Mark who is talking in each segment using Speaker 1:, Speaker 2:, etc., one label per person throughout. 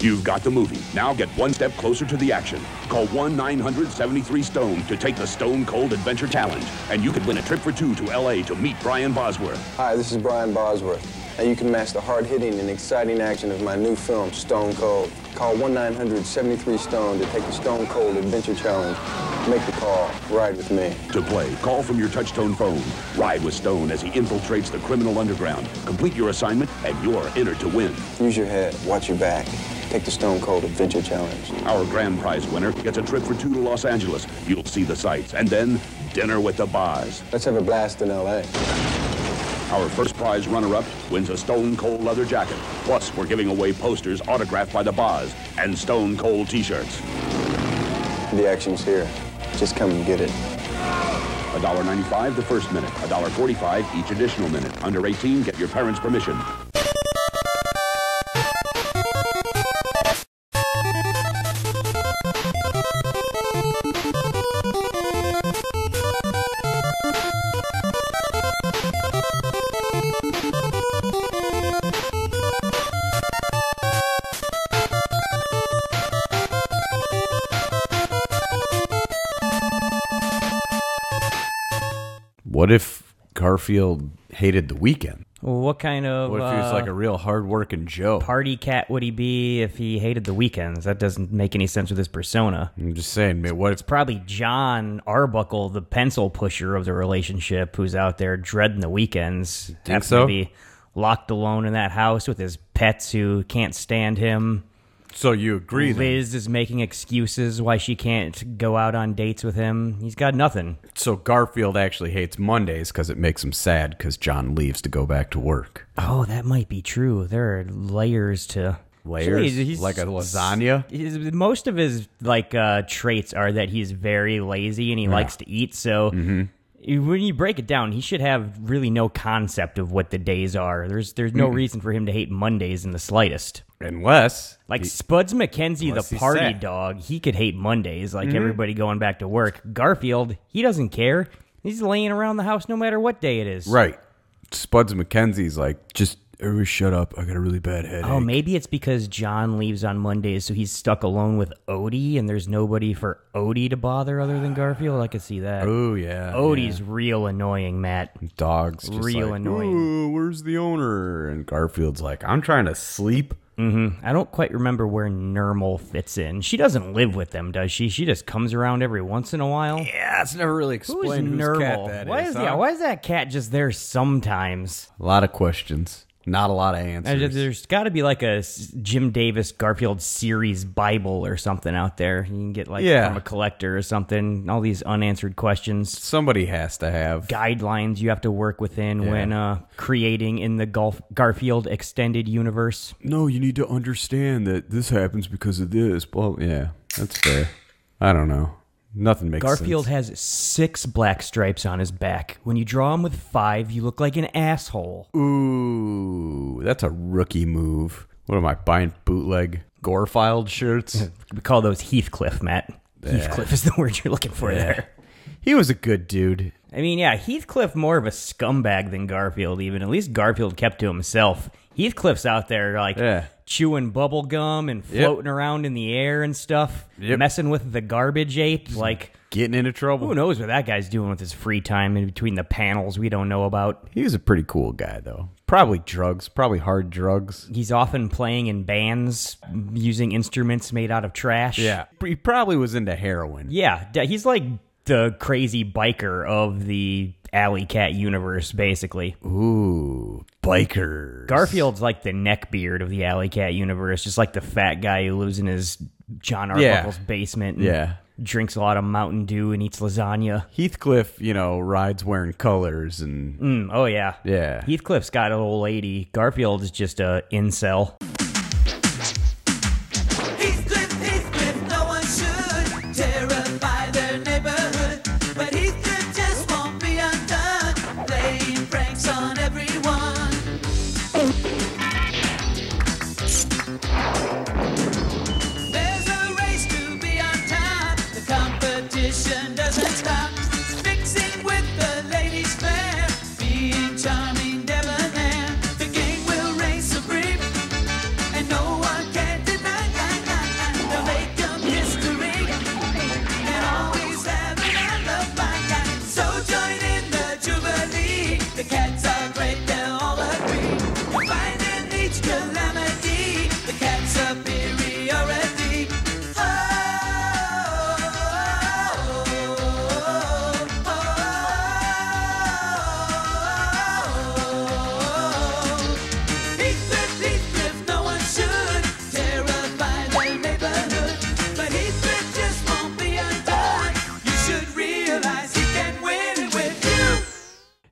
Speaker 1: You've got the movie. Now get one step closer to the action. Call 1-973-STONE to take the Stone Cold Adventure Challenge, and you could win a trip for two to L.A. to meet Brian Bosworth.
Speaker 2: Hi, this is Brian Bosworth, and you can match the hard-hitting and exciting action of my new film, Stone Cold. Call 1-973-STONE to take the Stone Cold Adventure Challenge. Make the call. Ride with me.
Speaker 1: To play, call from your touchtone phone. Ride with Stone as he infiltrates the criminal underground. Complete your assignment, and you're entered to win.
Speaker 2: Use your head. Watch your back. Take the Stone Cold Adventure Challenge.
Speaker 1: Our grand prize winner gets a trip for two to Los Angeles. You'll see the sights, and then dinner with the Boz.
Speaker 2: Let's have a blast in L.A.
Speaker 1: Our first prize runner-up wins a Stone Cold leather jacket. Plus, we're giving away posters autographed by the Boz and Stone Cold T-shirts.
Speaker 2: The action's here. Just come and get it.
Speaker 1: $1.95 the first minute, $1.45 each additional minute. Under 18, get your parents' permission.
Speaker 3: What if Garfield hated the weekend?
Speaker 4: Well, what kind of
Speaker 3: What if he was
Speaker 4: uh,
Speaker 3: like a real hard-working Joe?
Speaker 4: party cat would he be if he hated the weekends? That doesn't make any sense with his persona.
Speaker 3: I'm just saying, man. What if
Speaker 4: Probably John Arbuckle, the pencil pusher of the relationship, who's out there dreading the weekends. Happens
Speaker 3: so?
Speaker 4: To be locked alone in that house with his pets who can't stand him.
Speaker 3: so? You agree? Then?
Speaker 4: Liz is making excuses why she can't go out on dates with him. He's got nothing.
Speaker 3: So Garfield actually hates Mondays because it makes him sad because John leaves to go back to work.
Speaker 4: Oh, that might be true. There are layers to
Speaker 3: Layers? Like a lasagna?
Speaker 4: He's, most of his like uh, traits are that he's very lazy and he likes to eat. So
Speaker 3: Mm-hmm.
Speaker 4: you- when you break it down, he should have really no concept of what the days are. There's there's
Speaker 3: Mm.
Speaker 4: no reason for him to hate Mondays in the slightest.
Speaker 3: Unless
Speaker 4: Like Spuds McKenzie,
Speaker 3: Unless
Speaker 4: the
Speaker 3: he's
Speaker 4: party
Speaker 3: sad.
Speaker 4: dog, he could hate Mondays like
Speaker 3: Mm-hmm.
Speaker 4: everybody going back to work. Garfield, he doesn't care. He's laying around the house no matter what day it is.
Speaker 3: right, Spuds McKenzie's like just everybody shut up. I got a really bad headache.
Speaker 4: Oh, maybe it's because John leaves on Mondays, so he's stuck alone with Odie, and there's nobody for Odie to bother other than Garfield. I could see that.
Speaker 3: Oh yeah,
Speaker 4: Odie's real annoying, Matt.
Speaker 3: yeah. dogs just
Speaker 4: real
Speaker 3: like,
Speaker 4: annoying.
Speaker 3: "Ooh, where's the owner? And Garfield's like, I'm trying to sleep.
Speaker 4: I don't quite remember where Nermal fits in. She doesn't live with them, does she? She just comes around every once in a while.
Speaker 3: Yeah, it's never really
Speaker 4: Who's
Speaker 3: explained whose cat
Speaker 4: Nermal?
Speaker 3: that
Speaker 4: Why is that? Why is that cat just there sometimes?
Speaker 3: A lot of questions, not a lot of
Speaker 4: Uh,
Speaker 3: answers.
Speaker 4: There's got to be like a s- Jim Davis Garfield series Bible or something out there. You can get like
Speaker 3: Yeah.
Speaker 4: from a collector or something. All these unanswered questions,
Speaker 3: Somebody has to have.
Speaker 4: guidelines you have to work within when uh, creating in the golf Garfield extended universe.
Speaker 3: No, you need to understand that this happens because of this. Well, yeah, that's fair. I don't know. Nothing makes
Speaker 4: Garfield
Speaker 3: sense.
Speaker 4: has six black stripes on his back. When you draw him with five, you look like an asshole.
Speaker 3: Ooh, that's a rookie move. What am I buying bootleg Garfield shirts?
Speaker 4: We call those Heathcliff, Matt. Heathcliff is the word you're looking for there.
Speaker 3: he was a good dude.
Speaker 4: I mean, yeah, Heathcliff more of a scumbag than Garfield. Even at least Garfield kept to himself. Heathcliff's out there like
Speaker 3: Yeah.
Speaker 4: chewing bubble gum and floating around in the air and stuff,
Speaker 3: Yep.
Speaker 4: messing with the garbage ape. Like,
Speaker 3: Getting into trouble.
Speaker 4: who knows what that guy's doing with his free time in between the panels we don't know about.
Speaker 3: He was a pretty cool guy though. Probably drugs, probably hard drugs.
Speaker 4: He's often playing in bands using instruments made out of trash.
Speaker 3: He probably was into heroin.
Speaker 4: Yeah, d- he's like the crazy biker of the Alley Cat universe, basically.
Speaker 3: Ooh, biker.
Speaker 4: Garfield's like the neckbeard of the Alley Cat universe, just like the fat guy who lives in his John
Speaker 3: Yeah.
Speaker 4: Arbuckle's basement and
Speaker 3: Yeah.
Speaker 4: drinks a lot of Mountain Dew and eats lasagna.
Speaker 3: Heathcliff, you know, rides wearing colors and
Speaker 4: Mm, oh, yeah.
Speaker 3: Yeah.
Speaker 4: Heathcliff's got an old lady. Garfield is just a incel.
Speaker 5: Heathcliff, Heathcliff, no one should terrify their neighborhood. But Heathcliff just won't be undone, playing pranks on everyone. There's a race to be on top, the competition doesn't stop. Mixing with the ladies fair, being charming, debonair. The gang will reign supreme.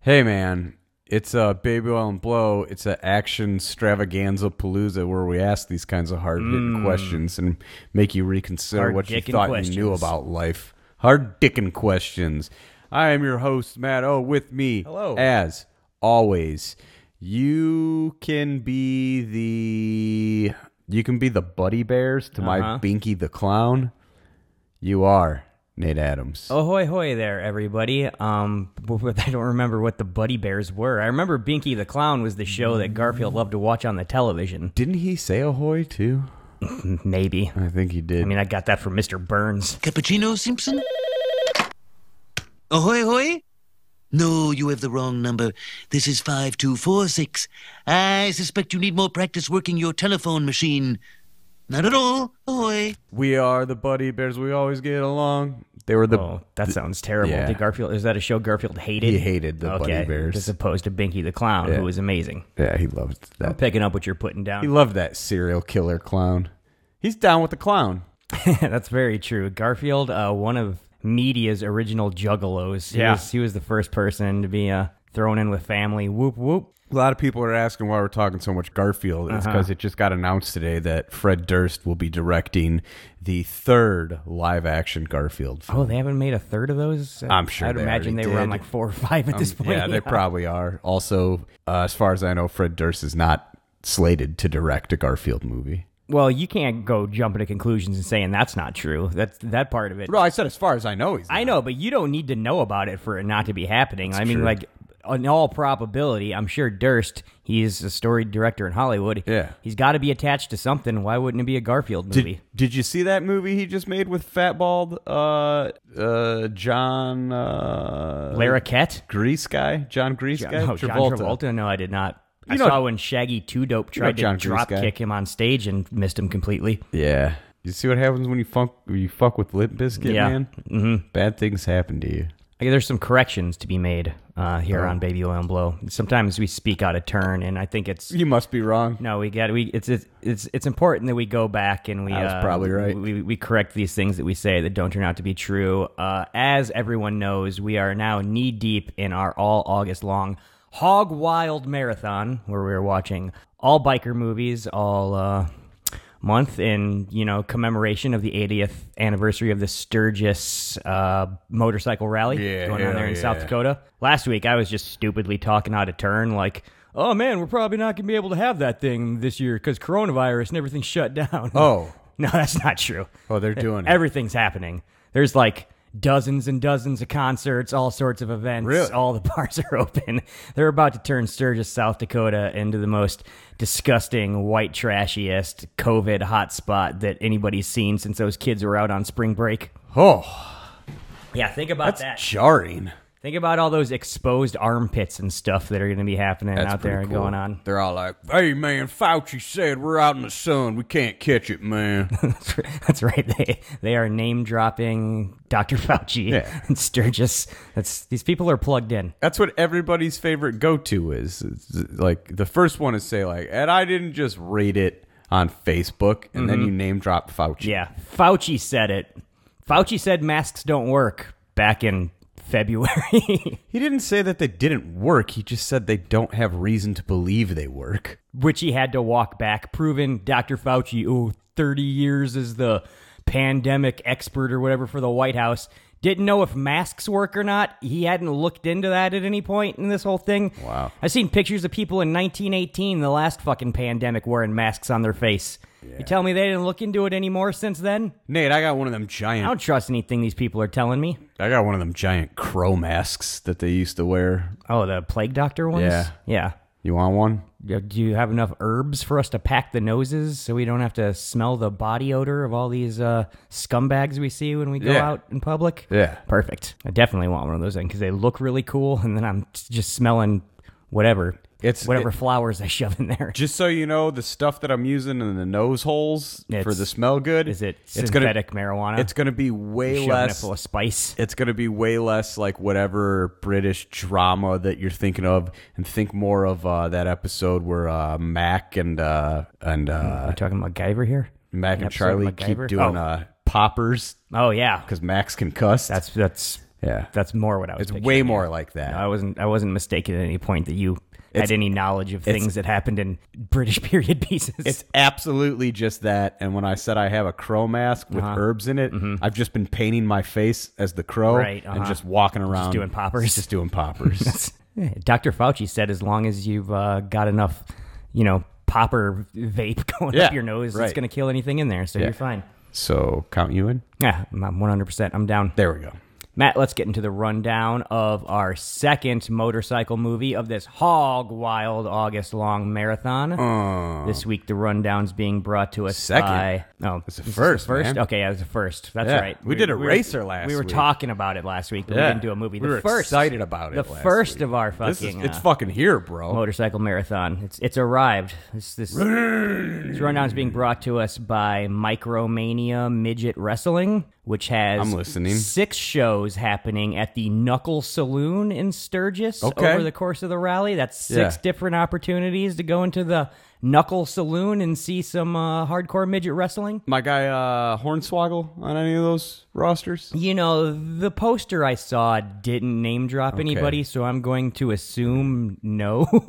Speaker 3: Hey, man. It's uh, Baby Oil and Blow. It's an action stravaganza palooza where we ask these kinds of hard hitting questions and make you reconsider
Speaker 4: Mm. Hard
Speaker 3: what you
Speaker 4: dickin'
Speaker 3: thought you knew
Speaker 4: questions.
Speaker 3: about life. Hard dickin' questions. I am your host, Matt O. With me,
Speaker 4: Hello.
Speaker 3: as always, you can be the you can be the buddy bears to my
Speaker 4: Uh-huh.
Speaker 3: Binky the clown. You are Nate Adams.
Speaker 4: Ahoy, hoy there, everybody. Um, w- w- I don't remember what the Buddy Bears were. I remember Binky the Clown was the show that Garfield loved to watch on the television.
Speaker 3: Didn't he say ahoy too?
Speaker 4: Maybe.
Speaker 3: I think he did.
Speaker 4: I mean, I got that from Mr. Burns.
Speaker 6: Cappuccino Simpson? Ahoy, hoy? No, you have the wrong number. This is 5246. I suspect you need more practice working your telephone machine. Not at all. Ahoy.
Speaker 3: We are the buddy bears. We always get along. They were the.
Speaker 4: Oh, that sounds terrible.
Speaker 3: yeah.
Speaker 4: Did Garfield? Is that a show Garfield hated?
Speaker 3: He hated the Buddy Bears.
Speaker 4: as opposed to Binky the Clown,
Speaker 3: Yeah.
Speaker 4: who was amazing.
Speaker 3: Yeah, he loved that.
Speaker 4: Picking up what you're putting
Speaker 3: He
Speaker 4: down.
Speaker 3: loved that serial killer clown. He's down with the clown.
Speaker 4: That's very true. Garfield, uh, one of media's original juggalos. He
Speaker 3: Yeah.
Speaker 4: was, he was the first person to be uh, thrown in with family. Whoop whoop.
Speaker 3: A lot of people are asking why we're talking so much Garfield. It's because it just got announced today that Fred Durst will be directing the third live action Garfield film.
Speaker 4: Oh, they haven't made a third of those.
Speaker 3: I'm sure
Speaker 4: I'd
Speaker 3: they
Speaker 4: imagine they
Speaker 3: already
Speaker 4: were on
Speaker 3: did. Um,
Speaker 4: like four or five at this point.
Speaker 3: yeah, they probably are. Also, uh, as far as I know, Fred Durst is not slated to direct a Garfield movie.
Speaker 4: Well, you can't go jumping to conclusions and saying that's not true. That's that part of it.
Speaker 3: Well, I said as far as I know, he's.
Speaker 4: I know, but you don't need to know about it for it not to be happening. I mean,
Speaker 3: true.
Speaker 4: like in all probability, I'm sure Durst, he's a story director in Hollywood.
Speaker 3: Yeah.
Speaker 4: he's got to be attached to something. Why wouldn't it be a Garfield movie?
Speaker 3: Did, did you see that movie he just made with Fatbald, uh, uh, John, uh,
Speaker 4: Larroquette,
Speaker 3: Grease guy, John Grease
Speaker 4: John,
Speaker 3: guy,
Speaker 4: no, John Travolta. No, I did not. I
Speaker 3: You know-
Speaker 4: saw when Shaggy Two Dope tried
Speaker 3: John
Speaker 4: to
Speaker 3: Grease
Speaker 4: drop
Speaker 3: guy.
Speaker 4: kick him on stage and missed him completely.
Speaker 3: Yeah, you see what happens when you funk when you fuck with Limp Biscuit,
Speaker 4: Yeah.
Speaker 3: man. Mm-hmm. Bad things happen to you.
Speaker 4: I guess there's some corrections to be made uh, here on Baby Oil and Blow. Sometimes we speak out of turn, and I think it's
Speaker 3: You must be wrong.
Speaker 4: No, we got we. It's it's it's it's important that we go back and we.
Speaker 3: I was
Speaker 4: uh,
Speaker 3: probably right.
Speaker 4: We we correct these things that we say that don't turn out to be true. Uh, as everyone knows, we are now knee deep in our all August long Hog Wild marathon, where we are watching all biker movies all uh, month in you know commemoration of the 80th anniversary of the Sturgis uh, motorcycle rally
Speaker 3: Yeah,
Speaker 4: going on there in
Speaker 3: hell
Speaker 4: South
Speaker 3: yeah.
Speaker 4: Dakota. Dakota. Last week, I was just stupidly talking out of turn, like, "Oh man, we're probably not gonna be able to have that thing this year because coronavirus and everything's shut down."
Speaker 3: Oh,
Speaker 4: no, that's not true. Eh,
Speaker 3: oh, they're doing it.
Speaker 4: Everything's happening. There's like dozens and dozens of concerts, all sorts of events.
Speaker 3: Really?
Speaker 4: All the bars are open. They're about to turn Sturgis, South Dakota, into the most disgusting, white trashiest COVID hotspot that anybody's seen since those kids were out on spring break.
Speaker 3: Oh,
Speaker 4: Yeah, think about
Speaker 3: that's
Speaker 4: that.
Speaker 3: jarring.
Speaker 4: Think about all those exposed armpits and stuff that are going to be happening
Speaker 3: That's
Speaker 4: out there
Speaker 3: pretty
Speaker 4: and
Speaker 3: cool.
Speaker 4: going on.
Speaker 3: They're all like, "Hey, man, Fauci said we're out in the sun. We can't catch it, man."
Speaker 4: That's right. They they are name dropping Dr. Fauci
Speaker 3: Yeah.
Speaker 4: and Sturgis. That's these people are plugged in.
Speaker 3: That's what everybody's favorite go to is. It's like the first one is say like, and I didn't just rate it on Facebook, and then you name drop Fauci.
Speaker 4: Mm-hmm. Yeah, Fauci said it. Fauci said masks don't work back in February,
Speaker 3: He didn't say that they didn't work. He just said they don't have reason to believe they work.
Speaker 4: which he had to walk back, proving Dr. Fauci, ooh, 30 years as the pandemic expert or whatever for the White House. Didn't know if masks work or not. He hadn't looked into that at any point in this whole thing.
Speaker 3: Wow.
Speaker 4: I've seen pictures of people in 1918, the last fucking pandemic, wearing masks on their face. You tell me they didn't look into it anymore since then?
Speaker 3: Nate, I got one of them
Speaker 4: I don't
Speaker 3: giant.
Speaker 4: trust anything these people are telling me.
Speaker 3: I got one of them giant crow masks that they used to wear.
Speaker 4: Oh, the plague doctor ones?
Speaker 3: Yeah.
Speaker 4: Yeah.
Speaker 3: You want one?
Speaker 4: Yeah, Do you have enough herbs for us to pack the noses so we don't have to smell the body odor of all these uh, scumbags we see when we go
Speaker 3: Yeah.
Speaker 4: out in public?
Speaker 3: Yeah.
Speaker 4: Perfect. I definitely want one of those because they look really cool, and then I'm t- just smelling whatever.
Speaker 3: It's-
Speaker 4: whatever
Speaker 3: it-
Speaker 4: flowers I shove in there.
Speaker 3: Just so you know, the stuff that I'm using in the nose holes for
Speaker 4: It's-
Speaker 3: the smell good
Speaker 4: Is it
Speaker 3: it's
Speaker 4: synthetic
Speaker 3: Gonna,
Speaker 4: marijuana?
Speaker 3: it's going to be way
Speaker 4: shoving
Speaker 3: less.
Speaker 4: it full of spice.
Speaker 3: it's going to be way less like whatever British drama that you're thinking of, and think more of uh, that episode where uh, Mac and uh, and uh,
Speaker 4: We're talking about MacGyver here.
Speaker 3: Mac and
Speaker 4: episode of
Speaker 3: Charlie
Speaker 4: MacGyver?
Speaker 3: keep doing
Speaker 4: Oh.
Speaker 3: uh, poppers
Speaker 4: Oh yeah,
Speaker 3: because Max can cuss.
Speaker 4: that's that's
Speaker 7: Yeah.
Speaker 4: That's more what I was.
Speaker 7: It's
Speaker 4: picturing,
Speaker 7: way
Speaker 4: yeah.
Speaker 7: more like that.
Speaker 4: I wasn't. I wasn't mistaken at any point that you
Speaker 7: It's-
Speaker 4: had any knowledge of things that happened in British period pieces.
Speaker 7: It's absolutely just that. And when I said I have a crow mask with
Speaker 4: Uh-huh.
Speaker 7: herbs in it, I've just been painting my face as the crow
Speaker 4: Mm-hmm. Right,
Speaker 7: and
Speaker 4: uh-huh.
Speaker 7: just walking around.
Speaker 4: doing poppers.
Speaker 7: Just doing poppers.
Speaker 4: Yeah, Dr. Fauci said as long as you've uh, got enough, you know, popper vape going
Speaker 7: Yeah,
Speaker 4: up your nose,
Speaker 7: right.
Speaker 4: it's going to kill anything in there. So
Speaker 7: Yeah.
Speaker 4: you're fine.
Speaker 7: so count you in.
Speaker 4: Yeah, I'm I'm 100%. I'm down.
Speaker 7: There we go.
Speaker 4: Matt, let's get into the rundown of our second motorcycle movie of this hog wild August long marathon. this week, the rundown's being brought to us
Speaker 7: Second.
Speaker 4: by. Oh,
Speaker 7: It's a
Speaker 4: this is
Speaker 7: first,
Speaker 4: first?
Speaker 7: man.
Speaker 4: Okay, yeah, it was the first. That's
Speaker 7: Yeah,
Speaker 4: right.
Speaker 7: we did a
Speaker 4: were-
Speaker 7: racer last
Speaker 4: We were
Speaker 7: week.
Speaker 4: talking about it last week, but
Speaker 7: Yeah.
Speaker 4: we didn't do a movie.
Speaker 7: We
Speaker 4: the
Speaker 7: were
Speaker 4: first,
Speaker 7: excited about it
Speaker 4: The
Speaker 7: last
Speaker 4: first
Speaker 7: week.
Speaker 4: of our fucking.
Speaker 7: This is, it's
Speaker 4: uh,
Speaker 7: fucking here, bro.
Speaker 4: motorcycle marathon. It's it's arrived. This this, this rundown is being brought to us by Micromania Midget Wrestling, which has
Speaker 7: I'm listening.
Speaker 4: six shows happening at the Knuckle Saloon in Sturgis
Speaker 7: Okay.
Speaker 4: over the course of the rally. That's six
Speaker 7: Yeah.
Speaker 4: different opportunities to go into the Knuckle Saloon and see some uh, hardcore midget wrestling.
Speaker 7: My guy uh, Hornswoggle on any of those rosters?
Speaker 4: You know, the poster I saw didn't name drop anybody, so I'm going to assume no.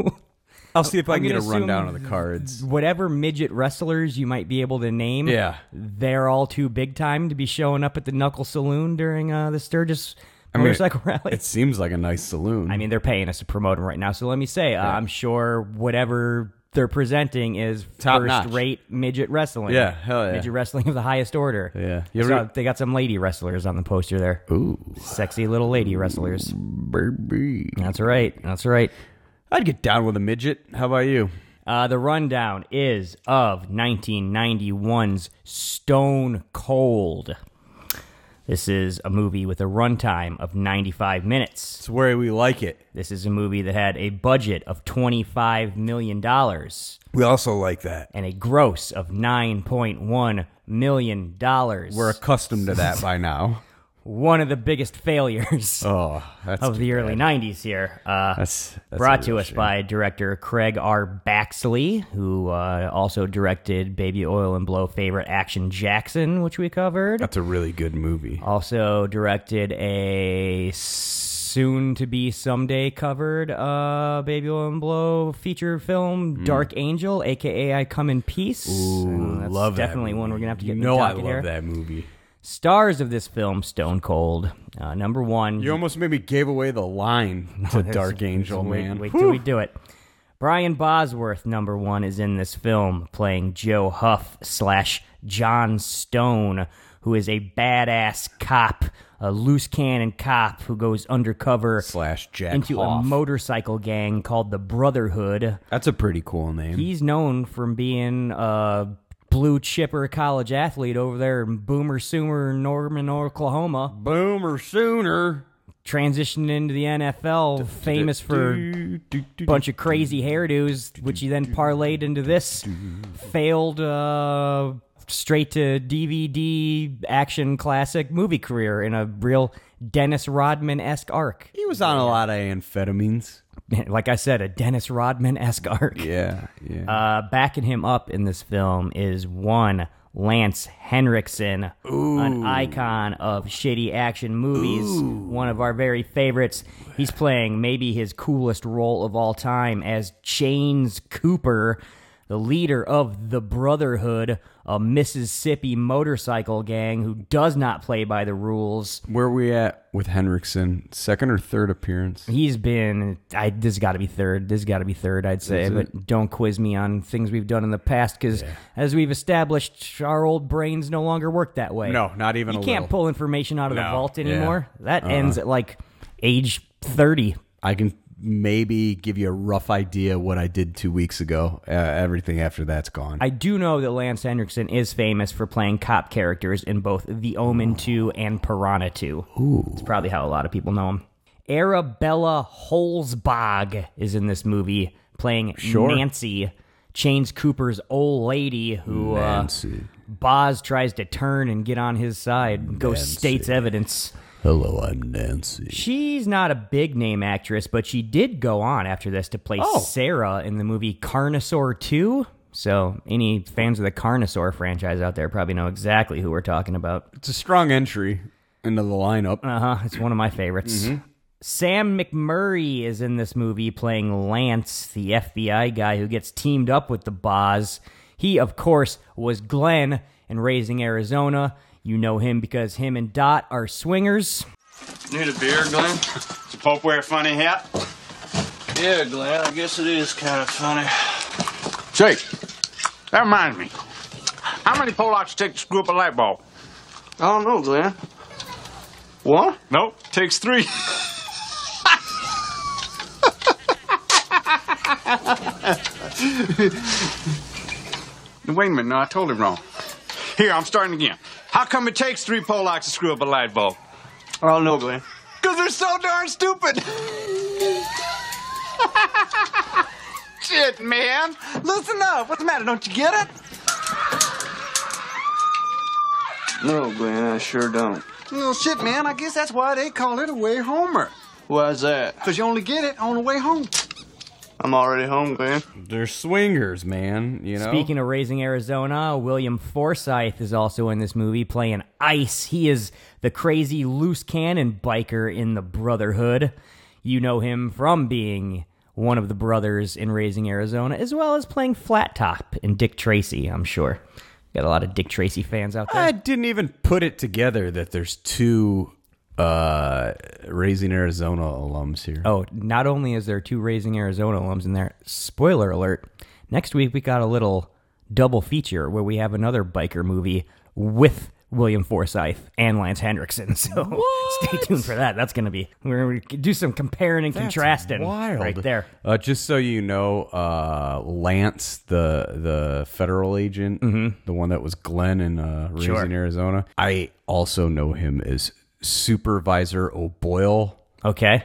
Speaker 7: I'll see if I
Speaker 4: I'm
Speaker 7: can get a
Speaker 4: gonna assume
Speaker 7: rundown of the cards.
Speaker 4: whatever midget wrestlers you might be able to name,
Speaker 7: Yeah.
Speaker 4: they're all too big time to be showing up at the Knuckle Saloon during uh, the Sturgis
Speaker 7: mean,
Speaker 4: motorcycle rally.
Speaker 7: It seems like a nice saloon.
Speaker 4: I mean, they're paying us to promote them right now, so let me say, uh, I'm sure whatever they're presenting is
Speaker 7: Top notch.
Speaker 4: first-rate midget wrestling.
Speaker 7: Yeah, hell yeah.
Speaker 4: midget wrestling of the highest order.
Speaker 7: Yeah. You ever- e-
Speaker 4: So they got some lady wrestlers on the poster there. Ooh, sexy little lady wrestlers.
Speaker 7: Baby.
Speaker 4: That's right. That's right.
Speaker 7: I'd get down with a midget. How about you?
Speaker 4: Uh, the rundown is of 1991's Stone Cold. This is a movie with a runtime of 95 minutes.
Speaker 7: It's where we like it.
Speaker 4: This is a movie that had a budget of $25 million and
Speaker 7: We also like that.
Speaker 4: a gross of $9.1 million.
Speaker 7: We're accustomed to that by now.
Speaker 4: one of the biggest failures
Speaker 7: Oh, that's
Speaker 4: of the early 90s here. Uh,
Speaker 7: That's- that's a
Speaker 4: brought
Speaker 7: real
Speaker 4: to us
Speaker 7: shame.
Speaker 4: by director Craig R. Baxley, who uh, also directed Baby Oil and Blow favorite Action Jackson, which we covered.
Speaker 7: That's a really good movie.
Speaker 4: also directed a soon to be someday covered uh, Baby Oil and Blow feature film,
Speaker 7: Hmm.
Speaker 4: Dark Angel, aka I Come in Peace. Uh, that's
Speaker 7: love that
Speaker 4: definitely one we're gonna have to get.
Speaker 7: You
Speaker 4: in the
Speaker 7: know I
Speaker 4: docket
Speaker 7: love
Speaker 4: here. Mm-hmm.
Speaker 7: that movie.
Speaker 4: Stars of this film: Stone Cold, uh, number one,
Speaker 7: You almost maybe gave away the line to
Speaker 4: That's-
Speaker 7: Dark Angel,
Speaker 4: wait,
Speaker 7: man.
Speaker 4: Wait
Speaker 7: Whew.
Speaker 4: till we do it. Brian Bosworth, number one, is in this film playing Joe Huff slash John Stone, who is a badass cop, a loose cannon cop who goes undercover
Speaker 7: Slash Jack
Speaker 4: into
Speaker 7: Hoff.
Speaker 4: a motorcycle gang called the Brotherhood.
Speaker 7: That's a pretty cool name.
Speaker 4: He's known from being a blue chipper college athlete over there in Boomer Sooner, Norman, Oklahoma,
Speaker 7: Boomer Sooner.
Speaker 4: transitioning into the NFL, famous for bunch of crazy hairdos, which he then parlayed into this failed uh, straight to DVD action classic movie career in a real Dennis Rodman esque arc.
Speaker 7: He was on a lot of amphetamines.
Speaker 4: Like I said, a Dennis Rodman esque arc.
Speaker 7: Yeah, yeah.
Speaker 4: Uh, backing him up in this film is one. Lance Henriksen, an icon of shitty action movies, one of our very favorites. He's playing maybe his coolest role of all time as James Cooper, the leader of the Brotherhood, a Mississippi motorcycle gang who does not play by the rules.
Speaker 7: Where are we at with Henriksen? Second or third appearance?
Speaker 4: He's been. I this got to be third. This got to be third. I'd say,
Speaker 7: Is it?
Speaker 4: but don't quiz me on things we've done in the past because, as we've established, our old brains no longer work that way.
Speaker 7: No, not even
Speaker 4: you
Speaker 7: a
Speaker 4: can't
Speaker 7: little.
Speaker 4: pull information out of the
Speaker 7: No.
Speaker 4: vault
Speaker 7: Yeah. Uh-huh.
Speaker 4: anymore. That ends at like age thirty.
Speaker 7: I can maybe give you a rough idea what I did two weeks ago. Uh, everything after that's gone.
Speaker 4: I do know that Lance Hendrickson is famous for playing cop characters in both The Omen 2 and Piranha 2. Ooh. It's probably how a lot of people know him. Arabella Holzbog is in this movie playing Nancy, Chains Cooper's old lady who uh, Boz tries to turn and get on his side and go state's evidence.
Speaker 7: Hello, I'm Nancy.
Speaker 4: She's not a big name actress, but she did go on after this to play Sarah in the movie Carnosaur 2. So, any fans of the Carnosaur franchise out there probably know exactly who we're talking about.
Speaker 7: It's a strong entry.
Speaker 3: into the lineup.
Speaker 4: Uh huh. It's one of my favorites. Sam McMurray is in this movie playing Lance, the FBI guy who gets teamed up with the Boz. He, of course, was Glenn in Raising Arizona. You know him because him and Dot are swingers.
Speaker 8: Need a beer, Glenn?
Speaker 9: Does Pope wear a funny hat?
Speaker 8: Yeah, Glenn, I guess it is kind of funny.
Speaker 9: Jake, that reminds me. How many Polacks take to screw up a light bulb?
Speaker 8: I don't know, Glenn. What?
Speaker 9: Nope, takes three. Wait a minute, no, I told him wrong. Here, I'm starting again. How come it takes three Polacks to screw up a light bulb?
Speaker 8: I don't know, Glenn.
Speaker 9: Because they're so darn stupid. Shit, man. Listen up. What's the matter? Don't you get it?
Speaker 8: No, Glenn, I sure don't.
Speaker 9: Well, shit, man. I guess that's why they call it a way homer.
Speaker 8: Why's that?
Speaker 9: Because you only get it on the way home.
Speaker 8: I'm already home, Glenn.
Speaker 3: They're swingers, man. You know.
Speaker 4: Speaking of Raising Arizona, William Forsythe is also in this movie playing Ice. He is the crazy loose cannon biker in the Brotherhood. You know him from being one of the brothers in Raising Arizona, as well as playing Flat Top in Dick Tracy, I'm sure. Got a lot of Dick Tracy fans out there.
Speaker 3: I didn't even put it together that there's two uh raising Arizona alums here.
Speaker 4: Oh, not only is there two Raising Arizona alums in there, spoiler alert, next week we got a little double feature where we have another biker movie with William Forsythe and Lance Hendrickson. So stay tuned for that. That's going to be, we're going to do some comparing and contrasting
Speaker 3: Wild.
Speaker 4: right there.
Speaker 3: Uh, just so you know, uh, Lance, the the federal agent,
Speaker 4: Mm-hmm.
Speaker 3: the one that was Glenn in uh, Raising Arizona, I also know him as Supervisor O'Boyle,
Speaker 4: Okay.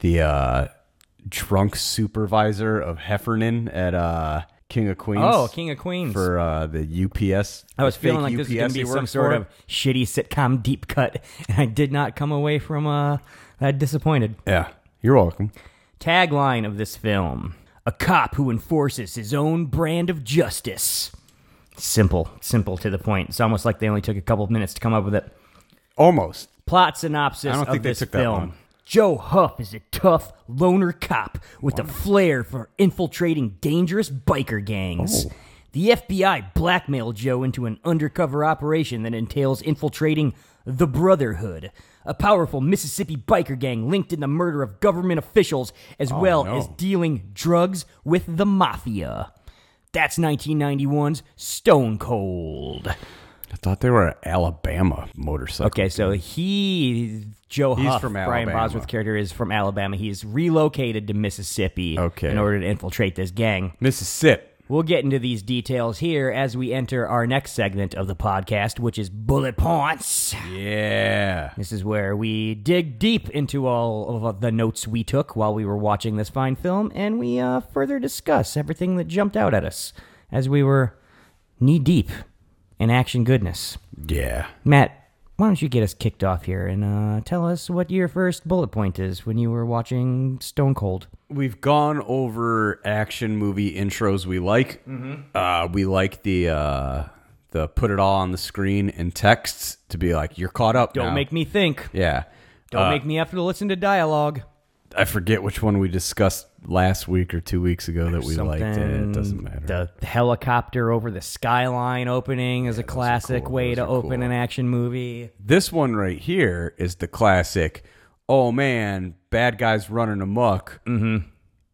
Speaker 3: the uh, drunk supervisor of Heffernan at uh, King of Queens.
Speaker 4: Oh, King of Queens.
Speaker 3: for uh, the UPS.
Speaker 4: I was
Speaker 3: the
Speaker 4: feeling
Speaker 3: fake
Speaker 4: like this was going
Speaker 3: UPS
Speaker 4: to
Speaker 3: he
Speaker 4: be some
Speaker 3: works
Speaker 4: sort
Speaker 3: for.
Speaker 4: of shitty sitcom deep cut, and I did not come away from uh, that disappointed.
Speaker 3: Yeah, you're welcome.
Speaker 4: Tagline of this film A cop who enforces his own brand of justice. Simple, simple to the point. It's almost like they only took a couple of minutes to come up with it.
Speaker 3: Almost.
Speaker 4: Plot synopsis
Speaker 3: I don't
Speaker 4: of
Speaker 3: think they
Speaker 4: this
Speaker 3: took that
Speaker 4: film.
Speaker 3: long.
Speaker 4: Joe Huff is a tough loner cop with a flair for infiltrating dangerous biker
Speaker 3: Oh.
Speaker 4: gangs. The FBI blackmail Joe into an undercover operation that entails infiltrating the Brotherhood, a powerful Mississippi biker gang linked in the murder of government officials as well
Speaker 3: Oh, no.
Speaker 4: as dealing drugs with the mafia. That's 1991's Stone Cold.
Speaker 3: I thought they were an Alabama motorcycle.
Speaker 4: Okay, so he Joe
Speaker 3: He's
Speaker 4: Huff,
Speaker 3: from
Speaker 4: Brian
Speaker 3: Alabama.
Speaker 4: Bosworth's character is from Alabama. He's relocated to Mississippi
Speaker 3: Okay.
Speaker 4: in order to infiltrate this gang.
Speaker 3: Mississippi.
Speaker 4: We'll get into these details here as we enter our next segment of the podcast, which is bullet points.
Speaker 3: Yeah.
Speaker 4: This is where we dig deep into all of the notes we took while we were watching this fine film, and we uh, further discuss everything that jumped out at us as we were knee deep in action goodness.
Speaker 3: Yeah.
Speaker 4: Matt, why don't you get us kicked off here and uh, tell us what your first bullet point is when you were watching Stone Cold?
Speaker 3: We've gone over action movie intros we like.
Speaker 4: Mm-hmm.
Speaker 3: Uh, we like the uh, the put it all on the screen in texts to be like you're caught up.
Speaker 4: Don't
Speaker 3: now.
Speaker 4: make me think.
Speaker 3: Yeah. Uh,
Speaker 4: Don't make me have to listen to dialogue.
Speaker 3: I forget which one we discussed last week or two weeks ago that we liked. and It doesn't matter.
Speaker 4: Uh, The helicopter over the skyline opening is a classic
Speaker 3: cool.
Speaker 4: way
Speaker 3: Those
Speaker 4: to
Speaker 3: are
Speaker 4: open
Speaker 3: cool.
Speaker 4: an action movie.
Speaker 3: This one right here is the classic. Oh man, bad guys running amok. Mm-hmm.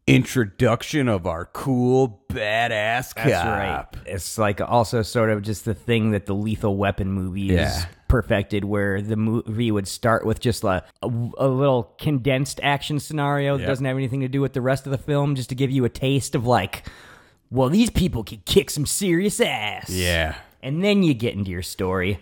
Speaker 3: Introduction of our cool badass cop.
Speaker 4: It's like also sort of just the thing that the Lethal Weapon movies
Speaker 3: Yeah.
Speaker 4: perfected, where the movie would start with just a, a, a little condensed action scenario that
Speaker 3: Yep.
Speaker 4: doesn't have anything to do with the rest of the film, just to give you a taste of like, well, these people could kick some serious ass.
Speaker 3: Yeah,
Speaker 4: And then you get into your story.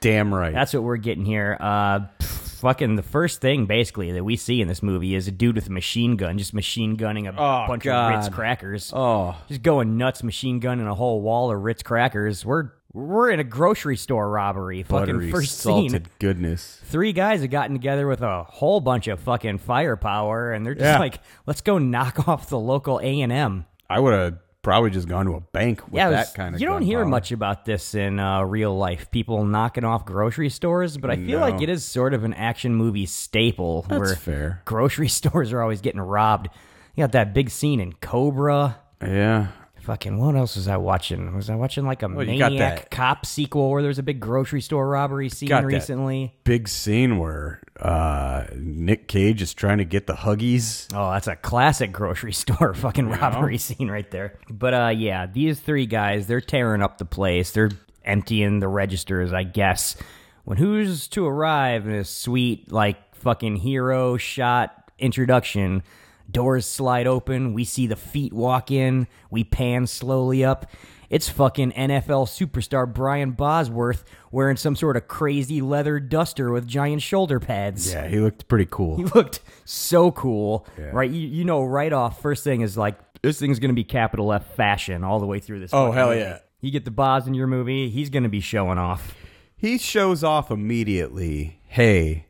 Speaker 3: damn right.
Speaker 4: That's what we're getting here. Uh, pff, fucking the first thing basically that we see in this movie is a dude with a machine gun just machine gunning a bunch of Ritz
Speaker 3: Oh, God.
Speaker 4: crackers.
Speaker 3: oh
Speaker 4: Just going nuts, machine gunning a whole wall of Ritz crackers. We're we're in a grocery store robbery.
Speaker 3: buttery
Speaker 4: fucking first
Speaker 3: salted
Speaker 4: scene.
Speaker 3: goodness.
Speaker 4: Three guys have gotten together with a whole bunch of fucking firepower, and they're just
Speaker 3: Yeah.
Speaker 4: like, "Let's go knock off the local A and M."
Speaker 3: I would have
Speaker 7: probably just gone to a bank with
Speaker 4: yeah, it was-
Speaker 7: that kind of.
Speaker 4: you don't hear
Speaker 7: gunpowder.
Speaker 4: much about this in uh, real life. People knocking off grocery stores, but I feel like it is sort of an action movie staple.
Speaker 7: That's
Speaker 4: where
Speaker 7: fair.
Speaker 4: Grocery stores are always getting robbed. You got that big scene in Cobra.
Speaker 7: Yeah,
Speaker 4: Fucking what else was I watching? Was I watching like a
Speaker 7: you got
Speaker 4: maniac
Speaker 7: that-
Speaker 4: cop sequel where there's a big grocery store robbery scene
Speaker 7: Got that.
Speaker 4: recently?
Speaker 7: big scene where uh, Nick Cage is trying to get the Huggies.
Speaker 4: Oh, that's a classic grocery store fucking robbery scene right there. But uh yeah, these three guys, they're tearing up the place. They're emptying the registers, I guess. When who's to arrive in a sweet like fucking hero shot introduction, doors slide open, we see the feet walk in, we pan slowly up. It's fucking NFL superstar Brian Bosworth wearing some sort of crazy leather duster with giant shoulder pads
Speaker 7: Yeah, he looked pretty cool.
Speaker 4: he looked so cool, right? You, you know, right off, first thing is like, this thing's going to be capital F fashion all the way through this.
Speaker 7: Oh,
Speaker 4: fucking
Speaker 7: hell
Speaker 4: movie.
Speaker 7: yeah.
Speaker 4: You get the boss in your movie, he's going to be showing off.
Speaker 7: He shows off immediately. Hey,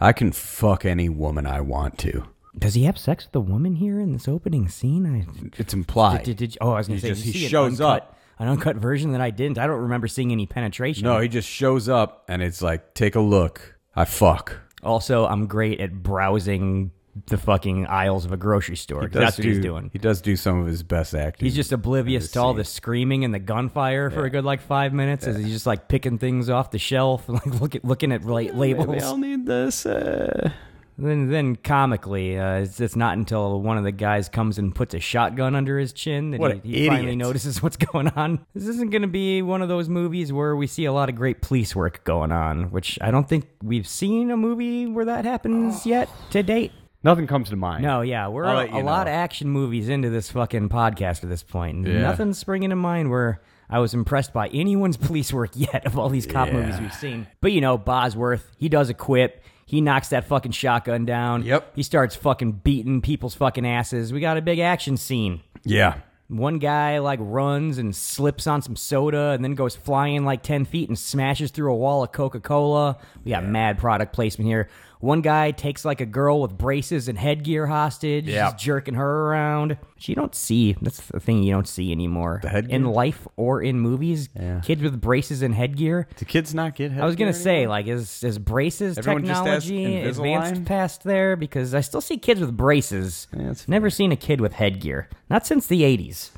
Speaker 7: I can fuck any woman I want to.
Speaker 4: Does he have sex with the woman here in this opening scene?
Speaker 7: It's
Speaker 4: I,
Speaker 7: implied.
Speaker 4: did, did, oh, I was
Speaker 7: He
Speaker 4: going to say,
Speaker 7: just-
Speaker 4: did you
Speaker 7: he
Speaker 4: see an
Speaker 7: shows
Speaker 4: uncut-
Speaker 7: up.
Speaker 4: An uncut version that I didn't. I don't remember seeing any penetration.
Speaker 7: No, he just shows up and it's like, take a look. I fuck.
Speaker 4: Also, I'm great at browsing the fucking aisles of a grocery store. 'cause That's what he's
Speaker 7: do-
Speaker 4: doing.
Speaker 7: He does do some of his best acting.
Speaker 4: He's just oblivious to all the screaming and the gunfire for a good like five minutes as he's just like picking things off the shelf, like look at, looking at la-
Speaker 7: We
Speaker 4: labels.
Speaker 7: all need this. Uh...
Speaker 4: Then, then comically, uh, it's, it's not until one of the guys comes and puts a shotgun under his chin that
Speaker 7: What
Speaker 4: he,
Speaker 7: an
Speaker 4: he finally
Speaker 7: idiot.
Speaker 4: notices what's going on. This isn't going to be one of those movies where we see a lot of great police work going on, which I don't think we've seen a movie where that happens yet to date.
Speaker 7: Nothing comes to mind.
Speaker 4: No, yeah, we're
Speaker 7: I'll
Speaker 4: a,
Speaker 7: let you
Speaker 4: a lot
Speaker 7: know.
Speaker 4: of action movies into this fucking podcast at this point, and
Speaker 7: Yeah.
Speaker 4: nothing's springing to mind where I was impressed by anyone's police work yet of all these cop movies we've seen. But you know, Bosworth, he does a quip. He knocks that fucking shotgun down.
Speaker 7: Yep.
Speaker 4: He starts fucking beating people's fucking asses. We got a big action scene.
Speaker 7: Yeah.
Speaker 4: One guy like runs and slips on some soda and then goes flying like 10 feet and smashes through a wall of Coca Cola. We got mad product placement here. One guy takes like a girl with braces and headgear hostage.
Speaker 7: Yeah.
Speaker 4: He's jerking her around. Which you don't see. That's the thing you don't see anymore. The
Speaker 7: headgear?
Speaker 4: In life or in movies, kids with braces and headgear.
Speaker 7: Do kids not get
Speaker 4: I was gonna say, like, is is braces
Speaker 7: Everyone just has
Speaker 4: technology
Speaker 7: Invisalign?
Speaker 4: advanced past there? Because I still see kids with braces.
Speaker 7: that's
Speaker 4: Never seen a kid with headgear. Not since the '80s.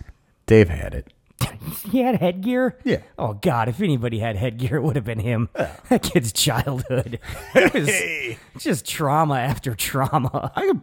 Speaker 7: Dave had it.
Speaker 4: He had headgear?
Speaker 7: Yeah.
Speaker 4: Oh, God, if anybody had headgear, it would have been him. That kid's childhood. It was just trauma after trauma.
Speaker 7: I could,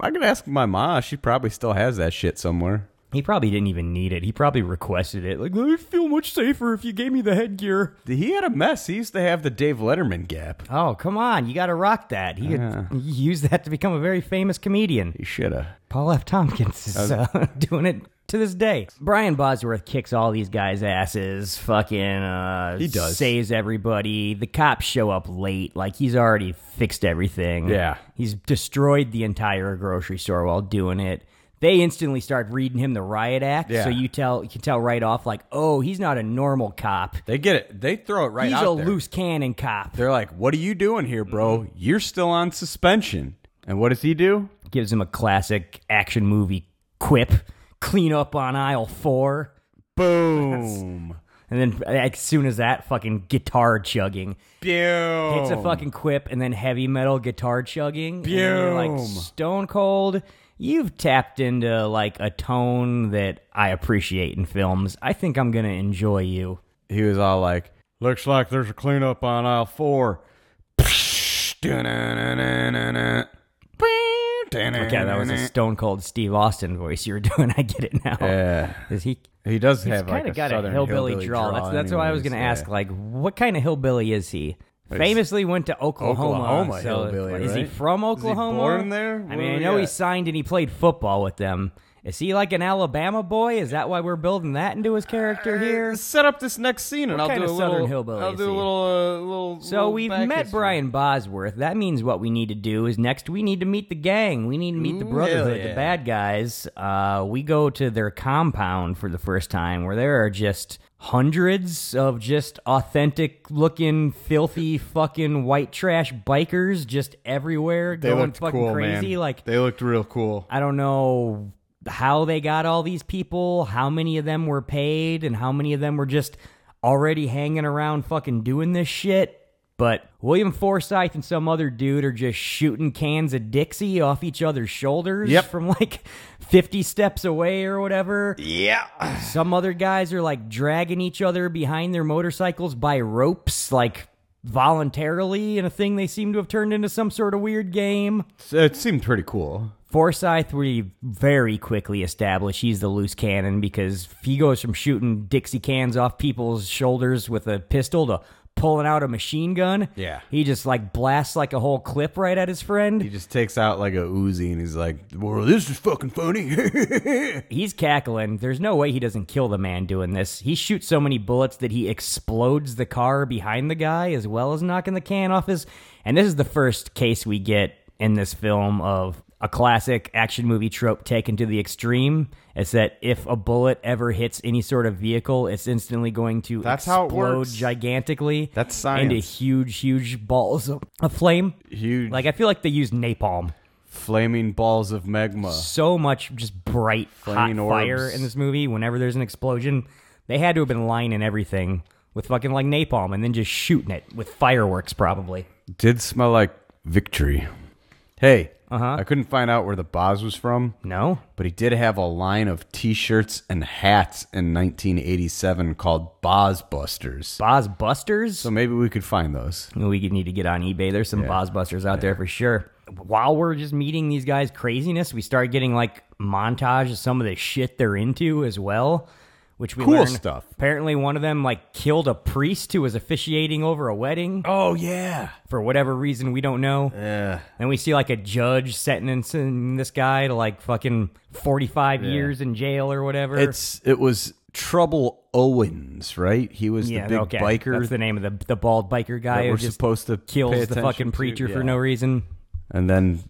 Speaker 7: I could ask my ma. She probably still has that shit somewhere.
Speaker 4: He probably didn't even need it. He probably requested it. Like, I feel much safer if you gave me the headgear.
Speaker 7: He had a mess. He used to have the Dave Letterman gap.
Speaker 4: Oh, come on. You got to rock that. He could use that to become a very famous comedian.
Speaker 7: He should have.
Speaker 4: Paul F. Tompkins is uh, doing it to this day. Brian Bosworth kicks all these guys' asses. Fucking uh,
Speaker 7: He does.
Speaker 4: saves everybody. The cops show up late. Like he's already fixed everything.
Speaker 7: Yeah.
Speaker 4: he's destroyed the entire grocery store while doing it. They instantly start reading him the riot act,
Speaker 7: Yeah.
Speaker 4: so you tell you can tell right off like, oh, he's not a normal cop.
Speaker 7: They get it. They throw it right
Speaker 4: he's
Speaker 7: out
Speaker 4: a
Speaker 7: there.
Speaker 4: loose cannon cop.
Speaker 7: They're like, "What are you doing here, bro? You're still on suspension." And what does he do?
Speaker 4: Gives him a classic action movie quip. Clean up on aisle four.
Speaker 7: Boom.
Speaker 4: And then as soon as that fucking guitar chugging
Speaker 7: Boom.
Speaker 4: hits a fucking quip, and then heavy metal guitar chugging, and then you're like
Speaker 7: Boom.
Speaker 4: Stone Cold. You've tapped into like a tone that I appreciate in films. I think I'm gonna enjoy you.
Speaker 7: He was all like, "Looks like there's a cleanup on aisle four.
Speaker 4: Okay, that was a Stone Cold Steve Austin voice you were doing. I get it now.
Speaker 7: Yeah.
Speaker 4: Is he?
Speaker 7: He does
Speaker 4: He's
Speaker 7: have
Speaker 4: kind
Speaker 7: like
Speaker 4: of
Speaker 7: a
Speaker 4: got
Speaker 7: southern
Speaker 4: a hillbilly, drawl. That's, that's what I was
Speaker 7: anyways.
Speaker 4: gonna
Speaker 7: Yeah.
Speaker 4: ask. Like, what kind of hillbilly is he? Famously went to Oklahoma.
Speaker 7: Oklahoma
Speaker 4: so
Speaker 7: hillbilly,
Speaker 4: is he
Speaker 7: right? Is
Speaker 4: from
Speaker 7: he
Speaker 4: Oklahoma?
Speaker 7: born there? Where
Speaker 4: I mean, I
Speaker 7: we
Speaker 4: know he
Speaker 7: at?
Speaker 4: signed and he played football with them. Is he like an Alabama boy? Is that why we're building that into his character here?
Speaker 7: Let's set up this next scene, and
Speaker 4: What
Speaker 7: I'll
Speaker 4: kind
Speaker 7: do a
Speaker 4: of
Speaker 7: little.
Speaker 4: Southern hillbilly
Speaker 7: I'll
Speaker 4: is
Speaker 7: do a
Speaker 4: he?
Speaker 7: little. Uh, little
Speaker 4: So
Speaker 7: little
Speaker 4: we've
Speaker 7: back
Speaker 4: met
Speaker 7: history.
Speaker 4: Brian Bosworth. That means what we need to do is next we need to meet the gang. We need to meet the
Speaker 7: Ooh,
Speaker 4: Brotherhood,
Speaker 7: hell yeah.
Speaker 4: the bad guys. Uh, we go to their compound for the first time where there are just hundreds of just authentic looking, filthy fucking white trash bikers just everywhere
Speaker 7: They
Speaker 4: going
Speaker 7: looked
Speaker 4: fucking
Speaker 7: cool,
Speaker 4: crazy.
Speaker 7: man.
Speaker 4: Like
Speaker 7: they looked real cool.
Speaker 4: I don't know how they got all these people, how many of them were paid, and how many of them were just already hanging around fucking doing this shit. But William Forsythe and some other dude are just shooting cans of Dixie off each other's shoulders
Speaker 10: Yep.
Speaker 4: from like 50 steps away or whatever.
Speaker 10: Yeah.
Speaker 4: Some other guys are like dragging each other behind their motorcycles by ropes, like voluntarily, in a thing they seem to have turned into some sort of weird game.
Speaker 3: So it seemed pretty cool.
Speaker 4: Forsyth, we very quickly establish he's the loose cannon because if he goes from shooting Dixie cans off people's shoulders with a pistol to pulling out a machine gun.
Speaker 3: Yeah.
Speaker 4: He just like blasts like a whole clip right at his
Speaker 3: He
Speaker 4: friend.
Speaker 3: just takes out like a Uzi and he's like, "Well, this is fucking funny."
Speaker 4: He's cackling. There's no way he doesn't kill the man doing this. He shoots so many bullets that he explodes the car behind the guy as well as knocking the can off his. And this is the first case we get in this film of a classic action movie trope taken to the extreme. It's that if a bullet ever hits any sort of vehicle, it's instantly going to
Speaker 10: That's how it
Speaker 4: explode
Speaker 10: works.
Speaker 4: gigantically.
Speaker 10: That's
Speaker 4: Into
Speaker 10: science.
Speaker 4: huge, huge balls of of flame.
Speaker 3: Huge,
Speaker 4: Like I feel like they use napalm
Speaker 3: flaming balls of magma.
Speaker 4: so much just bright
Speaker 3: Flaming
Speaker 4: hot
Speaker 3: orbs.
Speaker 4: fire in this movie. Whenever there's an explosion, they had to have been lining everything with fucking like napalm and then just shooting it with fireworks, probably.
Speaker 3: Did smell like victory. Hey, uh-huh. I couldn't find out where the Boz was from.
Speaker 4: No,
Speaker 3: but he did have a line of t-shirts and hats in 1987 called Boz Busters.
Speaker 4: Boz Busters.
Speaker 3: So maybe we could find those.
Speaker 4: we could need to get on eBay. There's some Boz Busters out there for sure. While we're just meeting these guys' craziness, we start getting like montage of some of the shit they're into as well. Which we
Speaker 3: Cool
Speaker 4: learn-
Speaker 3: stuff.
Speaker 4: Apparently, one of them like killed a priest who was officiating over a wedding.
Speaker 3: Oh yeah.
Speaker 4: for whatever reason we don't know.
Speaker 3: Yeah.
Speaker 4: Then we see like a judge sentencing this guy to like fucking 45 years in jail or whatever.
Speaker 3: It's it was Trouble Owens, right? He was
Speaker 4: yeah,
Speaker 3: the big
Speaker 4: okay.
Speaker 3: biker
Speaker 4: That's the name of the the bald biker guy
Speaker 3: that
Speaker 4: who
Speaker 3: we're
Speaker 4: just
Speaker 3: supposed to pay
Speaker 4: kills the
Speaker 3: attention
Speaker 4: fucking
Speaker 3: to,
Speaker 4: preacher
Speaker 3: yeah.
Speaker 4: for no reason.
Speaker 3: And then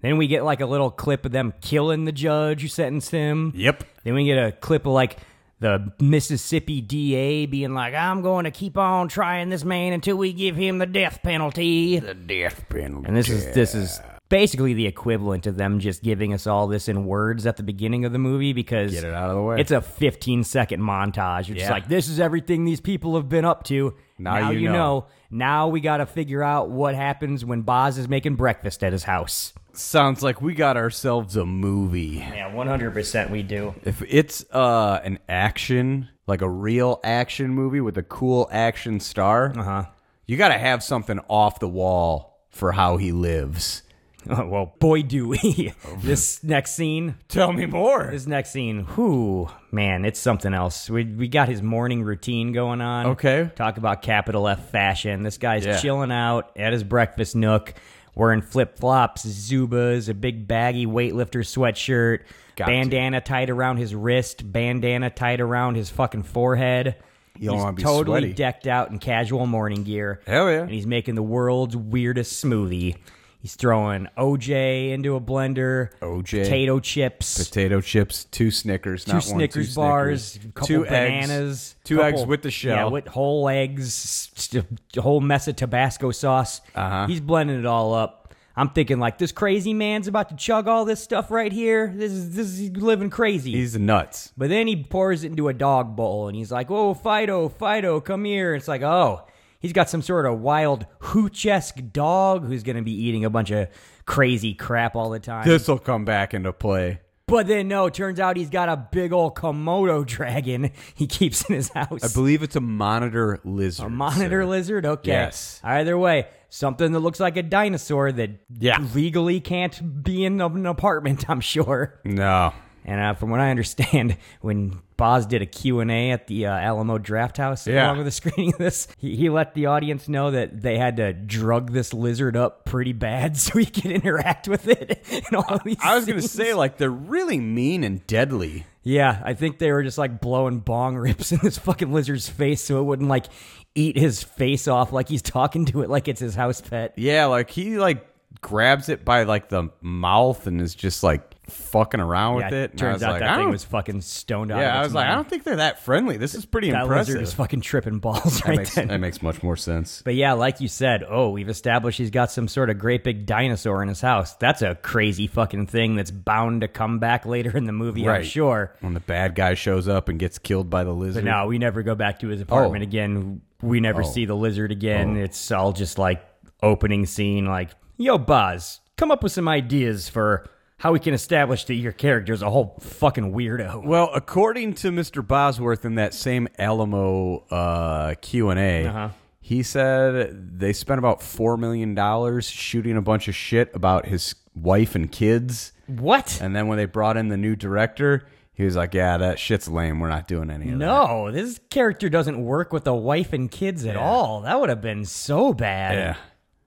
Speaker 4: Then we get like a little clip of them killing the judge who sentenced him.
Speaker 3: yep.
Speaker 4: Then we get a clip of like the Mississippi DA being like, "I'm going to keep on trying this man until we give him the death penalty."
Speaker 3: Death penalty.
Speaker 4: And this is this is basically the equivalent of them just giving us all this in words at the beginning of the movie because
Speaker 3: Get it out of the way.
Speaker 4: It's a 15 second montage. It's just
Speaker 3: Yeah.
Speaker 4: like this is everything these people have been up to.
Speaker 3: Now you
Speaker 4: know.
Speaker 3: know.
Speaker 4: Now we got to figure out what happens when Boz is making breakfast at his house.
Speaker 3: Sounds like we got ourselves a movie.
Speaker 4: Yeah, 100% we do.
Speaker 3: If it's uh an action, like a real action movie with a cool action star, uh-huh. you gotta have something off the wall for how he lives.
Speaker 4: well, boy do we. this next scene
Speaker 3: Tell me more.
Speaker 4: This next scene, whoo, man, it's something else. We, we got his morning routine going on.
Speaker 3: Okay.
Speaker 4: Talk about capital F fashion. This guy's
Speaker 3: Yeah.
Speaker 4: chilling out at his breakfast nook, wearing flip flops, Zubas, a big baggy weightlifter sweatshirt,
Speaker 3: Got to.
Speaker 4: bandana tied around his wrist, bandana tied around his fucking forehead.
Speaker 3: You don't
Speaker 4: He's
Speaker 3: wanna be
Speaker 4: totally
Speaker 3: sweaty.
Speaker 4: decked out in casual morning gear.
Speaker 3: Hell yeah.
Speaker 4: And he's making the world's weirdest smoothie. He's throwing OJ into a blender,
Speaker 3: OJ.
Speaker 4: potato chips,
Speaker 3: Potato chips, two Snickers,
Speaker 4: two
Speaker 3: not one,
Speaker 4: Snickers
Speaker 3: two
Speaker 4: bars,
Speaker 3: Snickers,
Speaker 4: couple
Speaker 3: two
Speaker 4: bananas,
Speaker 3: eggs, two
Speaker 4: couple-
Speaker 3: eggs with the
Speaker 4: yeah,
Speaker 3: shell.
Speaker 4: with whole eggs, st- a whole mess of Tabasco sauce. Uh-huh. He's blending it all up. I'm thinking like this crazy man's about to chug all this stuff right here. This is this is he's living crazy.
Speaker 3: He's nuts.
Speaker 4: but then he pours it into a dog bowl and he's like, "Whoa, Fido, Fido, come here!" It's like, oh. He's got some sort of wild hooch-esque dog who's going to be eating a bunch of crazy crap all the time.
Speaker 3: This will come back into play.
Speaker 4: But then no, turns out he's got a big old Komodo dragon he keeps in his house.
Speaker 3: I believe it's a monitor lizard.
Speaker 4: a monitor
Speaker 3: sir.
Speaker 4: lizard? Okay.
Speaker 3: Yes.
Speaker 4: Either way, something that looks like a dinosaur that
Speaker 3: Yeah.
Speaker 4: legally can't be in an apartment, I'm sure.
Speaker 3: No.
Speaker 4: And uh, from what I understand, when Boz did a Q&A at the uh, Alamo Draft House
Speaker 3: Yeah.
Speaker 4: along with the screening of this, he, he let the audience know that they had to drug this lizard up pretty bad so he could interact with it. And all these
Speaker 3: I was going to
Speaker 4: scenes.
Speaker 3: say, like, they're really mean and deadly.
Speaker 4: Yeah, I think they were just like blowing bong rips in this fucking lizard's face so it wouldn't like eat his face off like he's talking to it like it's his house pet.
Speaker 3: Yeah, like, he, like, grabs it by, like, the mouth and is just, like, fucking around with it. And I
Speaker 4: turns
Speaker 3: was
Speaker 4: out
Speaker 3: like, I
Speaker 4: that thing
Speaker 3: don't-
Speaker 4: was fucking stoned out. of
Speaker 3: Yeah, I
Speaker 4: its
Speaker 3: was like, I
Speaker 4: mind.
Speaker 3: don't think they're that friendly. This is pretty
Speaker 4: that
Speaker 3: impressive.
Speaker 4: lizard is fucking tripping balls
Speaker 3: that,
Speaker 4: right
Speaker 3: makes,
Speaker 4: then.
Speaker 3: that makes much more sense.
Speaker 4: But yeah, like you said, oh, we've established he's got some sort of great big dinosaur in his house. That's a crazy fucking thing that's bound to come back later in the movie, I'm
Speaker 3: Right.
Speaker 4: sure.
Speaker 3: When the bad guy shows up and gets killed by the lizard,
Speaker 4: But no, we never go back to his apartment
Speaker 3: Oh.
Speaker 4: again. We never
Speaker 3: Oh.
Speaker 4: see the lizard again.
Speaker 3: Oh.
Speaker 4: It's all just like opening scene, like, yo, Buzz, come up with some ideas for how we can establish that your character's a whole fucking weirdo.
Speaker 3: Well, according to Mr. Bosworth in that same Alamo uh, Q and
Speaker 4: Uh-huh.
Speaker 3: A, he said they spent about four million dollars shooting a bunch of shit about his wife and kids,
Speaker 4: What?
Speaker 3: and then when they brought in the new director, he was like, "Yeah, that shit's lame. We're not doing any of that."
Speaker 4: No, this character doesn't work with a wife and kids at all. That would have been so bad.
Speaker 3: Yeah.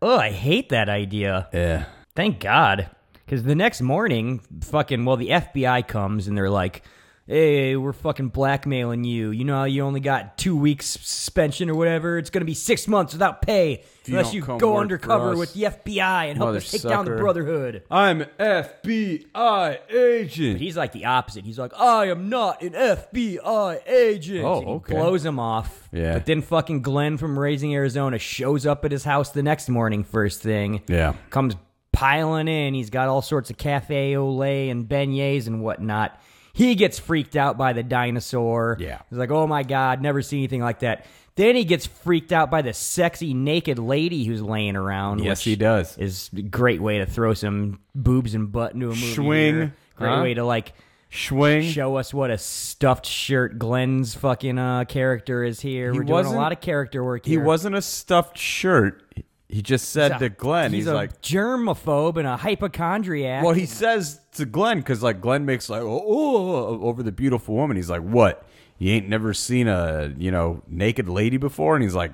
Speaker 4: Oh, I hate that idea.
Speaker 3: Yeah.
Speaker 4: Thank God. Because the next morning, fucking, well, the FBI comes and they're like, hey, we're fucking blackmailing you. You know how you only got two weeks suspension or whatever? It's going to be six months without pay
Speaker 3: you
Speaker 4: unless
Speaker 3: don't
Speaker 4: you
Speaker 3: come
Speaker 4: go
Speaker 3: work for
Speaker 4: undercover
Speaker 3: us,
Speaker 4: with the FBI and help
Speaker 3: mother
Speaker 4: us take down the
Speaker 3: sucker."
Speaker 4: Brotherhood.
Speaker 3: I'm an FBI agent.
Speaker 4: He's like the opposite. He's like, I am not an FBI agent.
Speaker 3: Oh,
Speaker 4: And he
Speaker 3: okay.
Speaker 4: blows him off.
Speaker 3: Yeah.
Speaker 4: But then fucking Glenn from Raising Arizona shows up at his house the next morning, first thing.
Speaker 3: Yeah.
Speaker 4: Comes piling in. He's got all sorts of cafe au lait and beignets and whatnot. He gets freaked out by the dinosaur.
Speaker 3: Yeah.
Speaker 4: He's like, oh my God, never seen anything like that. Then he gets freaked out by the sexy naked lady who's laying around.
Speaker 3: Yes,
Speaker 4: which
Speaker 3: he does.
Speaker 4: Is a great way to throw some boobs and butt into a movie.
Speaker 3: Swing,
Speaker 4: here. Great
Speaker 3: huh?
Speaker 4: way to like
Speaker 3: Schwing.
Speaker 4: show us what a stuffed shirt Glenn's fucking uh, character is here.
Speaker 3: He
Speaker 4: We're doing a
Speaker 3: wasn't-
Speaker 4: lot of character work
Speaker 3: he
Speaker 4: here.
Speaker 3: wasn't a stuffed shirt. He just said
Speaker 4: Yeah.
Speaker 3: to Glenn, he's,
Speaker 4: a
Speaker 3: like,
Speaker 4: germaphobe and a hypochondriac.
Speaker 3: Well, he says to Glenn because like Glenn makes like oh, oh," over the beautiful woman. He's like, "What? You ain't never seen a you know naked lady before?" And he's like,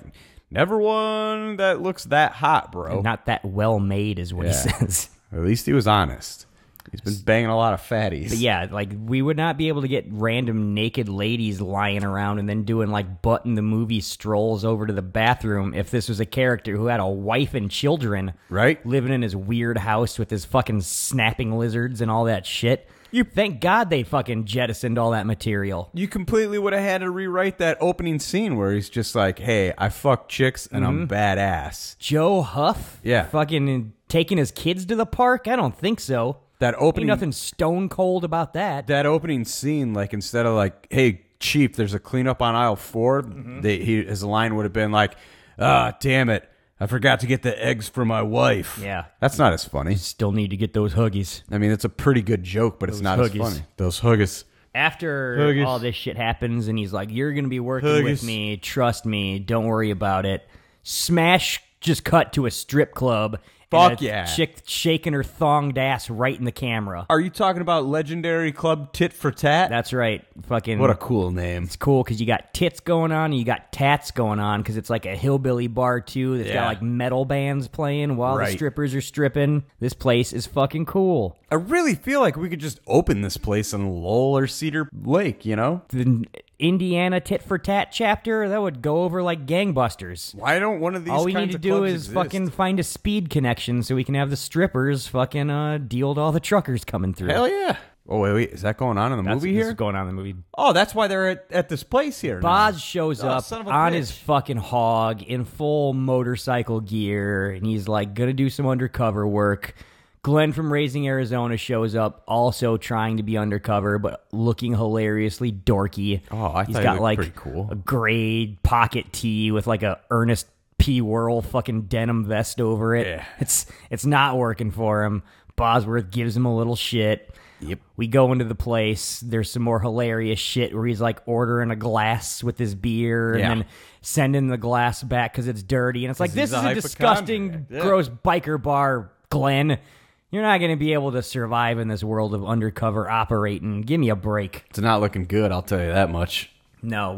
Speaker 3: "Never one that looks that hot, bro."
Speaker 4: not that well made is what he
Speaker 3: Oh. Yeah.
Speaker 4: says.
Speaker 3: At least he was honest. He's been banging a lot of fatties.
Speaker 4: But yeah, like we would not be able to get random naked ladies lying around and then doing like butt in the movie strolls over to the bathroom if this was a character who had a wife and children,
Speaker 3: Right.
Speaker 4: Living in his weird house with his fucking snapping lizards and all that shit. You thank God they fucking jettisoned all that material.
Speaker 3: you completely would have had to rewrite that opening scene where he's just like, "Hey, I fuck chicks and I'm
Speaker 4: Mm-hmm.
Speaker 3: badass."
Speaker 4: Joe Huff,
Speaker 3: Yeah.
Speaker 4: fucking taking his kids to the park. I don't think so.
Speaker 3: That
Speaker 4: Ain't
Speaker 3: opening
Speaker 4: nothing stone cold about that.
Speaker 3: that opening scene, like instead of like, "Hey, chief, there's a cleanup on aisle 4
Speaker 4: Mm-hmm.
Speaker 3: they, he, his line would have been like, "Ah, damn it, I forgot to get the eggs for my wife."
Speaker 4: Yeah.
Speaker 3: that's not as funny.
Speaker 4: Still need to get those huggies.
Speaker 3: I mean, it's a pretty good joke, but it's not as
Speaker 4: huggies.
Speaker 3: funny. Those huggies.
Speaker 4: after
Speaker 3: Huggies.
Speaker 4: all this shit happens and he's like you're gonna be working with
Speaker 3: Huggies.
Speaker 4: me trust me don't worry about it smash just cut to a strip club and
Speaker 3: Fuck
Speaker 4: a
Speaker 3: yeah.
Speaker 4: chick shaking her thonged ass right in the camera
Speaker 3: Are you talking about legendary club tit for tat?
Speaker 4: that's right fucking
Speaker 3: what a cool name.
Speaker 4: it's cool because you got tits going on and you got tats going on because it's like a hillbilly bar too that's got
Speaker 3: Yeah.
Speaker 4: like metal bands playing while the
Speaker 3: Right.
Speaker 4: uh,
Speaker 3: Oh,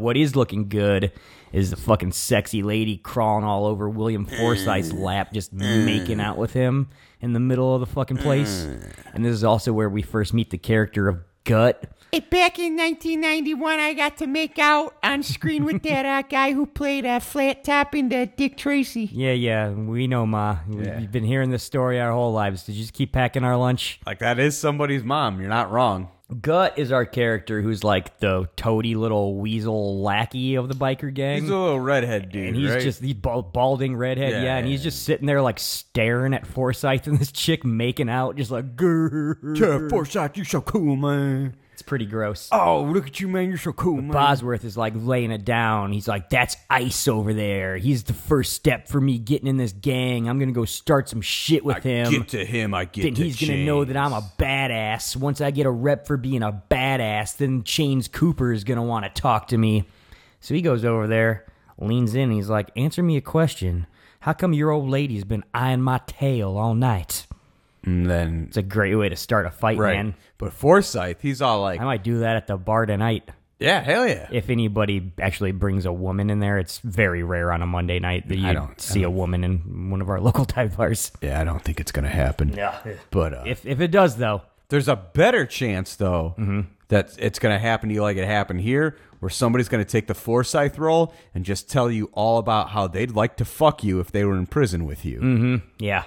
Speaker 3: Mm. Mm.
Speaker 4: gut.
Speaker 11: Hey, back in 1991, I got to make out on screen with that uh, guy who played uh, Flat Top in the Dick Tracy.
Speaker 4: Yeah, yeah, we know, Ma. We- We've been hearing this story our whole lives. Did you just keep packing our lunch?
Speaker 3: Like that is somebody's mom. You're not wrong.
Speaker 4: Gut is our character who's like the toady little weasel lackey of the biker gang.
Speaker 3: He's a little redhead dude,
Speaker 4: and he's
Speaker 3: right?
Speaker 4: just the bal- balding redhead, yeah,
Speaker 3: Yeah,
Speaker 4: and
Speaker 3: yeah,
Speaker 4: he's just sitting there like staring at Forsyth and this chick making out, just like grrr.
Speaker 3: Forsyth, you so cool, man.
Speaker 4: It's pretty gross.
Speaker 3: Oh, look at you, man. You're so cool, man.
Speaker 4: Bosworth is like laying it down. He's like, "That's ice over there. He's the first step for me getting in this gang. I'm gonna go start some shit with him."
Speaker 3: Get to him. I get
Speaker 4: then
Speaker 3: to
Speaker 4: he's going to know that I'm a badass. Once I get a rep for being a badass, then Chains Cooper is going to want to talk to me. So he goes over there, leans in, and he's like, Answer me a question. How come your old lady's been eyeing my tail all night?
Speaker 3: And then
Speaker 4: It's a great way to start a fight,
Speaker 3: right.
Speaker 4: man.
Speaker 3: But Forsyth, he's all like,
Speaker 4: I might do that at the bar tonight.
Speaker 3: yeah, hell yeah.
Speaker 4: If anybody actually brings a woman in there, it's very rare on a Monday night that you
Speaker 3: don't-
Speaker 4: see a woman in one of our local dive bars.
Speaker 3: Yeah, I don't think it's gonna happen. Yeah. But uh,
Speaker 4: If, if it does, though,
Speaker 3: there's a better chance though that it's gonna happen to you like it happened here, where somebody's gonna take the Forsyth role and just tell you all about how they'd like to fuck you if they were in prison with you.
Speaker 4: yeah.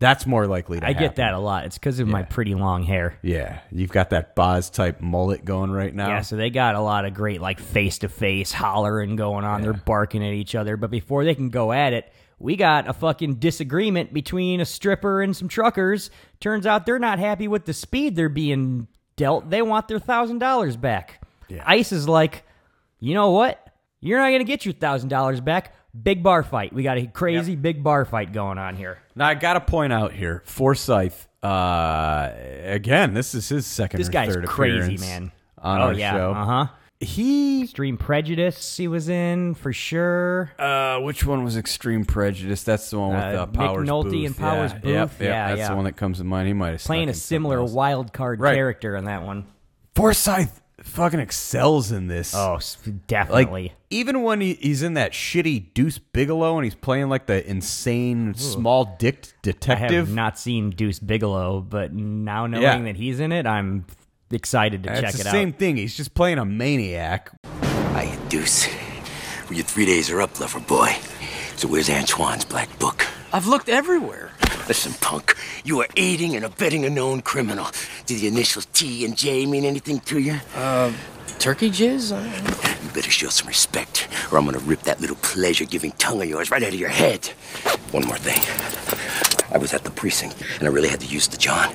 Speaker 3: That's more likely to
Speaker 4: I
Speaker 3: happen.
Speaker 4: get that a lot. It's because of my pretty long hair.
Speaker 3: Yeah, you've got that Boz type mullet going right now.
Speaker 4: Yeah, so they got a lot of great like face to face hollering going on. They're barking at each other, but before they can go at it, we got a fucking disagreement between a stripper and some truckers. Turns out they're not happy with the speed they're being dealt. They want their thousand dollars back. Ice is like, you know what? You're not gonna get your thousand dollars back. Big bar fight. We got a crazy big bar fight going on here.
Speaker 3: Now I gotta point out here, Forsyth. Uh, again, this is his second.
Speaker 4: This
Speaker 3: or
Speaker 4: guy's
Speaker 3: third
Speaker 4: crazy,
Speaker 3: appearance
Speaker 4: man.
Speaker 3: On
Speaker 4: oh
Speaker 3: our
Speaker 4: yeah.
Speaker 3: show,
Speaker 4: Uh huh.
Speaker 3: he
Speaker 4: Extreme Prejudice. He was in for sure.
Speaker 3: Uh, which one was Extreme Prejudice? That's the one with
Speaker 4: Uh,
Speaker 3: uh,
Speaker 4: Nick
Speaker 3: Powers
Speaker 4: Nolte
Speaker 3: Booth.
Speaker 4: and Powers
Speaker 3: yeah,
Speaker 4: Booth.
Speaker 3: Yep, yep,
Speaker 4: Yeah,
Speaker 3: that's
Speaker 4: yeah.
Speaker 3: the one that comes to mind. He might have
Speaker 4: playing a similar
Speaker 3: one.
Speaker 4: wild card
Speaker 3: Right.
Speaker 4: character in that one.
Speaker 3: Forsyth fucking excels in this.
Speaker 4: Oh, s-
Speaker 3: like
Speaker 4: definitely.
Speaker 3: even when he, he's in that shitty Deuce Bigelow and he's playing like the insane small dick
Speaker 4: I have
Speaker 3: detective.
Speaker 4: not seen Deuce Bigelow, but now knowing
Speaker 3: Yeah.
Speaker 4: that he's in it, I'm excited to
Speaker 3: it's
Speaker 4: check
Speaker 3: the
Speaker 4: it
Speaker 3: same
Speaker 4: out.
Speaker 3: thing. He's just playing a maniac.
Speaker 6: Hiya, Deuce. Well, your three days are up, lover boy. So where's Antoine's black book?
Speaker 12: I've looked everywhere.
Speaker 6: Listen, punk, you are aiding and abetting a known criminal. Do the initials T and J mean anything to you?
Speaker 12: Uh, Turkey jizz? I don't know.
Speaker 6: You better show some respect, or I'm gonna rip that little pleasure-giving tongue of yours right out of your head. One more thing. I was at the precinct, and I really had to use the John.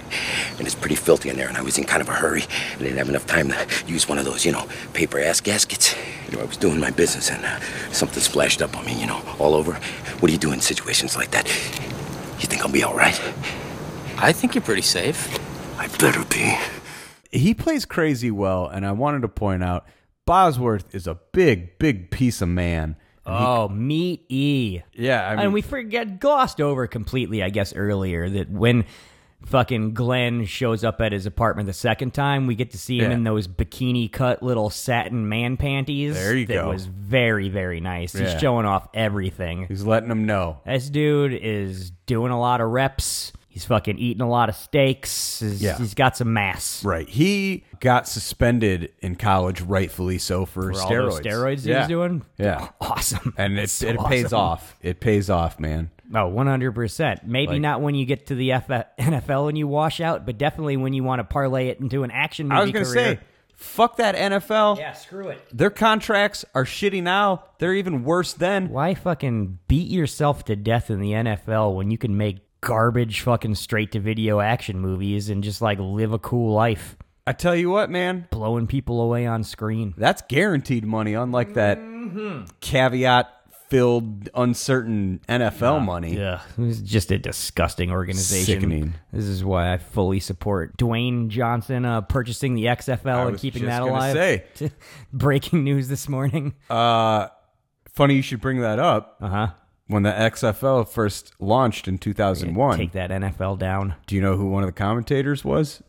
Speaker 6: And it's pretty filthy in there, and I was in kind of a hurry. I didn't have enough time to use one of those, you know, paper ass gaskets. You know, I was doing my business, and uh, something splashed up on me, you know, all over. What do you do in situations like that? You think I'll be all right?
Speaker 12: I think you're pretty safe.
Speaker 6: I better be.
Speaker 3: he plays crazy well, and I wanted to point out Bosworth is a big, big piece of man.
Speaker 4: Oh, meet E.
Speaker 3: Yeah, I mean,
Speaker 4: and we forget glossed over completely, I guess, earlier that when fucking Glenn shows up at his apartment the second time, we get to see him
Speaker 3: Yeah.
Speaker 4: in those bikini cut little satin man panties.
Speaker 3: There you
Speaker 4: that
Speaker 3: go.
Speaker 4: was very, very nice.
Speaker 3: Yeah.
Speaker 4: He's showing off everything.
Speaker 3: he's letting him know.
Speaker 4: This dude is doing a lot of reps. He's fucking eating a lot of steaks. He's,
Speaker 3: Yeah.
Speaker 4: he's got some mass.
Speaker 3: Right. He got suspended in college, rightfully so,
Speaker 4: For
Speaker 3: for, steroids.
Speaker 4: all those steroids he was doing?
Speaker 3: Yeah.
Speaker 4: Awesome.
Speaker 3: And it,
Speaker 4: That's so
Speaker 3: it pays
Speaker 4: awesome.
Speaker 3: off. It pays off, man.
Speaker 4: Oh, 100%. Maybe
Speaker 3: Like-
Speaker 4: not when you get to the F- NFL and you wash out, but definitely when you want to parlay it into an action movie
Speaker 3: I was going to
Speaker 4: career.
Speaker 3: say, fuck that NFL.
Speaker 4: yeah, screw it.
Speaker 3: Their contracts are shitty now. They're even worse then.
Speaker 4: Why fucking beat yourself to death in the NFL when you can make garbage fucking straight to video action movies and just like live a cool life
Speaker 3: I tell you what, man,
Speaker 4: blowing people away on screen?
Speaker 3: that's guaranteed money, unlike that
Speaker 4: Mm-hmm.
Speaker 3: caveat filled, uncertain NFL money.
Speaker 4: Yeah, it's just a disgusting organization.
Speaker 3: Sickening.
Speaker 4: This is why I fully support Dwayne Johnson uh, purchasing the XFL
Speaker 3: I
Speaker 4: and
Speaker 3: was
Speaker 4: keeping
Speaker 3: just
Speaker 4: that
Speaker 3: gonna
Speaker 4: alive.
Speaker 3: say.
Speaker 4: Breaking news this morning.
Speaker 3: Funny you should bring that up.
Speaker 4: Uh huh.
Speaker 3: When the XFL first launched in 2001,
Speaker 4: Take that NFL down,
Speaker 3: do you know who one of the commentators was?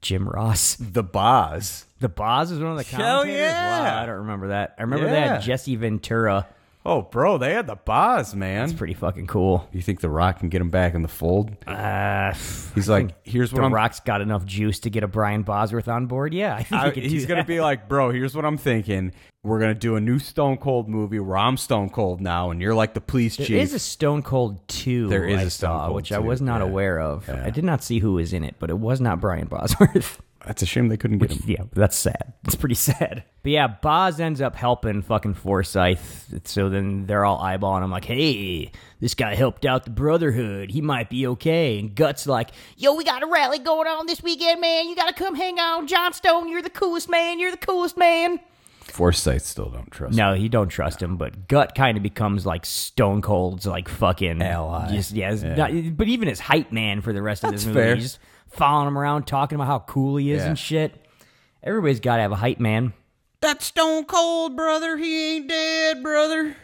Speaker 4: Jim Ross.
Speaker 3: The Boz.
Speaker 4: The Boz is one of the
Speaker 3: Hell
Speaker 4: commentators. Wow,
Speaker 3: yeah.
Speaker 4: I don't remember that. I remember
Speaker 3: Yeah.
Speaker 4: that Jesse Ventura
Speaker 7: Oh, bro, they had the boss, man.
Speaker 4: It's pretty fucking cool.
Speaker 7: You think The Rock can get him back in the fold?
Speaker 4: Uh,
Speaker 7: He's like, here's what
Speaker 4: the
Speaker 7: I'm.
Speaker 4: Rock's got enough juice to get a Brian Bosworth on board. Yeah, I think
Speaker 7: I-
Speaker 4: he could
Speaker 7: he's
Speaker 4: do
Speaker 7: going to
Speaker 4: that.
Speaker 7: be like, bro, here's what I'm thinking. We're going to do a new Stone Cold movie where I'm Stone Cold now, and you're like the police
Speaker 4: There
Speaker 7: chief.
Speaker 4: is a Stone Cold 2
Speaker 7: There is
Speaker 4: I
Speaker 7: a Stone
Speaker 4: saw,
Speaker 7: Cold
Speaker 4: which I
Speaker 7: 2,
Speaker 4: was not
Speaker 7: yeah.
Speaker 4: aware of.
Speaker 7: Yeah.
Speaker 4: I did not see who was in it, but it was not Brian Bosworth.
Speaker 7: That's a shame they couldn't get him.
Speaker 4: yeah, that's sad. It's pretty sad. But yeah, Boz ends up helping fucking Forsyth. So then they're all eyeballing. I'm like, hey, this guy helped out the Brotherhood. He might be okay. And Guts like, yo, we got a rally going on this weekend, man. You gotta come hang out. Johnstone, you're the coolest man. You're the coolest man.
Speaker 7: Forsyth still don't trust.
Speaker 4: No, you don't trust him, but Gut kind of becomes like Stone Cold's like fucking
Speaker 7: Ally.
Speaker 4: Just, yeah, it's not- but even his hype man for the rest of
Speaker 7: That's
Speaker 4: this movie,
Speaker 7: fair.
Speaker 4: he's just following him around, talking about how cool he is
Speaker 7: Yeah.
Speaker 4: and shit. Everybody's got to have a hype man.
Speaker 11: That stone cold brother, he ain't dead, brother.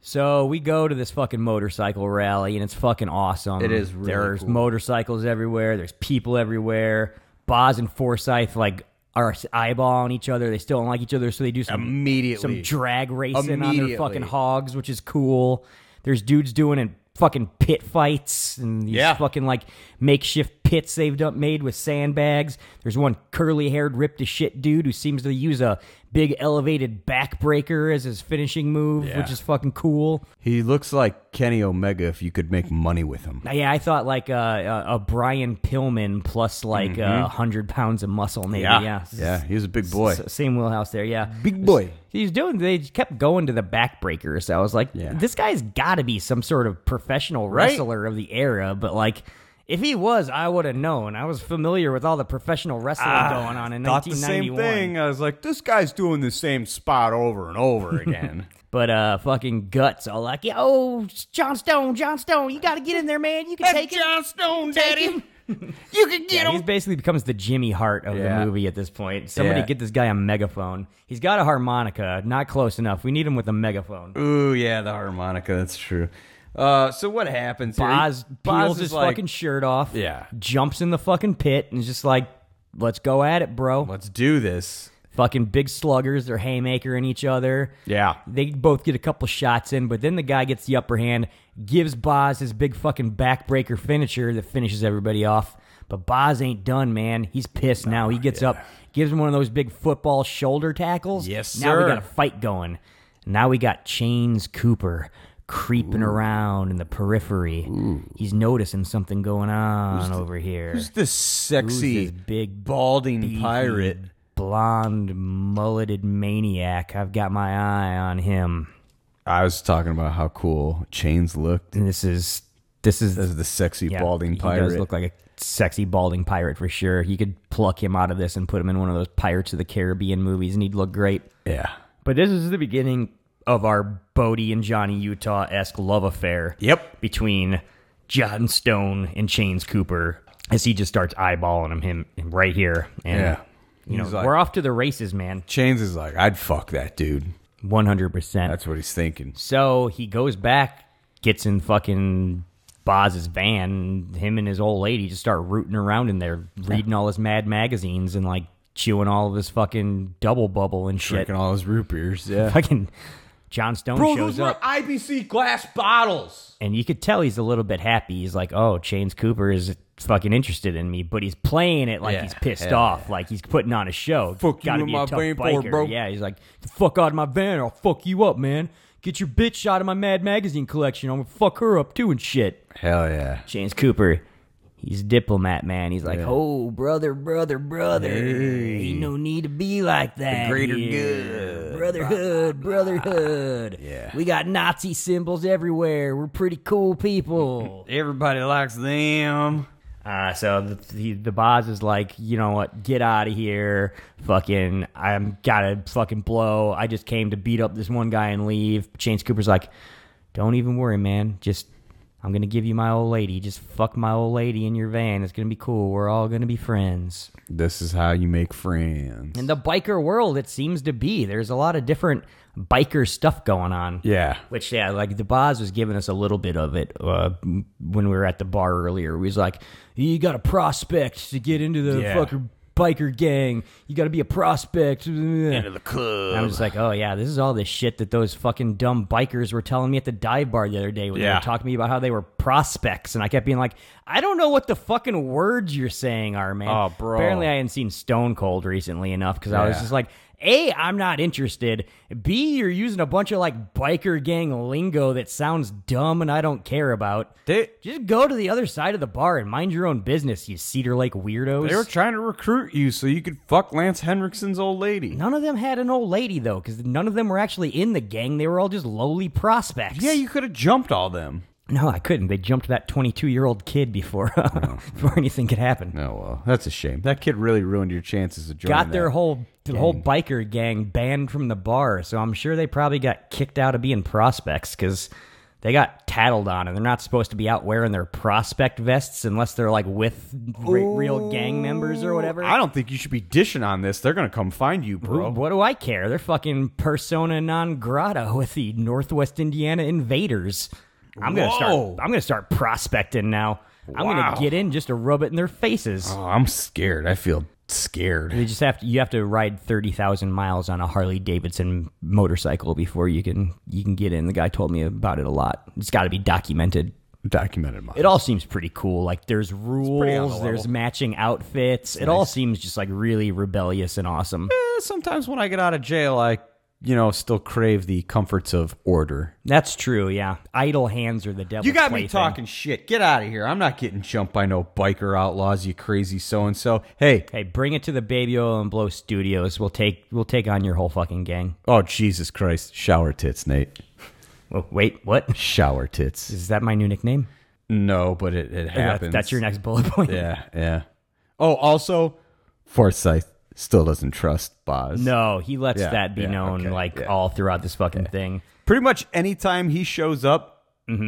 Speaker 4: So we go to this fucking motorcycle rally, and it's fucking awesome.
Speaker 7: It is really
Speaker 4: There's
Speaker 7: cool.
Speaker 4: motorcycles everywhere. There's people everywhere. Boz and Forsyth like are eyeballing each other. They still don't like each other, so they do some
Speaker 7: Immediately.
Speaker 4: some drag racing on their
Speaker 7: Immediately.
Speaker 4: fucking hogs, which is cool. There's dudes doing it fucking pit fights and these
Speaker 7: Yeah.
Speaker 4: fucking like makeshift pits they've done, made with sandbags. There's one curly haired, ripped to shit dude who seems to use a big elevated backbreaker as his finishing move,
Speaker 7: Yeah.
Speaker 4: which is fucking cool.
Speaker 7: He looks like Kenny Omega if you could make money with him.
Speaker 4: Yeah, I thought like uh, a, a Brian Pillman plus like uh, a 100 pounds of muscle, maybe. Yeah.
Speaker 7: Mm-hmm. Yeah, he's a big boy.
Speaker 4: S- same wheelhouse there, yeah.
Speaker 7: Big boy.
Speaker 4: He's doing. They kept going to the backbreakers. I was like,
Speaker 7: Yeah.
Speaker 4: this guy's got to be some sort of professional
Speaker 7: Right?
Speaker 4: wrestler of the era. But like, if he was, I would have known. I was familiar with all the professional wrestling going on in
Speaker 7: Ah, Thought the same
Speaker 4: 1991.
Speaker 7: thing. I was like, this guy's doing the same spot over and over again.
Speaker 4: But uh, fucking guts, all like, yo, John Stone, John Stone, you got to get in there, man. You can take John Stone, Daddy.
Speaker 11: You can get
Speaker 4: Yeah, he's basically becomes the Jimmy Hart of
Speaker 7: Yeah.
Speaker 4: the movie at this point. Somebody
Speaker 7: Yeah.
Speaker 4: get this guy a megaphone. He's got a harmonica, not close enough. We need him with a megaphone.
Speaker 7: Ooh, yeah, the harmonica. That's true. Uh, so what happens? here?
Speaker 4: Boz,
Speaker 7: Boz
Speaker 4: peels
Speaker 7: is
Speaker 4: his
Speaker 7: like,
Speaker 4: fucking shirt off.
Speaker 7: Yeah.
Speaker 4: Jumps in the fucking pit and is just like, let's go at it, bro.
Speaker 7: Let's do this.
Speaker 4: Fucking big sluggers. They're haymakering each other.
Speaker 7: Yeah.
Speaker 4: They both get a couple shots in, but then the guy gets the upper hand, gives Boz his big fucking backbreaker finisher that finishes everybody off. But Boz ain't done, man. He's pissed now. He gets up, gives him one of those big football shoulder tackles.
Speaker 7: Yes,
Speaker 4: Now
Speaker 7: sir.
Speaker 4: we got a fight going. Now we got Chains Cooper creeping around in the periphery. He's noticing something going on over here.
Speaker 7: Who's this sexy
Speaker 4: Who's this big
Speaker 7: balding
Speaker 4: beefy,
Speaker 7: pirate?
Speaker 4: blonde, mulleted maniac. I've got my eye on him.
Speaker 7: I was talking about how cool chains looked.
Speaker 4: And this is this is
Speaker 7: This is the sexy
Speaker 4: yeah,
Speaker 7: balding
Speaker 4: he
Speaker 7: pirate.
Speaker 4: does look like a sexy balding pirate for sure. You could pluck him out of this and put him in one of those Pirates of the Caribbean movies, and he'd look great.
Speaker 7: yeah.
Speaker 4: But this is the beginning of our Bodie and Johnny Utah esque love affair.
Speaker 7: Yep.
Speaker 4: Between John Stone and Chains Cooper, as he just starts eyeballing him, him, him right here. And,
Speaker 7: Yeah.
Speaker 4: You know,
Speaker 7: He's like-
Speaker 4: we're off to the races, man.
Speaker 7: Chains is like, I'd fuck that dude.
Speaker 4: One hundred percent.
Speaker 7: That's what he's thinking.
Speaker 4: So he goes back, gets in fucking Boz's van, and him and his old lady just start rooting around in there, reading all his mad magazines and like chewing all of his fucking double bubble and shit.
Speaker 7: Drinking all his root beers. Yeah.
Speaker 4: Fucking John Stone shows up,
Speaker 7: IBC glass bottles.
Speaker 4: and you could tell he's a little bit happy. He's like, "Oh, Chains Cooper is fucking interested in me," but he's playing it like
Speaker 7: Yeah,
Speaker 4: he's pissed
Speaker 7: yeah,
Speaker 4: off, like he's putting on a show.
Speaker 7: Fuck you
Speaker 4: Gotta
Speaker 7: in
Speaker 4: be
Speaker 7: my
Speaker 4: a tough
Speaker 7: van for,
Speaker 4: biker.
Speaker 7: bro.
Speaker 4: Yeah, he's like, "The fuck out of my van, or I'll fuck you up, man. Get your bitch out of my Mad Magazine collection. I'm gonna fuck her up too and shit."
Speaker 7: Hell yeah.
Speaker 4: James Cooper, he's a diplomat, man. He's like, oh, brother, brother, brother. Ain't no need to be like that.
Speaker 7: greater
Speaker 4: here.
Speaker 7: good.
Speaker 4: Brotherhood, brotherhood.
Speaker 7: Yeah.
Speaker 4: We got Nazi symbols everywhere. We're pretty cool people.
Speaker 7: Everybody likes them.
Speaker 4: Uh, so the, the the boss is like, you know what? Get out of here, fucking! I'm gotta fucking blow. I just came to beat up this one guy and leave. James Cooper's like, don't even worry, man. Just I'm gonna give you my old lady. Just fuck my old lady in your van. It's gonna be cool. We're all gonna be friends.
Speaker 7: This is how you make friends.
Speaker 4: In the biker world, it seems to be there's a lot of different biker stuff going on.
Speaker 7: yeah.
Speaker 4: Which yeah, like the Boz was giving us a little bit of it uh, m- when we were at the bar earlier. He was like, "You got a prospect to get into the
Speaker 7: Yeah.
Speaker 4: fucking biker gang. You got to be a prospect. Into
Speaker 3: the club.
Speaker 4: I'm just like, oh yeah, this is all this shit that those fucking dumb bikers were telling me at the dive bar the other day when they
Speaker 3: Yeah.
Speaker 4: were talking to me about how they were prospects, and I kept being like, I don't know what the fucking words you're saying are, man.
Speaker 3: Oh, bro.
Speaker 4: Apparently, I hadn't seen Stone Cold recently enough because I was
Speaker 3: Yeah.
Speaker 4: just like. A, I'm not interested. B, you're using a bunch of like biker gang lingo that sounds dumb and I don't care about.
Speaker 3: They
Speaker 4: Just go to the other side of the bar and mind your own business, you Cedar Lake weirdos.
Speaker 3: they were trying to recruit you so you could fuck Lance Henriksen's old lady.
Speaker 4: none of them had an old lady though, because none of them were actually in the gang. They were all just lowly prospects.
Speaker 3: Yeah, you could have jumped all them.
Speaker 4: no, I couldn't. They jumped that 22 year old kid before before anything could happen.
Speaker 7: Oh well, that's a shame. That kid really ruined your chances of joining.
Speaker 4: Got their
Speaker 7: that.
Speaker 4: whole the whole biker gang banned from the bar, so I'm sure they probably got kicked out of being prospects because they got tattled on, and they're not supposed to be out wearing their prospect vests unless they're like with re- real gang members or whatever.
Speaker 3: I don't think you should be dishing on this. They're gonna come find you,
Speaker 4: Who-
Speaker 3: bro.
Speaker 4: What do I care? They're fucking persona non grata with the Northwest Indiana Invaders. I'm gonna
Speaker 3: Whoa.
Speaker 4: start. I'm gonna start prospecting now. I'm
Speaker 3: Wow.
Speaker 4: gonna get in just to rub it in their faces.
Speaker 3: Oh, I'm scared. I feel scared.
Speaker 4: You just have to. You have to ride thirty thousand miles on a Harley Davidson motorcycle before you can you can get in. The guy told me about it a lot. It's got to be documented.
Speaker 7: documented mine.
Speaker 4: It all seems pretty cool. Like there's rules.
Speaker 3: level.
Speaker 4: there's matching outfits. it all seems just like really rebellious and awesome.
Speaker 3: Eh, Sometimes when I get out of jail, I, you know, still crave the comforts of order.
Speaker 4: That's true. Yeah, idle hands are the devil.
Speaker 3: You got me talking shit. Get out of here. I'm not getting jumped by no biker outlaws, you crazy so and so. Hey,
Speaker 4: Hey, bring it to the Baby Oil and Blow Studios. We'll take we'll take on your whole fucking gang.
Speaker 3: oh Jesus Christ, shower tits, Nate.
Speaker 4: Oh, wait, what?
Speaker 3: Shower tits.
Speaker 4: Is that my new nickname?
Speaker 3: No, but it, it
Speaker 4: That's-
Speaker 3: happens.
Speaker 4: That's your next bullet point.
Speaker 3: Yeah, yeah. Oh, also, Forsyth still doesn't trust Boz.
Speaker 4: No, he lets
Speaker 3: Yeah,
Speaker 4: that be
Speaker 3: yeah,
Speaker 4: known
Speaker 3: okay,
Speaker 4: like
Speaker 3: yeah.
Speaker 4: all throughout this fucking thing.
Speaker 3: pretty much anytime he shows up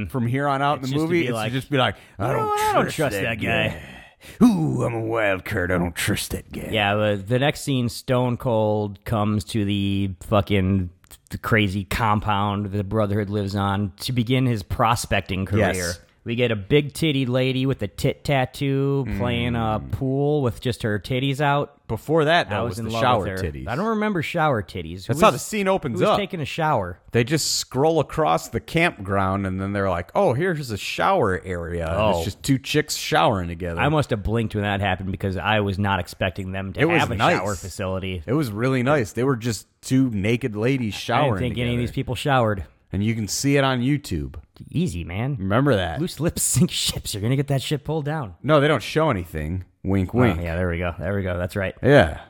Speaker 3: from here on out
Speaker 4: Mm-hmm. It's just
Speaker 3: in the
Speaker 4: to
Speaker 3: movie,
Speaker 4: be
Speaker 3: it's
Speaker 4: like,
Speaker 3: to just be like, I don't,
Speaker 4: "Oh, I don't trust that guy."
Speaker 3: Ooh, I'm a wild card. I don't trust that guy.
Speaker 4: Yeah, but the next scene, Stone Cold comes to the fucking the crazy compound the Brotherhood lives on to begin his prospecting career.
Speaker 3: Yes.
Speaker 4: We get a big titty lady with a tit tattoo
Speaker 3: Hmm.
Speaker 4: playing a pool with just her titties out.
Speaker 3: Before that,
Speaker 4: I
Speaker 3: though,
Speaker 4: was
Speaker 3: was
Speaker 4: in
Speaker 3: the
Speaker 4: love
Speaker 3: shower
Speaker 4: with her.
Speaker 3: titties.
Speaker 4: I don't remember shower titties.
Speaker 3: That's
Speaker 4: Who
Speaker 3: how the
Speaker 4: was-
Speaker 3: scene opens
Speaker 4: who was
Speaker 3: up.
Speaker 4: taking a shower.
Speaker 3: They just scroll across the campground, and then they're like, "Oh, here's a shower area. And
Speaker 4: Oh.
Speaker 3: It's just two chicks showering together."
Speaker 4: I must have blinked when that happened because I was not expecting them to
Speaker 3: It was
Speaker 4: have a
Speaker 3: nice.
Speaker 4: shower facility.
Speaker 3: it was really nice. They were just two naked ladies
Speaker 4: I
Speaker 3: showering.
Speaker 4: didn't think any of these
Speaker 3: together.
Speaker 4: people showered.
Speaker 3: and you can see it on YouTube.
Speaker 4: Easy, man.
Speaker 3: Remember that?
Speaker 4: Loose lips sink ships. You're gonna get that shit pulled down.
Speaker 3: No, they don't show anything. Wink, wink.
Speaker 4: Oh, yeah, there we go. There we go. That's right.
Speaker 3: Yeah.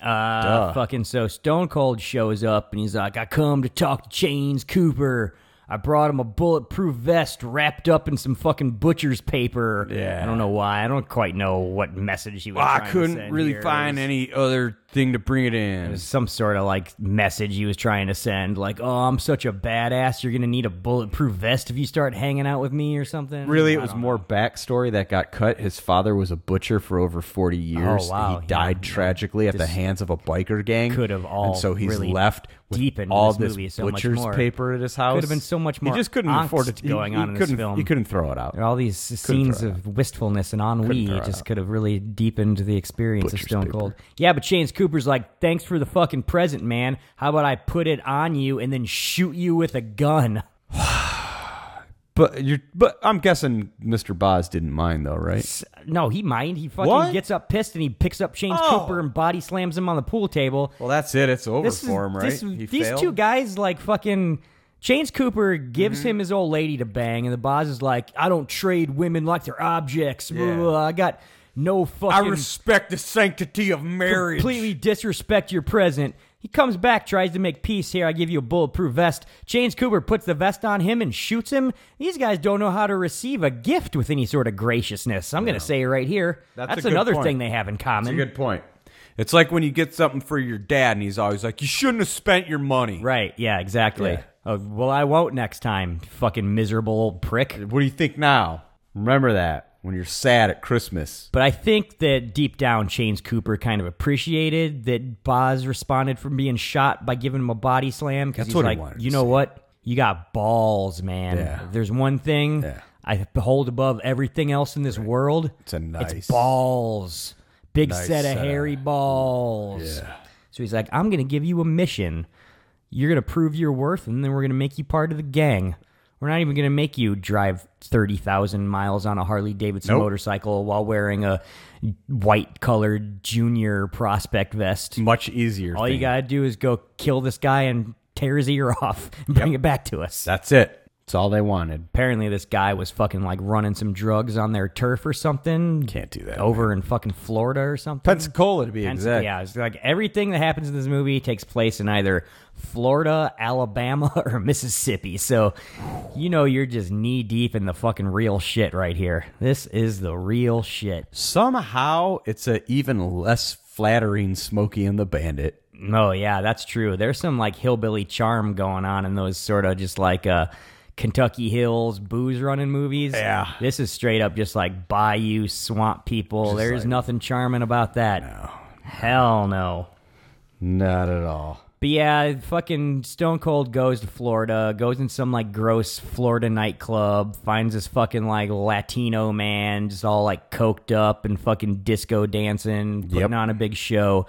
Speaker 4: Uh, fucking so Stone Cold shows up and he's like, I come to talk to Chains Cooper. I brought him a bulletproof vest wrapped up in some fucking butcher's paper.
Speaker 3: Yeah.
Speaker 4: I don't know why. I don't quite know what message he was.
Speaker 3: Well, I
Speaker 4: trying to
Speaker 3: couldn't
Speaker 4: send
Speaker 3: really
Speaker 4: here. It
Speaker 3: find
Speaker 4: was-
Speaker 3: any other thing to bring it in.
Speaker 4: was some sort of like message he was trying to send, like, "Oh, I'm such a badass. You're gonna need a bulletproof vest if you start hanging out with me or something."
Speaker 3: really, it
Speaker 4: I
Speaker 3: was
Speaker 4: don't
Speaker 3: more backstory that got cut. His father was a butcher for over 40 years.
Speaker 4: Oh, wow.
Speaker 3: He died
Speaker 4: Yeah.
Speaker 3: tragically at the hands of a biker gang.
Speaker 4: could have all
Speaker 3: And so he's
Speaker 4: really
Speaker 3: left with
Speaker 4: deep into
Speaker 3: all
Speaker 4: this
Speaker 3: this
Speaker 4: movie so much
Speaker 3: butcher's
Speaker 4: more.
Speaker 3: paper at his house.
Speaker 4: been so much more
Speaker 3: He just couldn't
Speaker 4: angst
Speaker 3: afford it. He-
Speaker 4: going
Speaker 3: he
Speaker 4: on in this
Speaker 3: couldn't-
Speaker 4: film.
Speaker 3: He couldn't throw it out.
Speaker 4: All these scenes
Speaker 3: throw it
Speaker 4: of wistfulness and ennui
Speaker 3: throw it
Speaker 4: just
Speaker 3: out.
Speaker 4: could have really deepened the experience
Speaker 3: Butcher's
Speaker 4: of Stone
Speaker 3: paper.
Speaker 4: Cold. Yeah, but James Cooper's like, thanks for the fucking present, man. How about I put it on you and then shoot you with a gun?
Speaker 3: But you're, but I'm guessing Mr. Boz didn't mind though, right?
Speaker 4: No, he mind. He fucking
Speaker 3: What?
Speaker 4: gets up pissed and he picks up James
Speaker 3: Oh.
Speaker 4: Cooper and body slams him on the pool table.
Speaker 3: Well, that's it. It's over
Speaker 4: This is-
Speaker 3: for him, right?
Speaker 4: this-
Speaker 3: He
Speaker 4: these
Speaker 3: failed? Mm-hmm.
Speaker 4: two guys like fucking. James Cooper gives him his old lady to bang, and the boss is like, "I don't trade women like they're objects. Blah, blah,
Speaker 3: Yeah.
Speaker 4: blah. I got no
Speaker 3: I
Speaker 4: fucking
Speaker 3: respect the sanctity of marriage.
Speaker 4: completely disrespect your present." He comes back, tries to make peace. Here, I give you a bulletproof vest. James Cooper puts the vest on him and shoots him. These guys don't know how to receive a gift with any sort of graciousness. I'm gonna say right here,
Speaker 3: That's
Speaker 4: that's,
Speaker 3: a good
Speaker 4: another
Speaker 3: point.
Speaker 4: thing they have in common.
Speaker 3: That's a good point. It's like when you get something for your dad, and he's always like, "You shouldn't have spent your money."
Speaker 4: Right. Yeah. Exactly.
Speaker 3: Yeah.
Speaker 4: Oh, well, I won't next time. Fucking miserable old prick.
Speaker 3: What do you think now? Remember that when you're sad at Christmas.
Speaker 4: But I think that deep down, Chains Cooper kind of appreciated that Boz responded from being shot by giving him a body slam because
Speaker 3: That's
Speaker 4: he's
Speaker 3: what he
Speaker 4: like,
Speaker 3: wanted to
Speaker 4: you know
Speaker 3: see."
Speaker 4: what? You got balls, man.
Speaker 3: Yeah.
Speaker 4: There's one thing
Speaker 3: Yeah.
Speaker 4: I hold above everything else in this world.
Speaker 3: It's a nice-
Speaker 4: balls. big
Speaker 3: Nice
Speaker 4: set of
Speaker 3: set of-
Speaker 4: hairy balls.
Speaker 3: Yeah.
Speaker 4: So he's like, I'm going to give you a mission. You're going to prove your worth, and then we're going to make you part of the gang. We're not even going to make you drive 30,000 miles on a Harley Davidson
Speaker 3: Nope.
Speaker 4: motorcycle while wearing a white colored junior prospect vest.
Speaker 3: Much easier.
Speaker 4: All you
Speaker 3: thing.
Speaker 4: got to do is go kill this guy and tear his ear off and bring it back to us.
Speaker 3: That's it. That's all they wanted.
Speaker 4: Apparently, this guy was fucking like running some drugs on their turf or something.
Speaker 3: Can't do that.
Speaker 4: Over in fucking Florida or something.
Speaker 3: Pensacola, to be
Speaker 4: Pens-
Speaker 3: exact.
Speaker 4: Yeah, it's like everything that happens in this movie takes place in either Florida, Alabama, or Mississippi. So, you know, you're just knee deep in the fucking real shit right here. This is the real shit.
Speaker 3: Somehow, it's a even less flattering Smokey and the Bandit.
Speaker 4: Oh yeah, that's true. There's some like hillbilly charm going on in those sort of just like uh Kentucky Hills booze running movies.
Speaker 3: Yeah.
Speaker 4: This is straight up just like bayou swamp people. There's nothing charming about that. No. Hell no.
Speaker 3: Not at all.
Speaker 4: But yeah, fucking Stone Cold goes to Florida, goes in some like gross Florida nightclub, finds this fucking like Latino man, just all like coked up and fucking disco dancing, putting on a big show.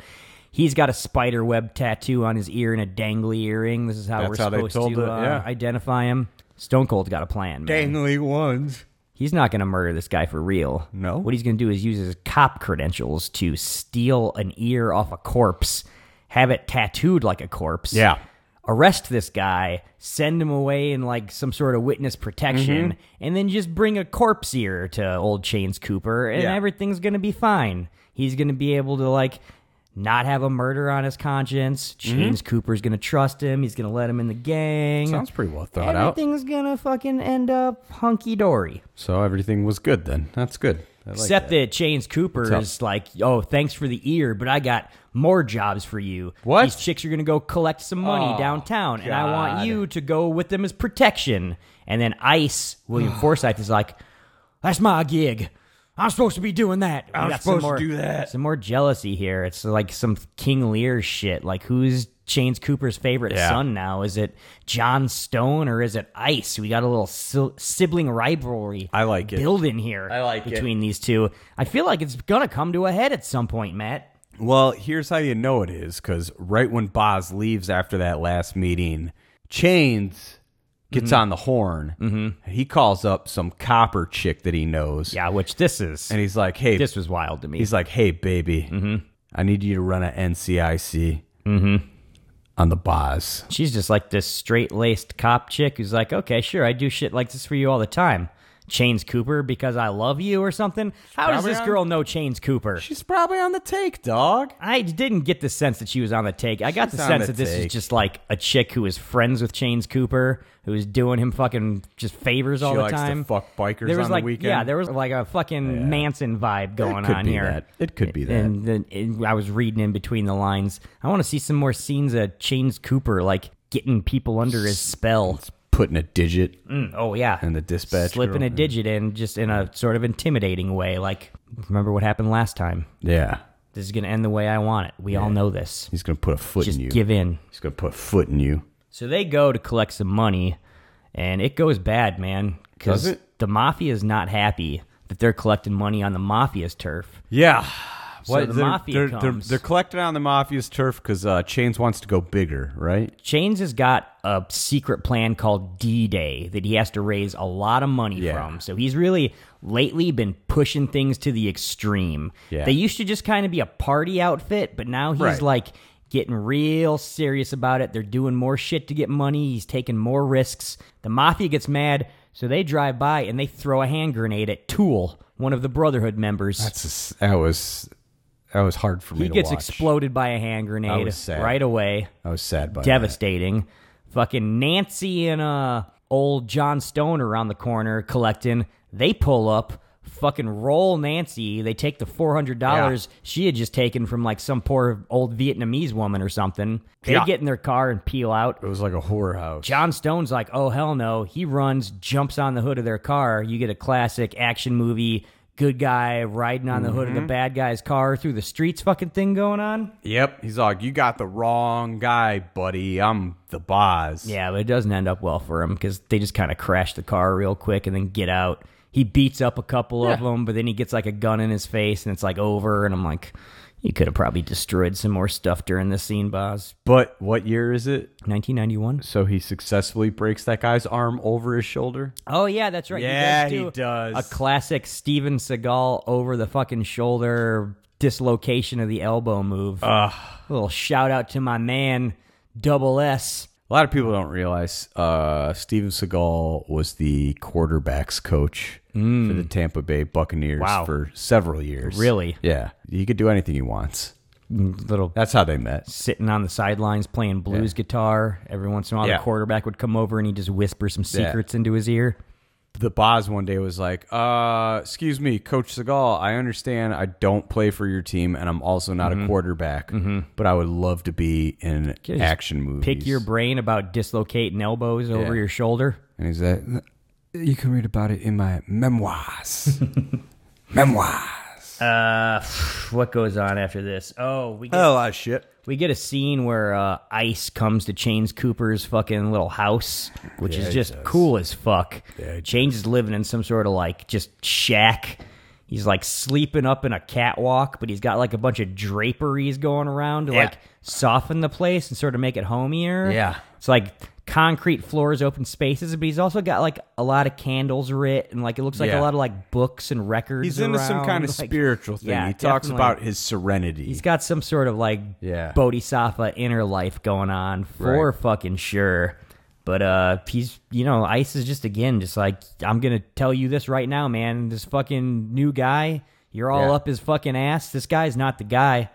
Speaker 4: He's got a spider web tattoo on his ear and a dangly earring. This is how
Speaker 3: That's
Speaker 4: we're
Speaker 3: how they
Speaker 4: supposed
Speaker 3: told
Speaker 4: to
Speaker 3: it,
Speaker 4: uh,
Speaker 3: yeah.
Speaker 4: identify him. Stone Cold's got a plan, man.
Speaker 3: Dangly ones.
Speaker 4: He's not going to murder this guy for real.
Speaker 3: No.
Speaker 4: What he's going to do is use his cop credentials to steal an ear off a corpse, have it tattooed like a corpse.
Speaker 3: Yeah.
Speaker 4: Arrest this guy, send him away in like some sort of witness protection,
Speaker 3: Mm-hmm.
Speaker 4: and then just bring a corpse ear to old Chains Cooper, and
Speaker 3: Yeah.
Speaker 4: everything's going to be fine. He's going to be able to like not have a murder on his conscience.
Speaker 3: Mm-hmm.
Speaker 4: Chains Cooper's going to trust him. He's going to let him in the gang.
Speaker 3: Sounds pretty well thought out.
Speaker 4: Everything's going to fucking end up hunky dory.
Speaker 3: So everything was good then. That's good. I like
Speaker 4: Except that. Chains Cooper
Speaker 3: up?
Speaker 4: is like, oh, thanks for the ear, but I got more jobs for you.
Speaker 3: What?
Speaker 4: These chicks are going to go collect some money
Speaker 3: Oh,
Speaker 4: downtown, and I want
Speaker 3: God.
Speaker 4: you to go with them as protection. And then Ice, William Forsythe, is like, that's my gig. I'm supposed to be doing that. We
Speaker 3: I'm
Speaker 4: got some
Speaker 3: supposed to do that.
Speaker 4: Some more jealousy here. It's like some King Lear shit. Like, who's Chains Cooper's favorite
Speaker 3: Yeah.
Speaker 4: son now? Is it John Stone or is it Ice? We got a little sil- sibling rivalry
Speaker 3: I like it.
Speaker 4: building here.
Speaker 3: I like it.
Speaker 4: between these two. I feel like it's gonna come to a head at some point, Matt.
Speaker 3: Well, here's how you know it is because right when Boz leaves after that last meeting, Chains gets on the horn. Mm-hmm. He calls up some copper chick that he knows.
Speaker 4: Yeah, which this is.
Speaker 3: And he's like, hey,
Speaker 4: this was wild to me.
Speaker 3: he's like, hey, baby, I need you to run an NCIC Mm-hmm. on the Boz.
Speaker 4: She's just like this straight laced cop chick who's like, okay, sure, I do shit like this for you all the time. Chains Cooper because I love you or something. How does
Speaker 3: probably
Speaker 4: this
Speaker 3: on-
Speaker 4: girl know Chains Cooper?
Speaker 3: She's probably on the take, dog.
Speaker 4: I didn't get the sense that she was on the take. I got
Speaker 3: She's
Speaker 4: the
Speaker 3: on
Speaker 4: sense
Speaker 3: the
Speaker 4: that this is
Speaker 3: take.
Speaker 4: just like a chick who is friends with Chains Cooper, who is doing him fucking just favors all
Speaker 3: She
Speaker 4: the
Speaker 3: likes to
Speaker 4: time.
Speaker 3: fuck bikers
Speaker 4: there was
Speaker 3: on the
Speaker 4: like,
Speaker 3: weekend.
Speaker 4: Yeah, there was like a fucking Manson vibe going
Speaker 3: it could
Speaker 4: on
Speaker 3: be
Speaker 4: here.
Speaker 3: That. It could be that.
Speaker 4: And then and I was reading in between the lines. I want to see some more scenes of Chains Cooper like getting people under his spell.
Speaker 3: Putting a digit
Speaker 4: Mm, oh yeah,
Speaker 3: in the dispatch.
Speaker 4: slipping
Speaker 3: girl.
Speaker 4: a digit in just in a sort of intimidating way. Like remember what happened last time.
Speaker 3: Yeah.
Speaker 4: This is gonna end the way I want it. We all know this.
Speaker 3: He's going to put a foot
Speaker 4: Just
Speaker 3: in you.
Speaker 4: give in.
Speaker 3: He's going to put a foot in you.
Speaker 4: So they go to collect some money, and it goes bad, man.
Speaker 3: Does
Speaker 4: Because
Speaker 3: it?
Speaker 4: the mafia is not happy that they're collecting money on the mafia's turf.
Speaker 3: Yeah.
Speaker 4: the mafia
Speaker 3: they're, They're,
Speaker 4: comes.
Speaker 3: they're collecting on the mafia's turf because uh, Chains wants to go bigger, right?
Speaker 4: Chains has got a secret plan called D Day that he has to raise a lot of money
Speaker 3: Yeah.
Speaker 4: from. So he's really lately been pushing things to the extreme.
Speaker 3: Yeah.
Speaker 4: They used to just kind of be a party outfit, but now he's
Speaker 3: Right.
Speaker 4: like getting real serious about it. They're doing more shit to get money. He's taking more risks. The mafia gets mad, so they drive by and they throw a hand grenade at Tool, one of the Brotherhood members.
Speaker 3: That's a s that was that was hard for me
Speaker 4: he
Speaker 3: to
Speaker 4: gets
Speaker 3: watch.
Speaker 4: exploded by a hand grenade
Speaker 3: was sad.
Speaker 4: right away
Speaker 3: I was sad by that.
Speaker 4: devastating. Fucking Nancy and uh old John Stone are around the corner collecting. They pull up, fucking roll Nancy. They take the four hundred dollars she had just taken from like some poor old Vietnamese woman or something. They
Speaker 3: Yeah.
Speaker 4: get in their car and peel out.
Speaker 3: It was like a whorehouse.
Speaker 4: John Stone's like, oh hell no. He runs, jumps on the hood of their car. You get a classic action movie. Good guy riding on the hood of the bad guy's car through the streets, fucking thing going on.
Speaker 3: Yep. He's like, you got the wrong guy, buddy. I'm the boss.
Speaker 4: Yeah, but it doesn't end up well for him because they just kind of crash the car real quick and then get out. he beats up a couple of them, but then he gets like a gun in his face, and it's like over. And I'm like, you could have probably destroyed some more stuff during this scene, Boz.
Speaker 3: But what year is it?
Speaker 4: 1991.
Speaker 3: So he successfully breaks that guy's arm over his shoulder.
Speaker 4: Oh yeah, that's right.
Speaker 3: Yeah,
Speaker 4: he
Speaker 3: he
Speaker 4: does, do
Speaker 3: does.
Speaker 4: a classic Steven Seagal over the fucking shoulder dislocation of the elbow move. A little shout out to my man Double S.
Speaker 3: A lot of people don't realize uh, Steven Seagal was the quarterbacks coach for the Tampa Bay Buccaneers
Speaker 4: Mm. Wow.
Speaker 3: for several years.
Speaker 4: Really?
Speaker 3: Yeah. He could do anything he wants.
Speaker 4: Little
Speaker 3: That's how they met.
Speaker 4: sitting on the sidelines playing blues guitar. Every once in a while,
Speaker 3: Yeah.
Speaker 4: the quarterback would come over and he'd just whisper some
Speaker 3: Yeah.
Speaker 4: secrets into his ear.
Speaker 3: The boss one day was like, uh, excuse me, Coach Seagal, I understand I don't play for your team and I'm also not
Speaker 4: Mm-hmm.
Speaker 3: a quarterback, but I would love to be in
Speaker 4: Yeah, just
Speaker 3: action movies.
Speaker 4: Pick your brain about dislocating elbows over
Speaker 3: Yeah.
Speaker 4: your shoulder.
Speaker 3: And he's like, you can read about it in my memoirs. memoirs.
Speaker 4: Uh, what goes on after this? Oh, we get,
Speaker 3: Oh, lot of shit.
Speaker 4: we get a scene where uh, Ice comes to Chains Cooper's fucking little house, which is just cool as fuck. Chains is living in some sort of like just shack. He's like sleeping up in a catwalk, but he's got like a bunch of draperies going around to
Speaker 3: Yeah.
Speaker 4: like soften the place and sort of make it homier.
Speaker 3: Yeah.
Speaker 4: It's like concrete floors, open spaces, but he's also got like a lot of candles writ and like it looks like
Speaker 3: Yeah.
Speaker 4: a lot of like books and records.
Speaker 3: He's into some
Speaker 4: around,
Speaker 3: kind of
Speaker 4: like-
Speaker 3: spiritual thing.
Speaker 4: Yeah,
Speaker 3: he talks
Speaker 4: definitely.
Speaker 3: about his serenity.
Speaker 4: He's got some sort of like
Speaker 3: Yeah.
Speaker 4: bodhisattva inner life going on for
Speaker 3: Right.
Speaker 4: fucking sure. But uh he's you know, Ice is just again just like I'm gonna tell you this right now, man. This fucking new guy, you're all
Speaker 3: Yeah.
Speaker 4: up his fucking ass. This guy's not the guy.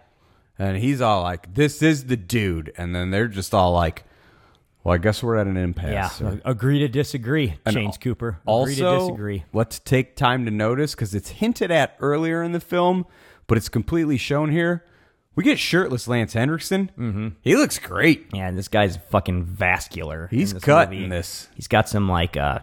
Speaker 3: and he's all like, "This is the dude," and then they're just all like, "Well, I guess we're at an
Speaker 4: Yeah.
Speaker 3: impasse." sir."
Speaker 4: Agree to disagree,
Speaker 3: And
Speaker 4: James
Speaker 3: al-
Speaker 4: Cooper. Agree
Speaker 3: Also,
Speaker 4: to disagree.
Speaker 3: let's take time to notice because it's hinted at earlier in the film, but it's completely shown here. We get shirtless Lance Hendrickson. Mm-hmm. He looks great.
Speaker 4: Yeah, this guy's fucking vascular. in
Speaker 3: He's
Speaker 4: this
Speaker 3: cut
Speaker 4: movie.
Speaker 3: in this.
Speaker 4: He's got some like a uh,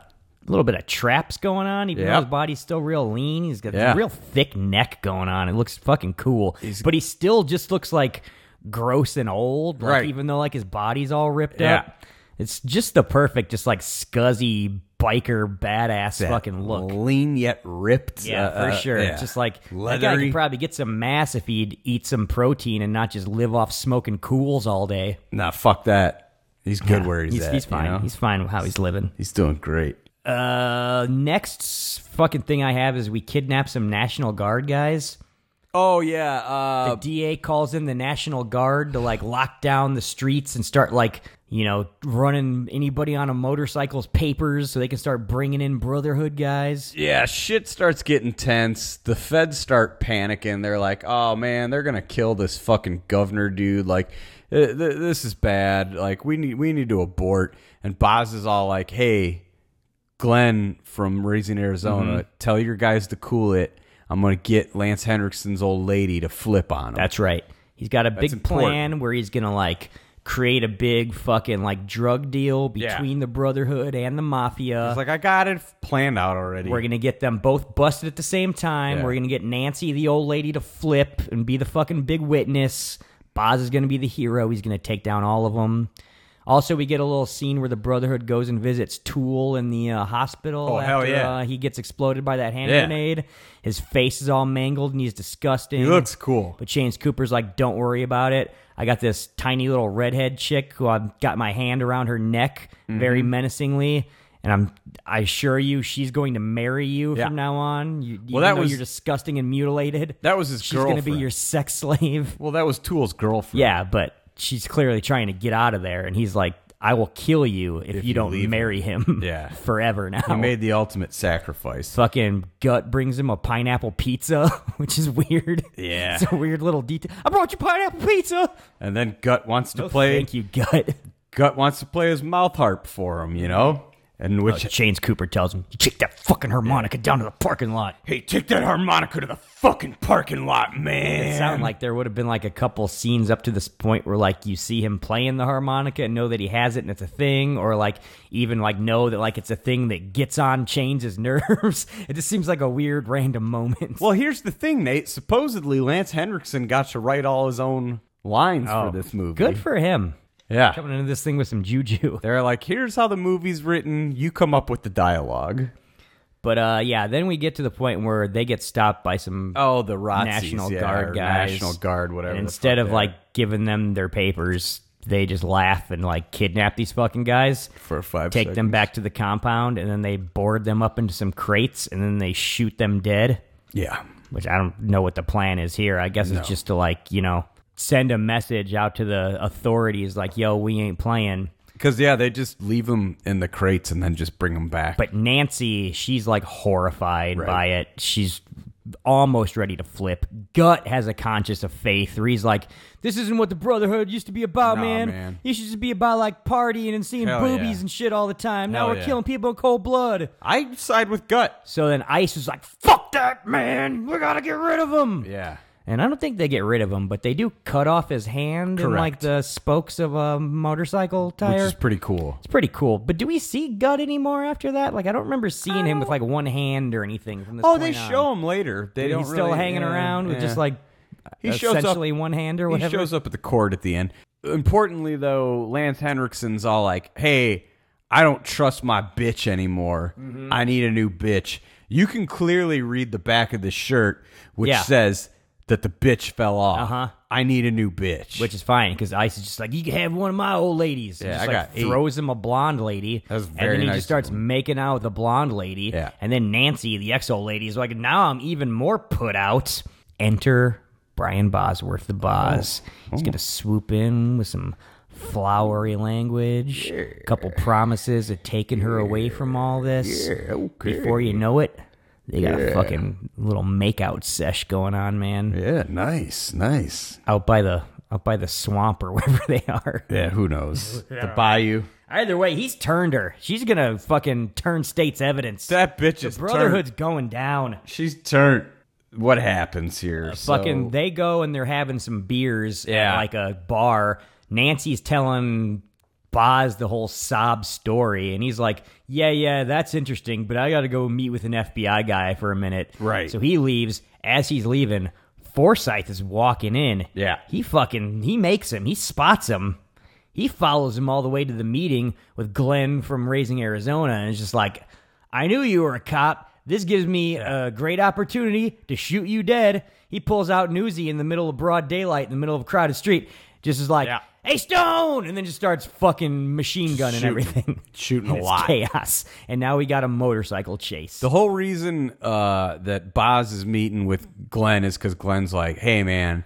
Speaker 4: little bit of traps going on. Even though
Speaker 3: Yep.
Speaker 4: his body's still real lean, he's got
Speaker 3: Yeah.
Speaker 4: this real thick neck going on. It looks fucking cool, but he still just looks like gross and old. Like,
Speaker 3: Right.
Speaker 4: Even though like his body's all ripped
Speaker 3: Yeah.
Speaker 4: up, it's just the perfect, just like scuzzy biker badass fucking look.
Speaker 3: lean yet ripped.
Speaker 4: Yeah,
Speaker 3: uh,
Speaker 4: for
Speaker 3: uh,
Speaker 4: sure.
Speaker 3: yeah.
Speaker 4: Just like that guy
Speaker 3: leathery.
Speaker 4: could probably get some mass if he'd eat some protein and not just live off smoking cools all day.
Speaker 3: nah, fuck that. He's good where he's,
Speaker 4: He's,
Speaker 3: at.
Speaker 4: he's
Speaker 3: you
Speaker 4: fine.
Speaker 3: know?
Speaker 4: He's fine with how he's living.
Speaker 3: he's doing great.
Speaker 4: Uh, next s- fucking thing I have is we kidnap some National Guard guys.
Speaker 3: Oh yeah, uh,
Speaker 4: The DA calls in the National Guard to like lock down the streets and start like you know running anybody on a motorcycle's papers so they can start bringing in Brotherhood guys.
Speaker 3: Yeah, shit starts getting tense. The feds start panicking. They're like, "Oh man, they're gonna kill this fucking governor dude. Like, uh, th- th- this is bad. Like, we need we need to abort." And Boz is all like, "Hey, Glenn from Raising Arizona,
Speaker 4: Mm-hmm.
Speaker 3: tell your guys to cool it. I'm gonna get Lance Hendrickson's old lady to flip on him."
Speaker 4: That's right. He's got a big
Speaker 3: important.
Speaker 4: plan where he's gonna like create a big fucking like drug deal
Speaker 3: Yeah.
Speaker 4: between the Brotherhood and the Mafia.
Speaker 3: It's like I got it planned out already.
Speaker 4: We're gonna get them both busted at the same time.
Speaker 3: Yeah.
Speaker 4: We're gonna get Nancy, the old lady, to flip and be the fucking big witness. Boz is gonna be the hero. He's gonna take down all of them. Also, we get a little scene where the Brotherhood goes and visits Tool in the uh, hospital.
Speaker 3: Oh, hell
Speaker 4: after,
Speaker 3: yeah.
Speaker 4: Uh, he gets exploded by that hand
Speaker 3: Yeah.
Speaker 4: grenade. His face is all mangled and he's disgusting.
Speaker 3: he looks cool.
Speaker 4: But James Cooper's like, don't worry about it. I got this tiny little redhead chick who I've got my hand around her neck very
Speaker 3: Mm-hmm.
Speaker 4: menacingly. And I'm, I assure you, she's going to marry you
Speaker 3: Yeah.
Speaker 4: from now on. You,
Speaker 3: Well,
Speaker 4: even
Speaker 3: that
Speaker 4: though
Speaker 3: was-
Speaker 4: you're disgusting and mutilated.
Speaker 3: That was his
Speaker 4: She's gonna be
Speaker 3: girlfriend.
Speaker 4: your sex slave.
Speaker 3: Well, that was Tool's girlfriend.
Speaker 4: yeah, but she's clearly trying to get out of there. And he's like, I will kill you if, you,
Speaker 3: you
Speaker 4: don't
Speaker 3: leave
Speaker 4: marry him.
Speaker 3: Yeah.
Speaker 4: forever now.
Speaker 3: he made the ultimate sacrifice.
Speaker 4: Fucking gut brings him a pineapple pizza, which is weird.
Speaker 3: Yeah.
Speaker 4: it's a weird little detail. I brought you pineapple pizza.
Speaker 3: And then Gut wants to
Speaker 4: No,
Speaker 3: play.
Speaker 4: Thank you, Gut.
Speaker 3: Gut wants to play his mouth harp for him, you know? And which.
Speaker 4: James Cooper tells him, "You take that fucking harmonica down to the parking lot."
Speaker 3: hey, take that harmonica to the fucking parking lot, man.
Speaker 4: It sounded like there would have been like a couple scenes up to this point where like you see him playing the harmonica and know that he has it and it's a thing, or like even like know that like it's a thing that gets on Chains' his nerves. It just seems like a weird random moment.
Speaker 3: Well, here's the thing, Nate. Supposedly, Lance Hendrickson got to write all his own lines Oh, for this movie.
Speaker 4: Good for him
Speaker 3: Yeah.
Speaker 4: coming into this thing with some juju.
Speaker 3: They're like, here's how the movie's written. You come up with the dialogue.
Speaker 4: But uh, yeah, then we get to the point where they get stopped by some
Speaker 3: oh the Razzies,
Speaker 4: National
Speaker 3: yeah, or
Speaker 4: Guard guys,
Speaker 3: National Guard, whatever
Speaker 4: And
Speaker 3: the
Speaker 4: instead
Speaker 3: fuck
Speaker 4: of
Speaker 3: they
Speaker 4: like giving them their papers, they just laugh and like kidnap these fucking guys
Speaker 3: for five
Speaker 4: take them
Speaker 3: seconds.
Speaker 4: back to the compound, and then they board them up into some crates, and then they shoot them dead.
Speaker 3: Yeah.
Speaker 4: Which I don't know what the plan is here. I guess
Speaker 3: No.
Speaker 4: it's just to like you know send a message out to the authorities, like yo, we ain't playing.
Speaker 3: Because yeah, they just leave them in the crates and then just bring them back.
Speaker 4: But Nancy, she's like horrified
Speaker 3: Right.
Speaker 4: by it. She's almost ready to flip. Gut has a conscience of faith where he's like, This isn't what the Brotherhood used to be about,
Speaker 3: Nah,
Speaker 4: man.
Speaker 3: man.
Speaker 4: You should just be about like partying and seeing
Speaker 3: Hell
Speaker 4: boobies
Speaker 3: yeah.
Speaker 4: and shit all the time. now
Speaker 3: Hell
Speaker 4: we're
Speaker 3: yeah.
Speaker 4: killing people in cold blood.
Speaker 3: I side with Gut.
Speaker 4: So then Ice is like, Fuck that, man. We gotta get rid of him.
Speaker 3: yeah,
Speaker 4: And I don't think they get rid of him, but they do cut off his hand and like
Speaker 3: Correct.
Speaker 4: the spokes of a motorcycle
Speaker 3: which
Speaker 4: tire.
Speaker 3: is pretty cool.
Speaker 4: It's pretty cool. But do we see Gut anymore after that? Like, I don't remember seeing him with like one hand or anything from this.
Speaker 3: Oh, they
Speaker 4: point on.
Speaker 3: show him later. They
Speaker 4: He's
Speaker 3: don't
Speaker 4: still
Speaker 3: really-
Speaker 4: hanging
Speaker 3: yeah,
Speaker 4: around with just
Speaker 3: yeah.
Speaker 4: like
Speaker 3: He shows up-
Speaker 4: essentially one hand or whatever.
Speaker 3: He shows up at the court at the end. Importantly, though, Lance Henriksen's all like, "Hey, I don't trust my bitch anymore. I need a new bitch." You can clearly read the back of the shirt, which
Speaker 4: Yeah.
Speaker 3: says that the bitch fell off.
Speaker 4: Uh-huh.
Speaker 3: I need a new bitch.
Speaker 4: which is fine because Ice is just like you can have one of my old ladies. And
Speaker 3: Yeah,
Speaker 4: just,
Speaker 3: I
Speaker 4: like,
Speaker 3: got eight.
Speaker 4: throws him a blonde lady,
Speaker 3: That was
Speaker 4: and
Speaker 3: very
Speaker 4: then he
Speaker 3: nice
Speaker 4: just
Speaker 3: of
Speaker 4: starts making out with a blonde lady.
Speaker 3: Yeah.
Speaker 4: and then Nancy, the ex old lady, is like, now I'm even more put out. Enter Brian Bosworth, the Boz.
Speaker 3: Oh.
Speaker 4: He's gonna swoop in with some flowery language, a couple promises of taking her away from all this. Before you know it. They got a fucking little makeout sesh going on, man.
Speaker 3: yeah, nice, nice.
Speaker 4: Out by the out by the swamp or wherever they are.
Speaker 3: Yeah, who knows the bayou?
Speaker 4: Either way, he's turned her. She's gonna fucking turn state's evidence.
Speaker 3: That bitch is
Speaker 4: Brotherhood's
Speaker 3: turned.
Speaker 4: going down.
Speaker 3: She's turned. What happens here?
Speaker 4: Fucking, they go and they're having some beers at
Speaker 3: Yeah.
Speaker 4: like a bar. Nancy's telling Boz the whole sob story, and he's like, "Yeah, yeah, that's interesting, but I got to go meet with an FBI guy for a minute."
Speaker 3: Right.
Speaker 4: So he leaves. As he's leaving, Forsyth is walking in.
Speaker 3: Yeah.
Speaker 4: He fucking he makes him. He spots him. He follows him all the way to the meeting with Glenn from Raising Arizona and is just like, I knew you were a cop. This gives me a great opportunity to shoot you dead. He pulls out Newsy in the middle of broad daylight, in the middle of a crowded street, just is like,
Speaker 3: Yeah.
Speaker 4: hey, Stone! And then just starts fucking machine gunning
Speaker 3: Shooting-
Speaker 4: everything.
Speaker 3: shooting a
Speaker 4: It's
Speaker 3: lot.
Speaker 4: chaos. And now we got a motorcycle chase.
Speaker 3: The whole reason uh, that Boz is meeting with Glenn is because Glenn's like, "Hey, man,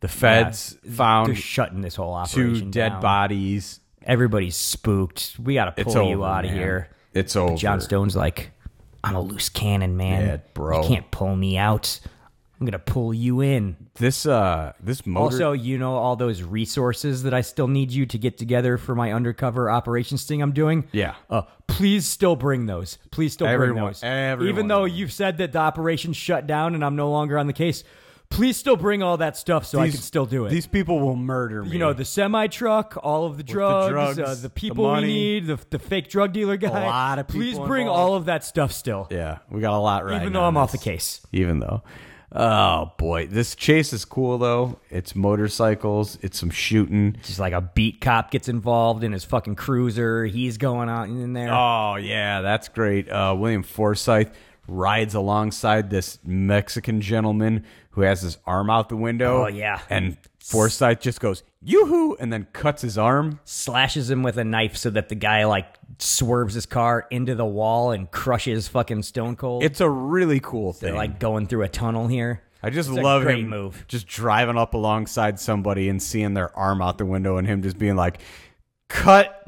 Speaker 3: the feds
Speaker 4: They're
Speaker 3: found
Speaker 4: shutting this whole
Speaker 3: two
Speaker 4: operation
Speaker 3: dead
Speaker 4: down.
Speaker 3: bodies.
Speaker 4: Everybody's spooked. We got to
Speaker 3: It's
Speaker 4: pull
Speaker 3: over,
Speaker 4: you out of
Speaker 3: man.
Speaker 4: here.
Speaker 3: It's over."
Speaker 4: John Stone's like, I'm a loose cannon, man.
Speaker 3: Yeah, bro.
Speaker 4: You can't pull me out. I'm gonna pull you in.
Speaker 3: This uh, this motor.
Speaker 4: Also, you know all those resources that I still need you to get together for my undercover operations thing I'm doing.
Speaker 3: Yeah.
Speaker 4: Uh, please still bring those. Please still bring
Speaker 3: Everyone-
Speaker 4: those.
Speaker 3: everyone.
Speaker 4: Even though you've said that the operation shut down and I'm no longer on the case, please still bring all that stuff so I
Speaker 3: These-
Speaker 4: can still do it.
Speaker 3: These people will murder me.
Speaker 4: you know the semi truck, all of the drugs, uh,
Speaker 3: drugs,
Speaker 4: the
Speaker 3: the
Speaker 4: people we
Speaker 3: money.
Speaker 4: need, the, the fake drug dealer guy.
Speaker 3: lot of people
Speaker 4: Please bring
Speaker 3: involved.
Speaker 4: all of that stuff still.
Speaker 3: yeah, we got a lot right.
Speaker 4: Even though I'm off the case.
Speaker 3: even though. Oh boy, this chase is cool though. It's motorcycles. It's some shooting.
Speaker 4: Just like a beat cop gets involved in his fucking cruiser. He's going out in there.
Speaker 3: Oh yeah, that's great. Uh, William Forsythe rides alongside this Mexican gentleman who has his arm out the window.
Speaker 4: Oh, yeah.
Speaker 3: and Forsythe just goes yoo-hoo and then cuts his arm.
Speaker 4: Slashes him with a knife so that the guy like swerves his car into the wall and crushes fucking Stone Cold.
Speaker 3: It's a really cool
Speaker 4: They're
Speaker 3: thing.
Speaker 4: like going through a tunnel here.
Speaker 3: I just
Speaker 4: it's a
Speaker 3: love
Speaker 4: great
Speaker 3: him
Speaker 4: move.
Speaker 3: just driving up alongside somebody and seeing their arm out the window and him just being like cut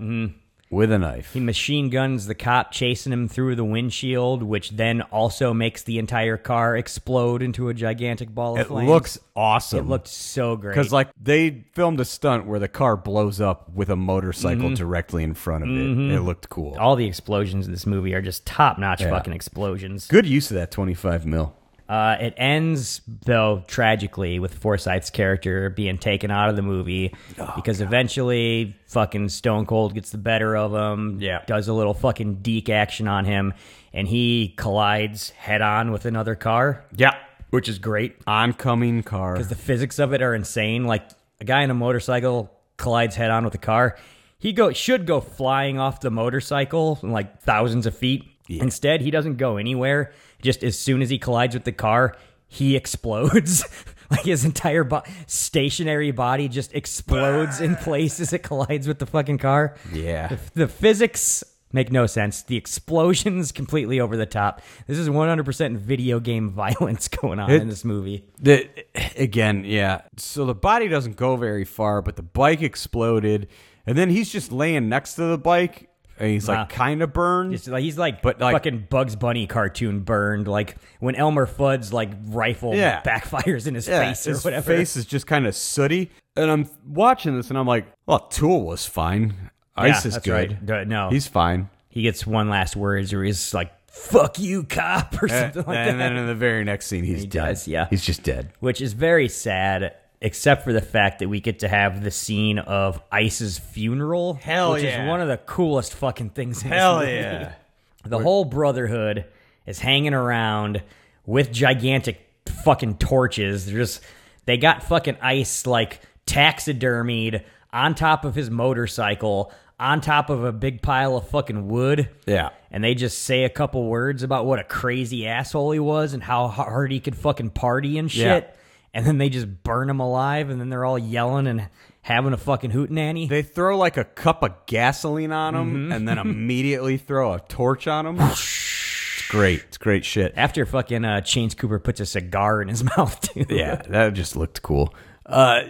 Speaker 3: with a knife.
Speaker 4: Mm-hmm. He machine guns the cop chasing him through the windshield, which then also makes the entire car explode into a gigantic ball of
Speaker 3: It
Speaker 4: flames.
Speaker 3: looks awesome.
Speaker 4: it looked so great.
Speaker 3: Because like they filmed a stunt where the car blows up with a motorcycle directly in front of it. It looked cool.
Speaker 4: Mm-hmm. all the explosions in this movie are just top notch
Speaker 3: Yeah.
Speaker 4: fucking explosions.
Speaker 3: Good use of that twenty-five mil.
Speaker 4: Uh, it ends though tragically with Forsyth's character being taken out of the movie
Speaker 3: Oh,
Speaker 4: because eventually fucking Stone Cold gets the better of him.
Speaker 3: Yeah.
Speaker 4: does a little fucking deke action on him, and he collides head on with another car,
Speaker 3: Yeah,
Speaker 4: which is great
Speaker 3: oncoming car.
Speaker 4: because the physics of it are insane. Like a guy in a motorcycle collides head on with a car, he go should go flying off the motorcycle like thousands of feet. Instead, he doesn't go anywhere. Just as soon as he collides with the car, he explodes. like his entire bo- stationary body just explodes in place as it collides with the fucking car.
Speaker 3: Yeah.
Speaker 4: The, the physics make no sense. The explosions completely over the top. This is 100% video game violence going on
Speaker 3: It-
Speaker 4: in this movie.
Speaker 3: The, again, yeah. So the body doesn't go very far, but the bike exploded, and then he's just laying next to the bike, and he's like kind of burned.
Speaker 4: Uh-huh. It's like he's like, fucking Bugs Bunny cartoon burned. Like when Elmer Fudd's like rifle
Speaker 3: Yeah.
Speaker 4: backfires in his
Speaker 3: Yeah,
Speaker 4: face or
Speaker 3: his
Speaker 4: whatever.
Speaker 3: face is just kind of sooty. And I'm watching this, and I'm like, well, Tool was fine. Ice
Speaker 4: Yeah,
Speaker 3: is
Speaker 4: that's
Speaker 3: good.
Speaker 4: right. D- no.
Speaker 3: he's fine.
Speaker 4: he gets one last words where he's like, "Fuck you, cop," or
Speaker 3: And,
Speaker 4: something like
Speaker 3: and
Speaker 4: that.
Speaker 3: then in the very next scene, he's
Speaker 4: He
Speaker 3: dead.
Speaker 4: does, yeah.
Speaker 3: He's just dead.
Speaker 4: which is very sad, except for the fact that we get to have the scene of Ice's funeral.
Speaker 3: Hell
Speaker 4: which
Speaker 3: yeah.
Speaker 4: is one of the coolest fucking things. In
Speaker 3: Hell
Speaker 4: this movie.
Speaker 3: yeah.
Speaker 4: The whole Brotherhood is hanging around with gigantic fucking torches. They're just they got fucking ice like taxidermied on top of his motorcycle, on top of a big pile of fucking wood.
Speaker 3: Yeah.
Speaker 4: And they just say a couple words about what a crazy asshole he was and how hard he could fucking party and shit.
Speaker 3: Yeah.
Speaker 4: And then they just burn him alive and then they're all yelling and having a fucking hootenanny.
Speaker 3: They throw like a cup of gasoline on him, and then immediately throw a torch on him. it's great. It's great shit.
Speaker 4: After fucking uh, Chains Cooper puts a cigar in his mouth, too.
Speaker 3: yeah, that just looked cool. Uh,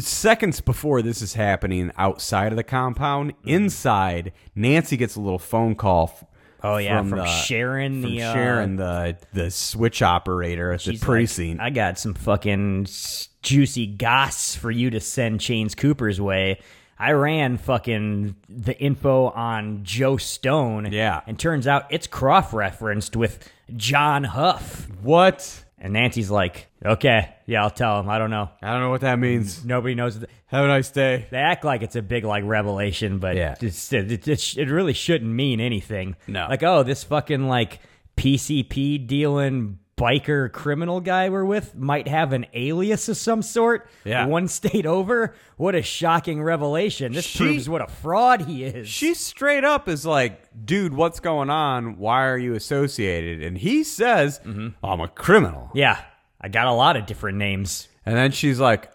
Speaker 3: seconds before this is happening outside of the compound, inside, Nancy gets a little phone call. f-
Speaker 4: Oh, yeah, from Sharon,
Speaker 3: from
Speaker 4: the, uh,
Speaker 3: Sharon, the the switch operator at the
Speaker 4: She's like,
Speaker 3: precinct.
Speaker 4: I got some fucking s- juicy goss for you to send Chains Cooper's way. I ran fucking the info on Joe Stone.
Speaker 3: Yeah.
Speaker 4: And turns out it's cross referenced with John Huff.
Speaker 3: what?
Speaker 4: And Nancy's like, okay, yeah, I'll tell him. I don't know.
Speaker 3: I don't know what that means.
Speaker 4: Nobody knows. th-
Speaker 3: Have a nice day.
Speaker 4: They act like it's a big like revelation, but
Speaker 3: Yeah.
Speaker 4: it's, it, it, it really shouldn't mean anything.
Speaker 3: No.
Speaker 4: like oh, this fucking like PCP dealing biker criminal guy we're with might have an alias of some sort.
Speaker 3: Yeah.
Speaker 4: one state over. What a shocking revelation! This
Speaker 3: She-
Speaker 4: proves what a fraud he is.
Speaker 3: She straight up is like, dude, what's going on? Why are you associated? And he says, I'm a criminal.
Speaker 4: Mm-hmm. yeah, I got a lot of different names.
Speaker 3: And then she's like,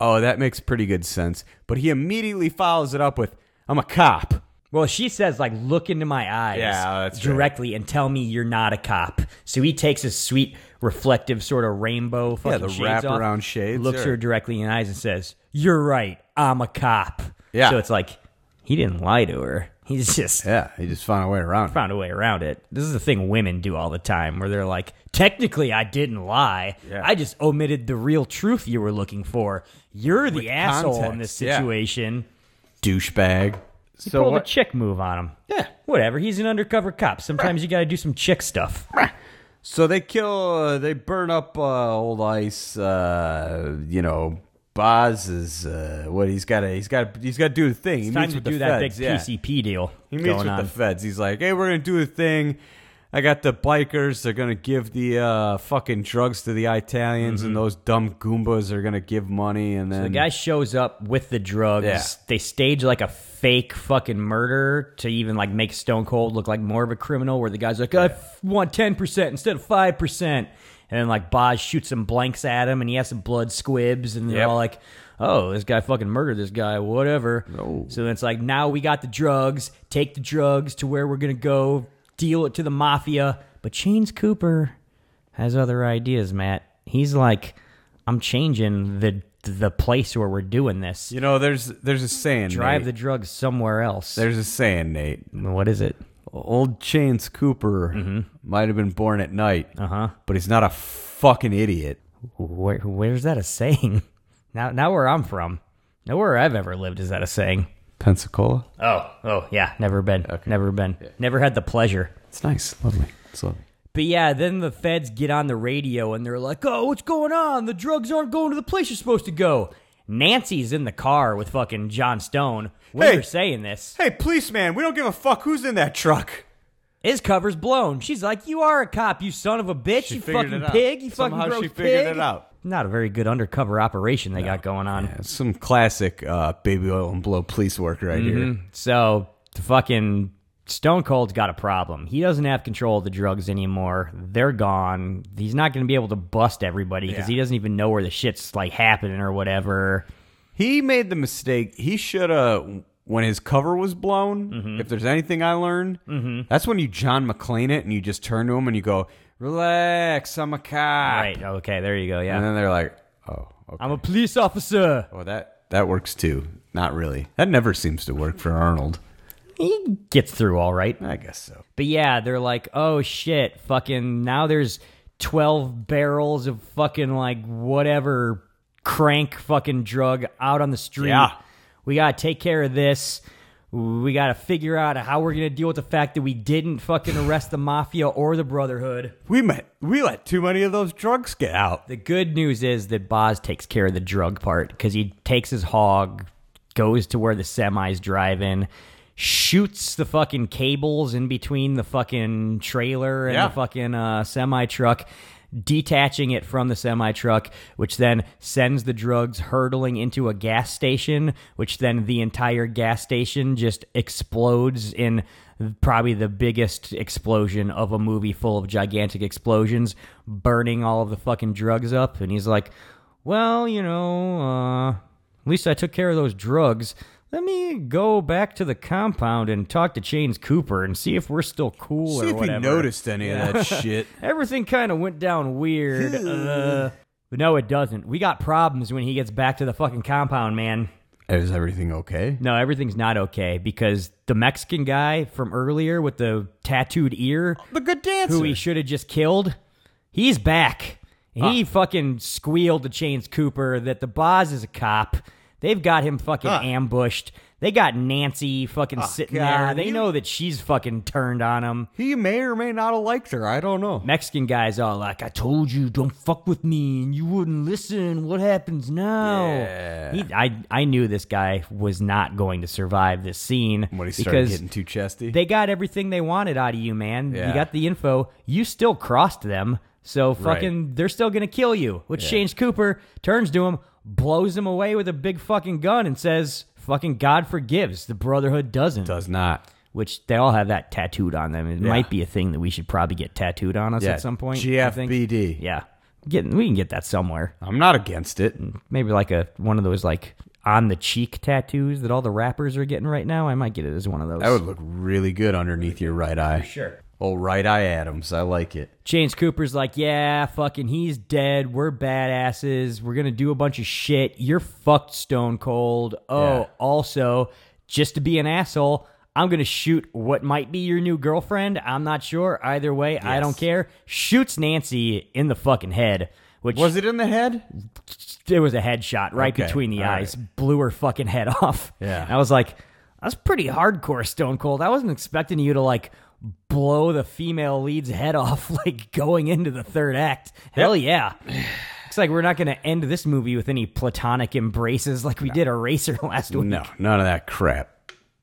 Speaker 3: oh, that makes pretty good sense. But he immediately follows it up with, I'm a cop.
Speaker 4: Well, she says, like, look into my eyes
Speaker 3: Yeah, oh, that's right.
Speaker 4: directly and tell me you're not a cop. So he takes his sweet, reflective, sort of rainbow fucking
Speaker 3: the
Speaker 4: shades off,
Speaker 3: wraparound shades,
Speaker 4: Looks
Speaker 3: sure.
Speaker 4: her directly in the eyes and says, You're right. I'm a cop.
Speaker 3: Yeah.
Speaker 4: So it's like, he didn't lie to her. He's just
Speaker 3: Yeah, he just found a way around. it.
Speaker 4: found a way around it. This is the thing women do all the time where they're like, technically, I didn't lie.
Speaker 3: Yeah.
Speaker 4: I just omitted the real truth you were looking for. You're the asshole in this
Speaker 3: context, yeah.
Speaker 4: situation.
Speaker 3: Douchebag. So
Speaker 4: Pull the
Speaker 3: what?
Speaker 4: chick move on him.
Speaker 3: yeah.
Speaker 4: Whatever. He's an undercover cop. Sometimes you got to do some chick stuff.
Speaker 3: So they kill, uh, they burn up uh, old ice. Uh, you know, Boz is uh, what he's got to, he's got, to he's got to do the thing. He
Speaker 4: It's time
Speaker 3: meets
Speaker 4: to
Speaker 3: with
Speaker 4: do
Speaker 3: the
Speaker 4: that
Speaker 3: feds,
Speaker 4: big
Speaker 3: yeah.
Speaker 4: PCP deal
Speaker 3: He meets
Speaker 4: going
Speaker 3: with
Speaker 4: on.
Speaker 3: the feds. He's like, "Hey, we're gonna do a thing. I got the bikers. They're gonna give the uh, fucking drugs to the Italians, and those dumb goombas are gonna give money." And then
Speaker 4: Mm-hmm. the guy shows up with the drugs.
Speaker 3: Yeah.
Speaker 4: They stage like a fake fucking murder to even like make Stone Cold look like more of a criminal. Where the guy's like, "I f- want ten percent instead of five percent," and then like Boz shoots some blanks at him, and he has some blood squibs, and they're
Speaker 3: Yep.
Speaker 4: all like. Oh, this guy fucking murdered this guy, whatever. So it's like, now we got the drugs. Take the drugs to where we're going to go, deal it to the mafia. But Chains Cooper has other ideas, Matt. He's like, I'm changing the the place where we're doing this.
Speaker 3: you know, there's there's a saying.
Speaker 4: Drive the
Speaker 3: Nate.
Speaker 4: drugs somewhere else.
Speaker 3: There's a saying, Nate.
Speaker 4: what is it?
Speaker 3: Old Chains Cooper
Speaker 4: Mm-hmm.
Speaker 3: might have been born at night, uh-huh. but he's not a fucking idiot.
Speaker 4: Where, where's that a saying? Now, now where I'm from, nowhere I've ever lived is that a saying.
Speaker 3: Pensacola.
Speaker 4: Oh, oh yeah, never been, never been, never had the pleasure.
Speaker 3: It's nice, lovely, it's lovely.
Speaker 4: But yeah, then the feds get on the radio and they're like, "Oh, what's going on? The drugs aren't going to the place you're supposed to go." Nancy's in the car with fucking John Stone. When
Speaker 3: Hey.
Speaker 4: you're saying this,
Speaker 3: Hey, policeman, we don't give a fuck who's in that truck.
Speaker 4: His cover's blown. She's like, "You are a cop, you son of a bitch,
Speaker 3: She
Speaker 4: you
Speaker 3: figured
Speaker 4: fucking
Speaker 3: it out.
Speaker 4: pig, you
Speaker 3: Somehow
Speaker 4: fucking gross
Speaker 3: she figured
Speaker 4: pig."
Speaker 3: it out.
Speaker 4: Not a very good undercover operation they got going on.
Speaker 3: That's some
Speaker 4: Mm-hmm.
Speaker 3: classic uh, baby oil and blow police work right here.
Speaker 4: So the fucking Stone Cold's got a problem. He doesn't have control of the drugs anymore. They're gone. He's not going to be able to bust everybody because he doesn't even know where the shit's like happening or whatever.
Speaker 3: He made the mistake. He should have when his cover was blown.
Speaker 4: Mm-hmm.
Speaker 3: If there's anything I learned, that's when you John McClane it and you just turn to him and you go, "Relax, I'm a cop."
Speaker 4: Right. Okay. There you go. Yeah.
Speaker 3: And then they're like, "Oh, okay."
Speaker 4: I'm a police officer.
Speaker 3: Well, that that works too. Not really. That never seems to work for Arnold.
Speaker 4: He gets through all right.
Speaker 3: I guess so.
Speaker 4: But yeah, they're like, oh shit, fucking now there's 12 barrels of fucking like whatever crank fucking drug out on the street.
Speaker 3: Yeah.
Speaker 4: We got to take care of this. We got to figure out how we're going to deal with the fact that we didn't fucking arrest the mafia or the brotherhood.
Speaker 3: We met, we let too many of those drugs get out.
Speaker 4: The good news is that Boz takes care of the drug part because he takes his hog, goes to where the semi's driving, shoots the fucking cables in between the fucking trailer and
Speaker 3: Yeah.
Speaker 4: the fucking uh, semi truck, detaching it from the semi truck, which then sends the drugs hurtling into a gas station, which then the entire gas station just explodes in probably the biggest explosion of a movie full of gigantic explosions, burning all of the fucking drugs up. And he's like, well, you know, uh, at least I took care of those drugs. Let me go back to the compound and talk to Chains Cooper and see if we're still cool or
Speaker 3: See if
Speaker 4: whatever.
Speaker 3: he noticed any of that shit.
Speaker 4: Everything kind of went down weird. uh, but no, it doesn't. We got problems when he gets back to the fucking compound, man.
Speaker 3: Is everything okay?
Speaker 4: No, everything's not okay because the Mexican guy from earlier with the tattooed ear,
Speaker 3: The good dancer.
Speaker 4: who he should have just killed, he's back.
Speaker 3: Ah.
Speaker 4: He fucking squealed to Chains Cooper that the boss is a cop. They've got him fucking ambushed. They got Nancy fucking sitting there.
Speaker 3: Ah. God,
Speaker 4: They
Speaker 3: you-
Speaker 4: know that she's fucking turned on him.
Speaker 3: He may or may not have liked her. I don't know.
Speaker 4: Mexican guy's all like, I told you, don't fuck with me, and you wouldn't listen. What happens now? He, I, I knew this guy was not going to survive this scene.
Speaker 3: When he started
Speaker 4: because
Speaker 3: getting too chesty.
Speaker 4: They got everything they wanted out of you, man. You
Speaker 3: Yeah.
Speaker 4: got the info. You still crossed them. So fucking, they're still going to kill you. Which James Cooper turns to him, blows him away with a big fucking gun, and says, fucking God forgives. The Brotherhood doesn't
Speaker 3: Does not.
Speaker 4: which they all have that tattooed on them. It might be a thing that we should probably get tattooed on us
Speaker 3: Yeah,
Speaker 4: at some point. I think.
Speaker 3: GFBD.
Speaker 4: Yeah, Getting we can get that somewhere.
Speaker 3: I'm not against it.
Speaker 4: Maybe like a one of those like on the cheek tattoos that all the rappers are getting right now. I might get it as one of those.
Speaker 3: That would look really good underneath your right eye. Sure. Old right eye Adams. I like it.
Speaker 4: James Cooper's like, yeah, fucking, he's dead. We're badasses. We're gonna do a bunch of shit. You're fucked, Stone Cold. Oh,
Speaker 3: Yeah.
Speaker 4: also, just to be an asshole, I'm gonna shoot what might be your new girlfriend. I'm not sure. Either way, I don't care. Shoots Nancy in the fucking head. Which
Speaker 3: Was it in the head?
Speaker 4: It was a headshot right
Speaker 3: Okay,
Speaker 4: between the
Speaker 3: all
Speaker 4: eyes. Blew her fucking head off.
Speaker 3: Yeah.
Speaker 4: And I was like, that's pretty hardcore, Stone Cold. I wasn't expecting you to like blow the female lead's head off like going into the third act. Hell yeah. Looks like we're not going to end this movie with any platonic embraces like we did Eraser last week.
Speaker 3: No, none of that crap.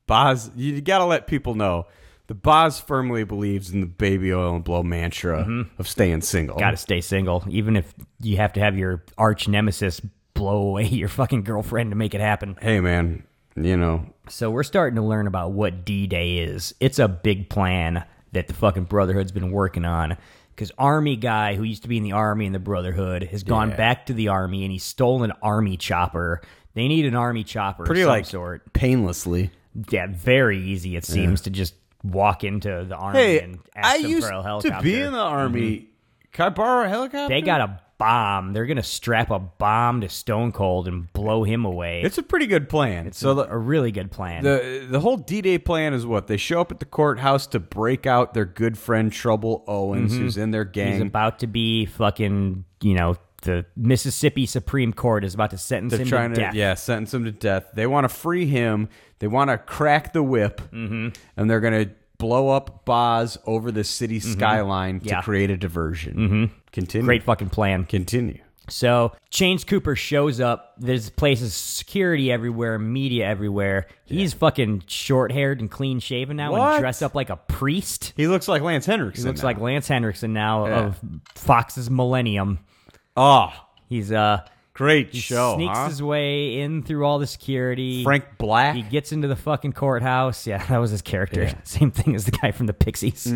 Speaker 3: Boz, you gotta let people know. The Boz firmly believes in the baby oil and blow mantra of staying single.
Speaker 4: Got to stay single, even if you have to have your arch nemesis blow away your fucking girlfriend to make it happen.
Speaker 3: Hey man, you know,
Speaker 4: So we're starting to learn about what D Day is. It's a big plan that the fucking Brotherhood's been working on. Because Army guy who used to be in the Army and the Brotherhood has gone back to the Army and he stole an Army chopper. They need an Army chopper, of
Speaker 3: pretty
Speaker 4: some
Speaker 3: like
Speaker 4: sort.
Speaker 3: painlessly.
Speaker 4: Yeah, very easy. It seems to just walk into the Army
Speaker 3: Hey,
Speaker 4: and ask
Speaker 3: I
Speaker 4: them
Speaker 3: used
Speaker 4: for a helicopter.
Speaker 3: to be in the army. Can I borrow a helicopter?
Speaker 4: they got a bomb. They're gonna strap a bomb to Stone Cold and blow him away.
Speaker 3: It's a pretty good plan. so the
Speaker 4: a really good plan.
Speaker 3: The the whole D Day plan is what they show up at the courthouse to break out their good friend Trouble Owens, who's in their gang.
Speaker 4: He's about to be fucking, you know, the Mississippi Supreme Court is about to sentence
Speaker 3: They're
Speaker 4: him
Speaker 3: trying
Speaker 4: to
Speaker 3: to
Speaker 4: death.
Speaker 3: yeah sentence him to death. They want to free him. They want to crack the whip, and they're gonna blow up Boz over the city skyline
Speaker 4: Yeah.
Speaker 3: to create a diversion. Mm-hmm. Continue.
Speaker 4: Great fucking plan.
Speaker 3: Continue.
Speaker 4: So Chains Cooper shows up. There's places security everywhere, media everywhere. He's fucking short haired and clean shaven now and
Speaker 3: What?
Speaker 4: dressed up like a priest.
Speaker 3: He looks like Lance Henriksen.
Speaker 4: He looks
Speaker 3: now.
Speaker 4: like Lance Henriksen now
Speaker 3: Yeah.
Speaker 4: of Fox's Millennium.
Speaker 3: oh
Speaker 4: He's uh
Speaker 3: Great
Speaker 4: He
Speaker 3: show.
Speaker 4: Sneaks
Speaker 3: huh?
Speaker 4: his way in through all the security.
Speaker 3: Frank Black?
Speaker 4: He gets into the fucking courthouse. Yeah, that was his character.
Speaker 3: Yeah. Mm-hmm.
Speaker 4: Same thing as the guy from the Pixies.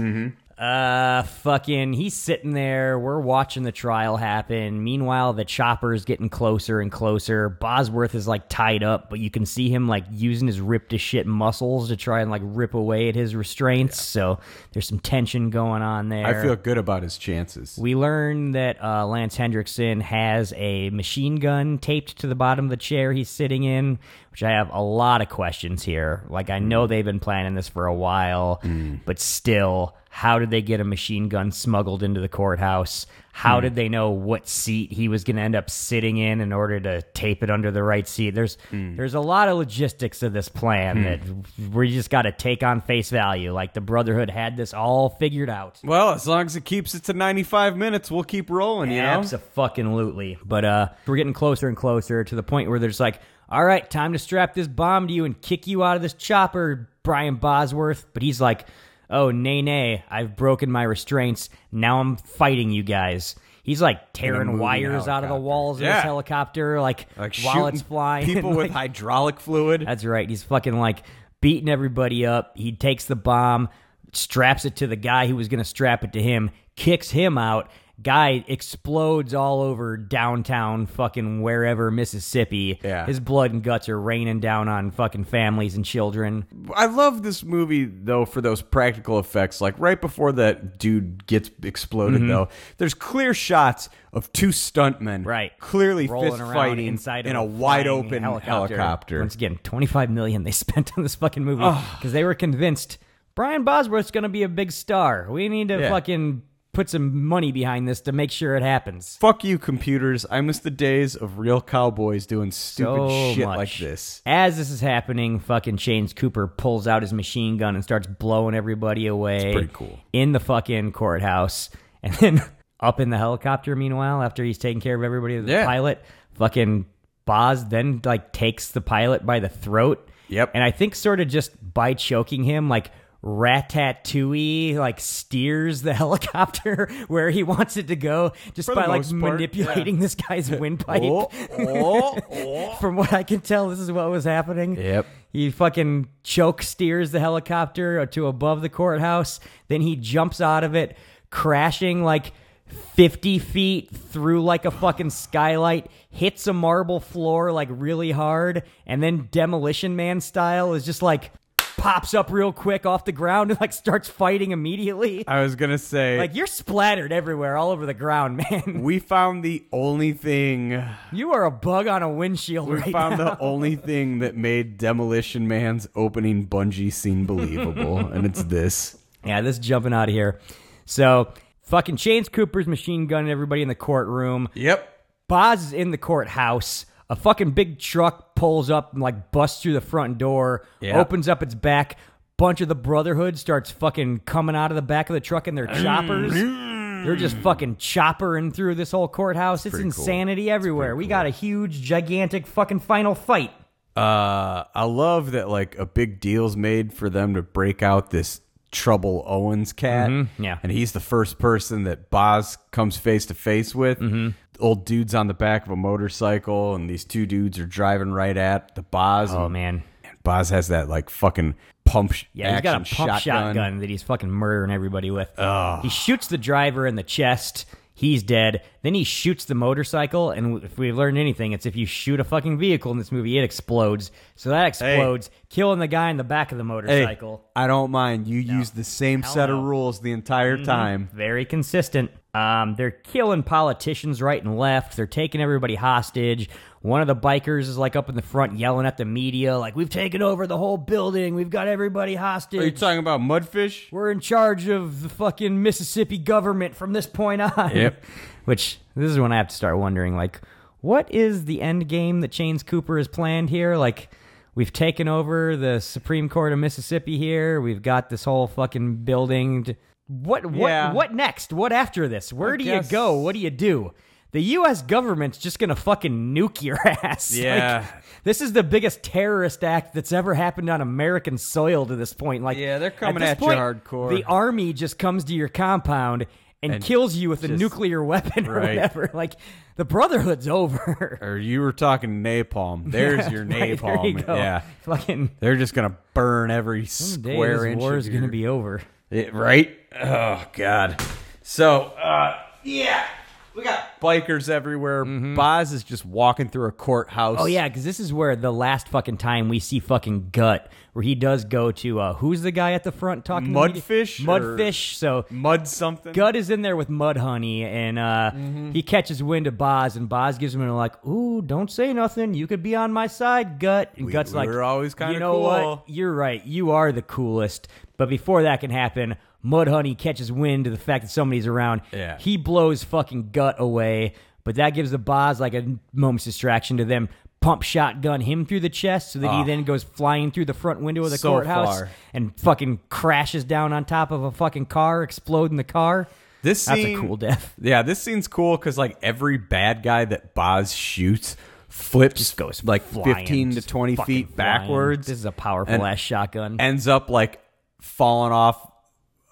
Speaker 4: Uh, fucking, he's sitting there. We're watching the trial happen. Meanwhile, the chopper's getting closer and closer. Bosworth is like tied up, but you can see him like using his ripped as shit muscles to try and like rip away at his restraints. So there's some tension going on there.
Speaker 3: I feel good about his chances.
Speaker 4: We learn that uh, Lance Hendrickson has a machine gun taped to the bottom of the chair he's sitting in, which I have a lot of questions here. Like, I know they've been planning this for a while, but still, how did they get a machine gun smuggled into the courthouse? How did they know what seat he was going to end up sitting in in order to tape it under the right seat? There's there's a lot of logistics of this plan that we just got to take on face value. Like the Brotherhood had this all figured out.
Speaker 3: Well, as long as it keeps it to 95 minutes, we'll keep rolling, you know?
Speaker 4: Absolutely. But uh, we're getting closer and closer to the point where there's like, all right, time to strap this bomb to you and kick you out of this chopper, Brian Bosworth. But he's like, oh, nay, nay, I've broken my restraints. Now I'm fighting you guys. He's like tearing
Speaker 3: moving
Speaker 4: wires out of the
Speaker 3: helicopter.
Speaker 4: walls of
Speaker 3: Yeah.
Speaker 4: this helicopter, like,
Speaker 3: Like
Speaker 4: while
Speaker 3: shooting
Speaker 4: it's flying.
Speaker 3: people
Speaker 4: like,
Speaker 3: with hydraulic fluid.
Speaker 4: that's right. He's fucking like beating everybody up. He takes the bomb, straps it to the guy who was going to strap it to him, kicks him out. Guy explodes all over downtown, fucking wherever, Mississippi.
Speaker 3: Yeah.
Speaker 4: His blood and guts are raining down on fucking families and children.
Speaker 3: I love this movie though for those practical effects. Like right before that dude gets exploded,
Speaker 4: Mm-hmm.
Speaker 3: though, there's clear shots of two stuntmen,
Speaker 4: Right.
Speaker 3: Clearly
Speaker 4: Rolling
Speaker 3: fist
Speaker 4: around
Speaker 3: fighting
Speaker 4: inside
Speaker 3: in
Speaker 4: of
Speaker 3: a wide
Speaker 4: flying
Speaker 3: open
Speaker 4: helicopter.
Speaker 3: helicopter.
Speaker 4: Once again, 25 million they spent on this fucking movie because they were convinced Brian Bosworth's going to be a big star. We need to
Speaker 3: Yeah.
Speaker 4: fucking put some money behind this to make sure it happens.
Speaker 3: Fuck you, computers! I miss the days of real cowboys doing stupid
Speaker 4: so
Speaker 3: shit
Speaker 4: much.
Speaker 3: like this.
Speaker 4: As this is happening, fucking Shane's Cooper pulls out his machine gun and starts blowing everybody away.
Speaker 3: pretty cool.
Speaker 4: In the fucking courthouse. And then up in the helicopter, meanwhile, after he's taking care of everybody, the
Speaker 3: Yeah.
Speaker 4: pilot, fucking Boz then like takes the pilot by the throat.
Speaker 3: Yep.
Speaker 4: And I think sort of just by choking him, like Ratatouille like steers the helicopter where he wants it to go just
Speaker 3: For the
Speaker 4: by like
Speaker 3: most part, yeah.
Speaker 4: manipulating this guy's windpipe.
Speaker 3: Oh, oh, oh.
Speaker 4: From what I can tell, this is what was happening.
Speaker 3: Yep.
Speaker 4: He fucking choke steers the helicopter to above the courthouse. Then he jumps out of it, crashing like 50 feet through like a fucking skylight, hits a marble floor like really hard, and then Demolition Man style is just like pops up real quick off the ground and like starts fighting immediately.
Speaker 3: I was gonna say,
Speaker 4: Like you're splattered everywhere, all over the ground, man.
Speaker 3: we found the only thing
Speaker 4: You are a bug on a windshield
Speaker 3: We
Speaker 4: right
Speaker 3: found
Speaker 4: now.
Speaker 3: the only thing that made Demolition Man's opening bungee scene believable, and it's this.
Speaker 4: Yeah, this is jumping out of here. So fucking Chains Cooper's machine gunning everybody in the courtroom.
Speaker 3: Yep.
Speaker 4: Boz is in the courthouse. A fucking big truck pulls up and like busts through the front door,
Speaker 3: Yeah.
Speaker 4: opens up its back. Bunch of the Brotherhood starts fucking coming out of the back of the truck in their choppers. They're just fucking choppering through this whole courthouse. Mm. It's, insanity everywhere. We got a huge, gigantic fucking final fight.
Speaker 3: Uh, I love that like a big deal's made for them to break out this Trouble Owens cat.
Speaker 4: Mm-hmm. yeah.
Speaker 3: and he's the first person that Boz comes face to face with.
Speaker 4: Mm-hmm.
Speaker 3: Old dude's on the back of a motorcycle, and these two dudes are driving right at the Boz.
Speaker 4: Oh
Speaker 3: and
Speaker 4: man.
Speaker 3: Boz has that like fucking pump. sh-
Speaker 4: Yeah, he's got a
Speaker 3: action
Speaker 4: pump shotgun. that he's fucking murdering everybody with. He shoots the driver in the chest. He's dead. Then he shoots the motorcycle. And if we've learned anything, it's if you shoot a fucking vehicle in this movie, it explodes. So that explodes, killing the guy in the back of the
Speaker 3: Hey,
Speaker 4: motorcycle.
Speaker 3: I don't mind. You use the same set
Speaker 4: no. Mm-hmm.
Speaker 3: of rules the entire time.
Speaker 4: Very consistent. Um, they're killing politicians right and left. They're taking everybody hostage. One of the bikers is like up in the front yelling at the media, like, We've taken over the whole building. We've got everybody hostage.
Speaker 3: Are you talking about mudfish?
Speaker 4: we're in charge of the fucking Mississippi government from this point on.
Speaker 3: Yep.
Speaker 4: Which this is when I have to start wondering, like, what is the end game that Chains Cooper has planned here? Like, we've taken over the Supreme Court of Mississippi here. We've got this whole fucking building. d- What what
Speaker 3: Yeah.
Speaker 4: what next? What after this? Where do
Speaker 3: guess-
Speaker 4: you go? What do you do? The U.S. government's just gonna fucking nuke your ass. Like,
Speaker 3: Yeah.
Speaker 4: this is the biggest terrorist act that's ever happened on American soil to this point. Like,
Speaker 3: Yeah, they're coming
Speaker 4: this
Speaker 3: at you
Speaker 4: point,
Speaker 3: hardcore.
Speaker 4: The army just comes to your compound and,
Speaker 3: And
Speaker 4: kills you with a
Speaker 3: just-
Speaker 4: nuclear weapon or
Speaker 3: Right.
Speaker 4: whatever. Like the Brotherhood's over.
Speaker 3: Or you were talking napalm. There's your
Speaker 4: Right,
Speaker 3: napalm.
Speaker 4: there you go.
Speaker 3: Yeah.
Speaker 4: Fucking-
Speaker 3: They're just gonna burn every
Speaker 4: Someday
Speaker 3: square
Speaker 4: this
Speaker 3: inch.
Speaker 4: war
Speaker 3: of
Speaker 4: is gonna
Speaker 3: your-
Speaker 4: be over.
Speaker 3: It- right? Oh God. So uh yeah. We got bikers everywhere. Boz is just walking through a courthouse.
Speaker 4: Mm-hmm. Oh yeah, because this is where the last fucking time we see fucking gut, where he does go to uh, who's the guy at the front talking? to the media?
Speaker 3: Mudfish or-
Speaker 4: Mudfish. So
Speaker 3: Mud something.
Speaker 4: Gut is in there with Mud Honey, and uh,
Speaker 3: Mm-hmm.
Speaker 4: he catches wind of Boz, and Boz gives him an like, "Ooh, don't say nothing. You could be on my side, Gut." And
Speaker 3: We-
Speaker 4: Gut's like,
Speaker 3: we're always kinda
Speaker 4: you know
Speaker 3: cool."
Speaker 4: what? You're right. You are the coolest." But before that can happen, Mud Honey catches wind of the fact that somebody's around.
Speaker 3: Yeah.
Speaker 4: He blows fucking Gut away, but that gives the Boz like a moment's distraction to them. Pump shotgun him through the chest so that
Speaker 3: Ah.
Speaker 4: he then goes flying through the front window of the
Speaker 3: So
Speaker 4: courthouse
Speaker 3: far.
Speaker 4: and fucking crashes down on top of a fucking car, exploding the car.
Speaker 3: This
Speaker 4: That's
Speaker 3: scene-
Speaker 4: a cool death.
Speaker 3: Yeah, this scene's cool because like every bad guy that Boz shoots flips goes like
Speaker 4: flying,
Speaker 3: fifteen to
Speaker 4: just
Speaker 3: twenty
Speaker 4: fucking
Speaker 3: feet
Speaker 4: flying.
Speaker 3: backwards.
Speaker 4: This is a powerful
Speaker 3: and
Speaker 4: ass shotgun.
Speaker 3: Ends up like falling off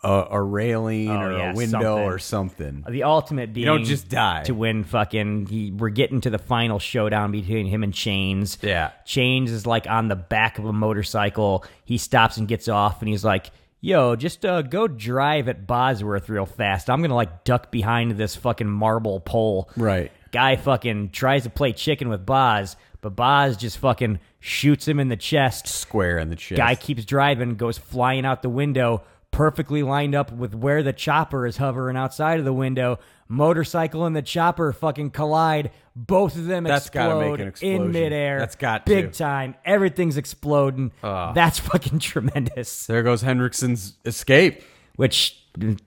Speaker 3: a, a railing or
Speaker 4: Oh, yeah,
Speaker 3: a window
Speaker 4: something.
Speaker 3: or something.
Speaker 4: the ultimate being
Speaker 3: You don't just die.
Speaker 4: to win fucking he, we're getting to the final showdown between him and Chains.
Speaker 3: Yeah.
Speaker 4: Chains is like on the back of a motorcycle. He stops and gets off and he's like, "Yo, just uh, go drive at Bosworth real fast. I'm going to like duck behind this fucking marble pole."
Speaker 3: Right.
Speaker 4: Guy fucking tries to play chicken with Boz, but Boz just fucking shoots him in the chest.
Speaker 3: Square in the chest.
Speaker 4: Guy keeps driving, goes flying out the window, perfectly lined up with where the chopper is hovering outside of the window. Motorcycle and the chopper fucking collide. Both of them
Speaker 3: That's gotta
Speaker 4: explode
Speaker 3: make an explosion.
Speaker 4: in midair.
Speaker 3: That's got
Speaker 4: big
Speaker 3: to.
Speaker 4: time. Everything's exploding.
Speaker 3: Ah.
Speaker 4: That's fucking tremendous.
Speaker 3: there goes Hendrickson's escape.
Speaker 4: Which,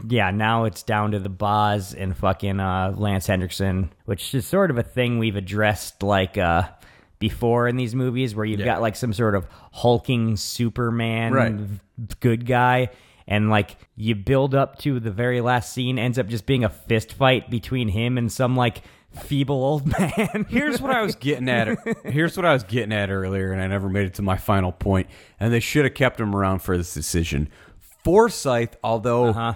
Speaker 4: yeah, now it's down to the Boz and fucking uh, Lance Hendrickson, which is sort of a thing we've addressed like uh, before in these movies where you've got like some sort of hulking Superman
Speaker 3: Right.
Speaker 4: v- good guy. And like you build up to the very last scene, ends up just being a fist fight between him and some like feeble old man.
Speaker 3: Here's what I was getting at. er, Here's what I was getting at earlier, and I never made it to my final point. And they should have kept him around for this decision. Forsyth, although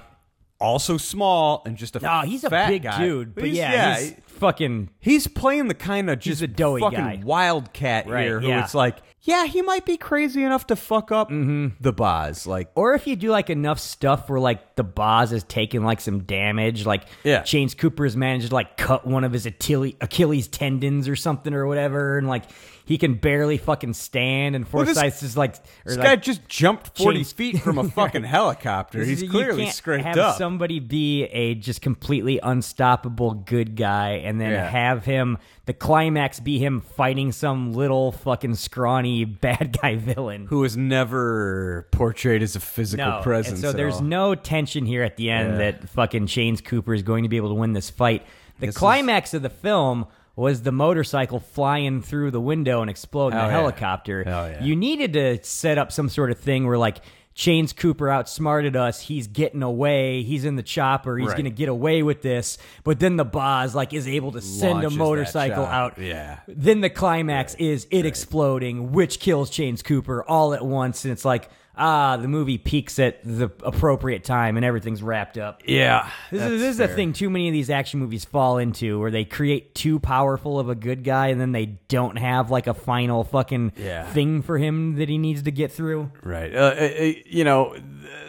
Speaker 3: also small and just a
Speaker 4: No, Uh-huh. Ah, he's a
Speaker 3: fat
Speaker 4: big
Speaker 3: guy,
Speaker 4: dude, but
Speaker 3: he's-
Speaker 4: yeah, he's
Speaker 3: he-
Speaker 4: fucking
Speaker 3: He's playing the kind of just
Speaker 4: a doughy
Speaker 3: fucking
Speaker 4: guy.
Speaker 3: wildcat
Speaker 4: Right,
Speaker 3: here, who
Speaker 4: yeah.
Speaker 3: it's like, yeah, he might be crazy enough to fuck up the Boz. Like,
Speaker 4: Mm-hmm. Or if you do like enough stuff where like the boss is taking like some damage, like
Speaker 3: Yeah.
Speaker 4: Chains Cooper has managed to like cut one of his Achille- Achilles tendons or something or whatever, and like he can barely fucking stand, and
Speaker 3: Well, this-
Speaker 4: Forsyth is like, or,
Speaker 3: this
Speaker 4: like,
Speaker 3: guy just jumped forty
Speaker 4: changed-
Speaker 3: feet from a fucking helicopter.
Speaker 4: this is-
Speaker 3: He's
Speaker 4: you
Speaker 3: clearly
Speaker 4: can't
Speaker 3: scraped
Speaker 4: have
Speaker 3: up.
Speaker 4: Somebody be a just completely unstoppable good guy, and then
Speaker 3: Yeah.
Speaker 4: have him the climax be him fighting some little fucking scrawny bad guy villain
Speaker 3: who was never portrayed as a physical
Speaker 4: and
Speaker 3: presence.
Speaker 4: so
Speaker 3: at
Speaker 4: there's
Speaker 3: all.
Speaker 4: no tension here at the end
Speaker 3: Yeah.
Speaker 4: that fucking Chains Cooper is going to be able to win this fight. The
Speaker 3: This is-
Speaker 4: climax of the film was the motorcycle flying through the window and exploding
Speaker 3: Hell
Speaker 4: the
Speaker 3: Oh, yeah.
Speaker 4: helicopter.
Speaker 3: Hell yeah.
Speaker 4: You needed to set up some sort of thing where like Chains Cooper outsmarted us. He's getting away. He's in the chopper. He's
Speaker 3: Right.
Speaker 4: going to get away with this. But then the boss like is able to send
Speaker 3: Launches
Speaker 4: a
Speaker 3: that
Speaker 4: motorcycle
Speaker 3: shot.
Speaker 4: out.
Speaker 3: Yeah.
Speaker 4: Then the climax is it exploding, which kills Chains Cooper all at once, and it's like ah, the movie peaks at the appropriate time, and everything's wrapped up.
Speaker 3: Yeah,
Speaker 4: This
Speaker 3: that's
Speaker 4: is this is
Speaker 3: fair.
Speaker 4: a thing too many of these action movies fall into where they create too powerful of a good guy and then they don't have like a final fucking
Speaker 3: Yeah.
Speaker 4: thing for him that he needs to get through.
Speaker 3: Right. Uh, uh, uh, you know, th-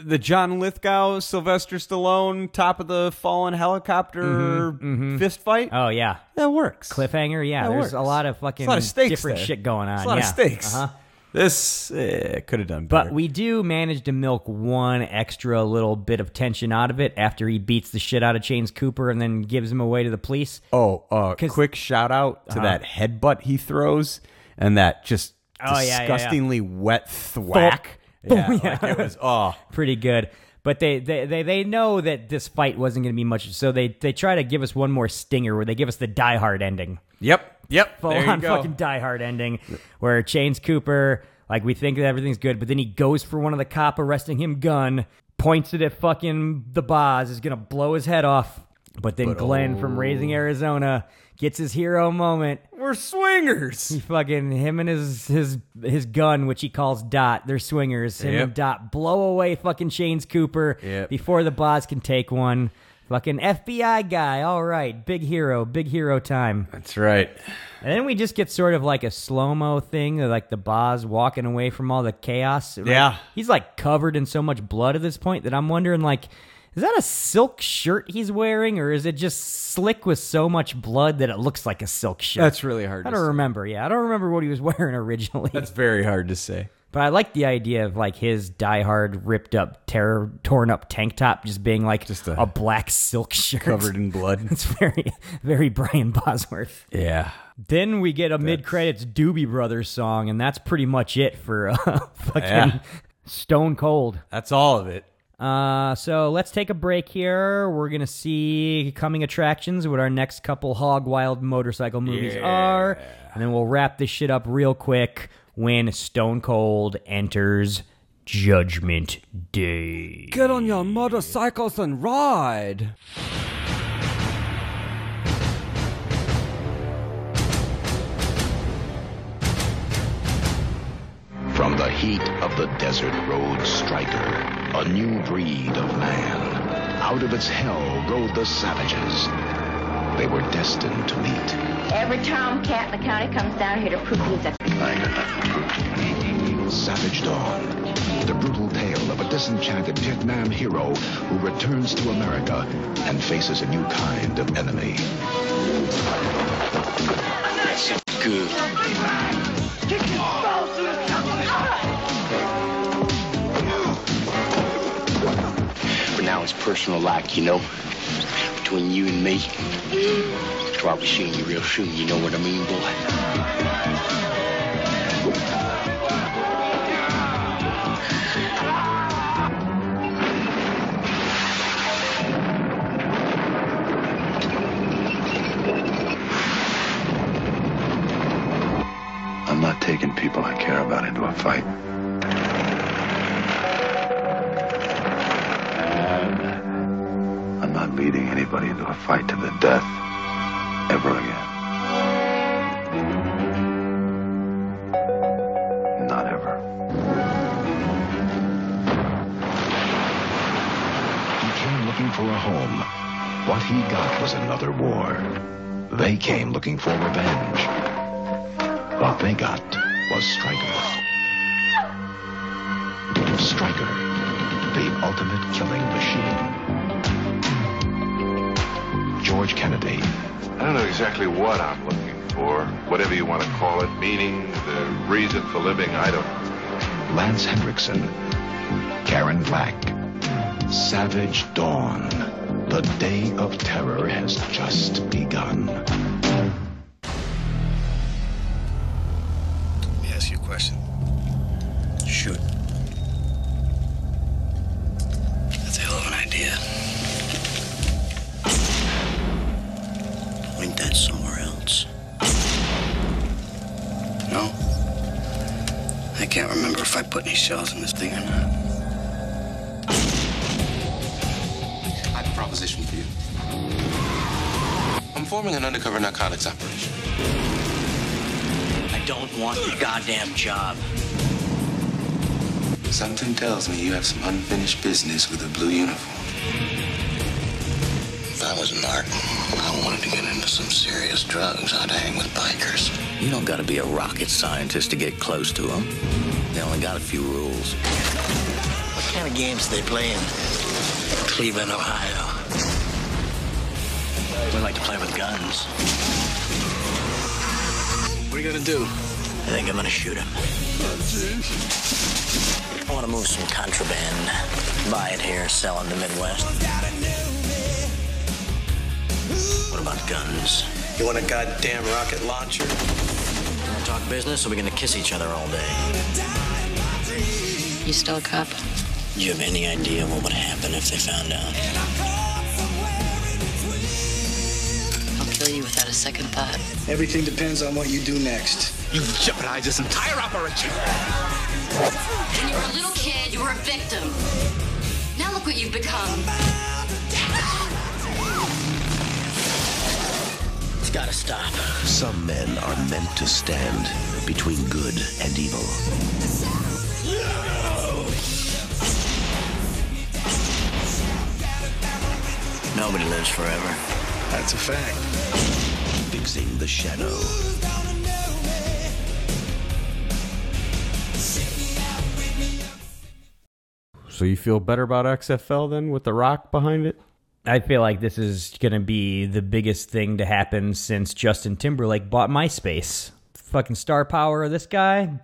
Speaker 3: the John Lithgow, Sylvester Stallone, top of the fallen helicopter fist fight.
Speaker 4: Mm-hmm. Oh yeah.
Speaker 3: that works.
Speaker 4: Cliffhanger, yeah.
Speaker 3: That
Speaker 4: there's
Speaker 3: works.
Speaker 4: a lot of fucking
Speaker 3: There's a lot of stakes
Speaker 4: different
Speaker 3: there.
Speaker 4: shit going on.
Speaker 3: There's a lot
Speaker 4: yeah.
Speaker 3: of stakes.
Speaker 4: Uh-huh.
Speaker 3: This eh, could have done better.
Speaker 4: But we do manage to milk one extra little bit of tension out of it after he beats the shit out of Chains Cooper and then gives him away to the police.
Speaker 3: Oh, uh,
Speaker 4: 'Cause- Uh-huh.
Speaker 3: quick shout out to that headbutt he throws and that just
Speaker 4: Oh, yeah, yeah, yeah.
Speaker 3: disgustingly wet thwack. Yeah, like it was oh
Speaker 4: Pretty good. But they, they, they, they know that this fight wasn't going to be much, so they, they try to give us one more stinger where they give us the Die Hard ending.
Speaker 3: yep yep
Speaker 4: Full
Speaker 3: there you
Speaker 4: on
Speaker 3: go.
Speaker 4: fucking Die Hard ending where Chains Cooper, like we think that everything's good, but then he goes for one of the cop arresting him gun, points it at fucking the Boz, is going to blow his head off. But then Glenn
Speaker 3: oh.
Speaker 4: from Raising Arizona gets his hero moment
Speaker 3: We're swingers.
Speaker 4: He fucking him and his his his gun, which he calls Dot. They're swingers. Him
Speaker 3: Yep.
Speaker 4: and Dot blow away fucking Shane's Cooper
Speaker 3: Yep.
Speaker 4: before the boss can take one. Fucking FBI guy. All right. Big hero. Big hero time.
Speaker 3: That's right.
Speaker 4: And then we just get sort of like a slow mo thing, of like the boss walking away from all the chaos. right?
Speaker 3: Yeah.
Speaker 4: He's like covered in so much blood at this point that I'm wondering, like, is that a silk shirt he's wearing, or is it just slick with so much blood that it looks like a silk shirt?
Speaker 3: That's really hard
Speaker 4: I
Speaker 3: to
Speaker 4: don't
Speaker 3: say.
Speaker 4: remember. Yeah, I don't remember what he was wearing originally.
Speaker 3: That's very hard to say.
Speaker 4: But I like the idea of like his diehard ripped up, terror torn up tank top just being like just a, black silk shirt
Speaker 3: Covered in blood.
Speaker 4: It's very, very Brian Bosworth.
Speaker 3: Yeah.
Speaker 4: Then we get a mid credits Doobie Brothers song, and that's pretty much it for uh, fucking
Speaker 3: Yeah.
Speaker 4: Stone Cold.
Speaker 3: That's all of it.
Speaker 4: Uh, so let's take a break here. We're gonna see coming attractions, what our next couple hog wild motorcycle movies are, and then we'll wrap this shit up real quick when Stone Cold enters Judgment Day.
Speaker 3: Get on your motorcycles and ride.
Speaker 13: From the heat of the desert rode Striker, a new breed of man. Out of its hell rode the savages. They were destined to meet.
Speaker 14: Every tomcat in the county comes down here to prove he's a
Speaker 13: Savage Dawn, the brutal tale of a disenchanted Vietnam hero who returns to America and faces a new kind of enemy. That's good.
Speaker 6: But now it's personal, like, you know, between you and me. It's probably seeing you real soon, you know what I mean, boy?
Speaker 12: I'm not taking people I care about into a fight. I'm not leading anybody into a fight to the death ever again. Not ever.
Speaker 13: He came looking for a home. What he got was another war. They came looking for revenge. What they got was Stryker. Stryker, the ultimate killing machine. George Kennedy,
Speaker 15: I don't know exactly what I'm looking for, whatever you want to call it, meaning, the reason for living, I don't know.
Speaker 13: Lance Hendrickson, Karen Black, Savage Dawn. The day of terror has just begun.
Speaker 12: Let me ask you a question. Shoot. That's a hell of an idea. Point that somewhere else. No? I can't remember if I put any shells in this thing or not.
Speaker 16: I have a proposition for you. I'm forming an undercover narcotics operation.
Speaker 12: I don't want the goddamn job.
Speaker 16: Something tells me you have some unfinished business with a blue uniform.
Speaker 12: If I was Martin, I wanted to get into some serious drugs. I'd hang with bikers. You don't gotta be a rocket scientist to get close to them. They only got a few rules. What kind of games do they play in Cleveland, Ohio? We like to play with guns. What are you gonna do? I think I'm gonna shoot him. I wanna move some contraband. Buy it here, sell in the Midwest. What about guns? You want a goddamn rocket launcher? Wanna talk business or we gonna kiss each other all day?
Speaker 17: You still a cop?
Speaker 12: Do you have any idea what would happen if they found out?
Speaker 17: I'll kill you without a second thought.
Speaker 18: Everything depends on what you do next. You jeopardize this entire operation.
Speaker 17: When you were a little kid, you were a victim. Now look what you've become.
Speaker 12: It's gotta stop.
Speaker 13: Some men are meant to stand between good and evil.
Speaker 12: Nobody lives forever. That's a fact. Fixing the shadow.
Speaker 3: So you feel better about XFL then with The Rock behind it?
Speaker 4: I feel like this is going to be the biggest thing to happen since Justin Timberlake bought MySpace. Fucking star power of this guy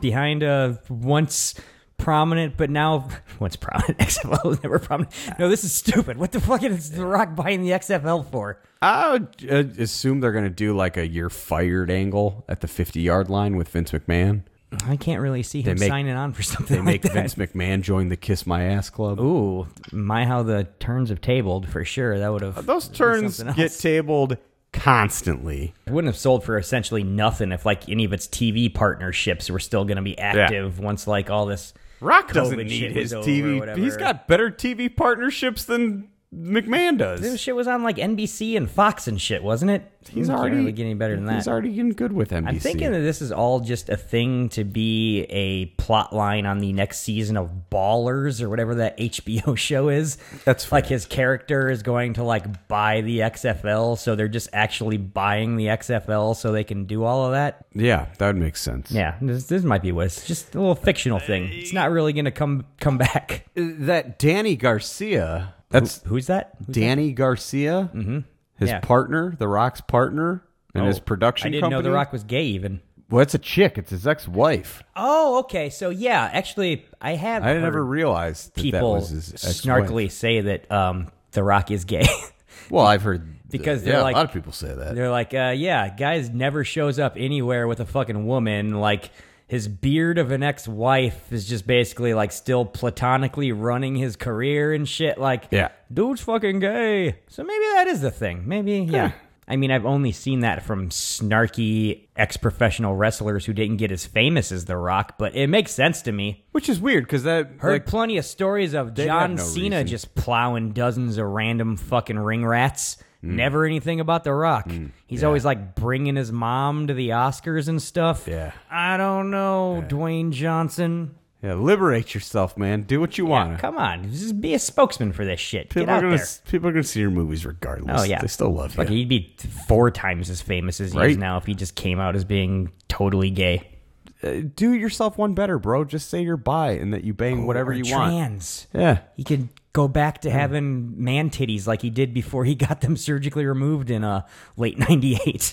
Speaker 4: behind a once prominent, but now once prominent XFL was never prominent. No, this is stupid. What the fuck is The Rock buying the XFL for?
Speaker 3: I would uh, assume they're going to do like a you're fired angle at the 50 yard line with Vince McMahon.
Speaker 4: I can't really see
Speaker 3: They
Speaker 4: him
Speaker 3: make-
Speaker 4: signing on for something
Speaker 3: They
Speaker 4: like
Speaker 3: make
Speaker 4: that.
Speaker 3: Vince McMahon join the Kiss My Ass Club.
Speaker 4: Ooh, my how the turns have tabled for sure. That would have
Speaker 3: Those turns get tabled constantly.
Speaker 4: It wouldn't have sold for essentially nothing if like any of its TV partnerships were still going to be active once like all this
Speaker 3: Rock
Speaker 4: COVID
Speaker 3: doesn't
Speaker 4: shit was
Speaker 3: need his
Speaker 4: over or
Speaker 3: TV.
Speaker 4: whatever.
Speaker 3: He's got better TV partnerships than McMahon
Speaker 4: this
Speaker 3: does.
Speaker 4: shit was on like NBC and Fox and shit, wasn't it?
Speaker 3: He's
Speaker 4: You can't
Speaker 3: already
Speaker 4: really get any better than that.
Speaker 3: He's already getting good with NBC.
Speaker 4: I'm thinking that this is all just a thing to be a plot line on the next season of Ballers or whatever that HBO show is.
Speaker 3: That's
Speaker 4: like his character is going to like buy the XFL, so they're just actually buying the XFL so they can do all of that.
Speaker 3: yeah, that would make sense.
Speaker 4: Yeah, this, this might be what it's just a little fictional thing. It's not really going to come come back.
Speaker 3: Uh, That Danny Garcia. That's
Speaker 4: who's that? Who's
Speaker 3: Danny Garcia,
Speaker 4: Mhm.
Speaker 3: his
Speaker 4: Yeah.
Speaker 3: partner, The Rock's partner, and
Speaker 4: Oh,
Speaker 3: his production
Speaker 4: I didn't
Speaker 3: company.
Speaker 4: know The Rock was gay even.
Speaker 3: Well, it's a chick. It's his ex-wife.
Speaker 4: Oh, okay. So yeah, actually, I have.
Speaker 3: I never
Speaker 4: heard
Speaker 3: realized that that
Speaker 4: people
Speaker 3: was his ex-wife.
Speaker 4: snarkily say that um, the Rock is gay.
Speaker 3: Well, I've heard uh,
Speaker 4: because
Speaker 3: yeah,
Speaker 4: they're like
Speaker 3: a lot of people say that.
Speaker 4: They're like, uh, yeah, guys never shows up anywhere with a fucking woman. Like his beard of an ex-wife is just basically like still platonically running his career and shit. Like,
Speaker 3: Yeah.
Speaker 4: dude's fucking gay. So maybe that is the thing. Maybe yeah. I mean, I've only seen that from snarky ex-professional wrestlers who didn't get as famous as The Rock, but it makes sense to me.
Speaker 3: Which is weird because that
Speaker 4: Heard
Speaker 3: like,
Speaker 4: plenty of stories of
Speaker 3: They'd
Speaker 4: John
Speaker 3: have no
Speaker 4: Cena
Speaker 3: reason.
Speaker 4: just plowing dozens of random fucking ring rats.
Speaker 3: Mm.
Speaker 4: Never anything about The Rock. He's always like bringing his mom to the Oscars and stuff.
Speaker 3: Yeah.
Speaker 4: I don't know, Dwayne Johnson.
Speaker 3: yeah, liberate yourself, man. Do what you want.
Speaker 4: Come on, just be a spokesman for this shit.
Speaker 3: People
Speaker 4: Get out
Speaker 3: are gonna
Speaker 4: there.
Speaker 3: people are gonna see your movies regardless.
Speaker 4: Oh yeah,
Speaker 3: they still love you.
Speaker 4: Like he'd be four times as famous as he
Speaker 3: Right.
Speaker 4: is now if he just came out as being totally gay.
Speaker 3: Uh, do yourself one better, bro. Just say you're bi and that you bang whatever
Speaker 4: or
Speaker 3: you want.
Speaker 4: trans.
Speaker 3: Yeah.
Speaker 4: He could go back
Speaker 3: Hmm.
Speaker 4: to having man titties like he did before he got them surgically removed in uh, late 98.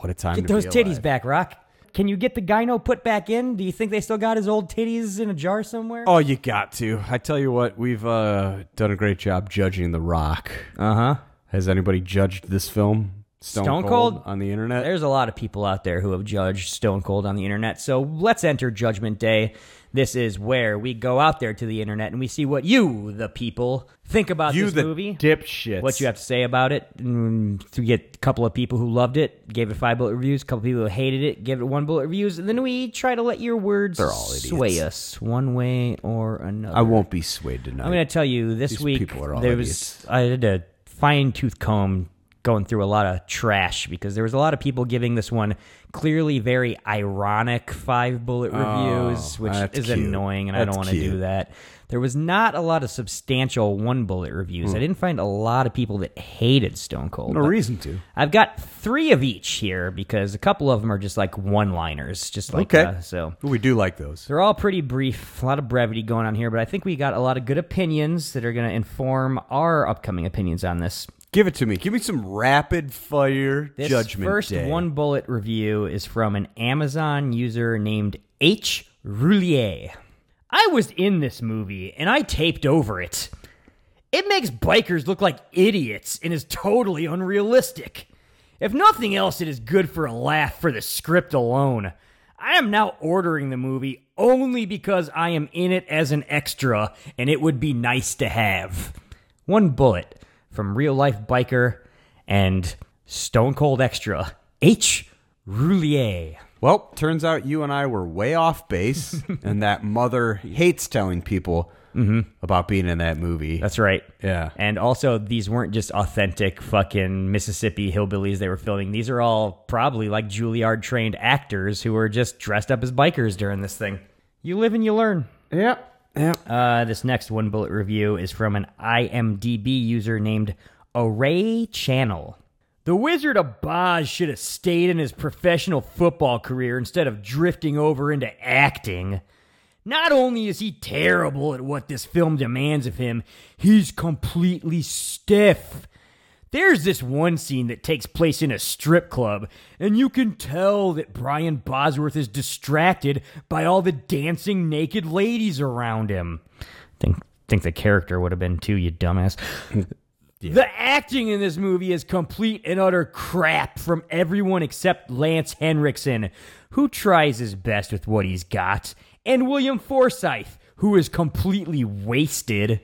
Speaker 3: What a time
Speaker 4: Get
Speaker 3: to
Speaker 4: those
Speaker 3: be
Speaker 4: titties
Speaker 3: alive.
Speaker 4: back, Rock. Can you get the gyno put back in? Do you think they still got his old titties in a jar somewhere?
Speaker 3: Oh, you got to. I tell you what, we've uh, done a great job judging The Rock.
Speaker 4: Uh huh.
Speaker 3: Has anybody judged this film? Stone, on the internet.
Speaker 4: There's a lot of people out there who have judged Stone Cold on the internet. So let's enter Judgment Day. This is where we go out there to the internet and we see what you, the people, think about
Speaker 3: You
Speaker 4: this
Speaker 3: the
Speaker 4: movie.
Speaker 3: dipshits.
Speaker 4: What you have to say about it. And to get a couple of people who loved it, gave it five bullet reviews. A couple people who hated it, gave it one bullet reviews. And then we try to let your words
Speaker 3: They're all idiots.
Speaker 4: sway us one way or another.
Speaker 3: I won't be swayed tonight.
Speaker 4: I'm going to tell you this
Speaker 3: These
Speaker 4: week
Speaker 3: people are all
Speaker 4: there
Speaker 3: idiots.
Speaker 4: was I did a fine tooth comb going through a lot of trash because there was a lot of people giving this one clearly very ironic five bullet
Speaker 3: Oh,
Speaker 4: reviews, which
Speaker 3: that's
Speaker 4: is
Speaker 3: cute.
Speaker 4: annoying and I
Speaker 3: That's
Speaker 4: don't want to do
Speaker 3: cute.
Speaker 4: that. There was not a lot of substantial one bullet reviews.
Speaker 3: Hmm.
Speaker 4: I didn't find a lot of people that hated Stone Cold.
Speaker 3: No
Speaker 4: but
Speaker 3: reason to.
Speaker 4: I've got three of each here because a couple of them are just like one liners, just like
Speaker 3: okay.
Speaker 4: uh, so.
Speaker 3: we do like those.
Speaker 4: They're all pretty brief, a lot of brevity going on here, but I think we got a lot of good opinions that are going to inform our upcoming opinions on this.
Speaker 3: Give it to me. Give me some rapid fire
Speaker 4: This
Speaker 3: judgment.
Speaker 4: first
Speaker 3: day.
Speaker 4: one bullet review is from an Amazon user named H. Roulier. I was in this movie and I taped over it. It makes bikers look like idiots and is totally unrealistic. If nothing else, it is good for a laugh for the script alone. I am now ordering the movie only because I am in it as an extra and it would be nice to have. One bullet from real life biker and Stone Cold Extra, H. Roulier.
Speaker 3: Well, turns out you and I were way off base, and that mother hates telling people about being in that movie.
Speaker 4: That's right.
Speaker 3: Yeah.
Speaker 4: And also, these weren't just authentic fucking Mississippi hillbillies they were filming. These are all probably like Juilliard trained actors who were just dressed up as bikers during this thing. You live and you learn.
Speaker 3: Yep.
Speaker 4: Uh, this next one bullet review is from an IMDb user named Array Channel. The Wizard of Oz should have stayed in his professional football career instead of drifting over into acting. Not only is he terrible at what this film demands of him, he's completely stiff. There's this one scene that takes place in a strip club, and you can tell that Brian Bosworth is distracted by all the dancing naked ladies around him. Think think the character would have been too, you dumbass. The acting in this movie is complete and utter crap from everyone except Lance Henriksen, who tries his best with what he's got, and William Forsythe, who is completely wasted.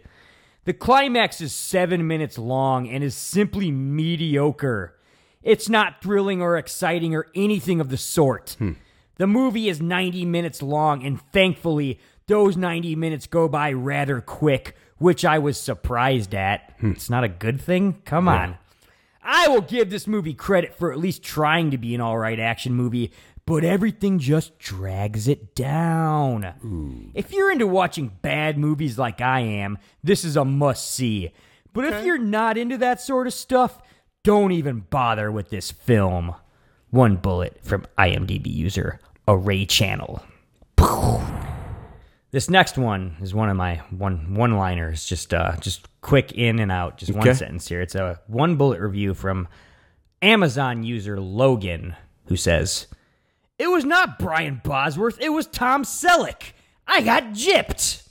Speaker 4: The climax is seven minutes long and is simply mediocre. It's not thrilling or exciting or anything of the sort. The movie is 90 minutes long, and thankfully, those 90 minutes go by rather quick, which I was surprised at. It's not a good thing? Come on. I will give this movie credit for at least trying to be an all right action movie, but everything just drags it down. If you're into watching bad movies like I am, this is a must see. But if you're not into that sort of stuff, don't even bother with this film. One bullet from IMDb user Array Channel. Pow. This next one is one of my one one liners, just uh, just quick in and out, just
Speaker 3: Okay.
Speaker 4: one sentence here. It's a one bullet review from Amazon user Logan, who says, "It was not Brian Bosworth, it was Tom Selleck. I got gypped."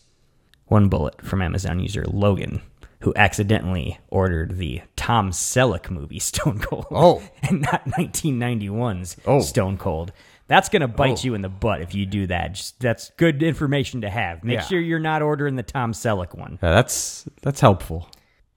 Speaker 4: One bullet from Amazon user Logan, who accidentally ordered the Tom Selleck movie Stone Cold. Oh. and not 1991's Stone Cold. That's going to bite you in the butt if you do that. Just, that's good information to have. Make
Speaker 3: Yeah.
Speaker 4: sure you're not ordering the Tom Selleck one.
Speaker 3: Yeah, that's that's helpful.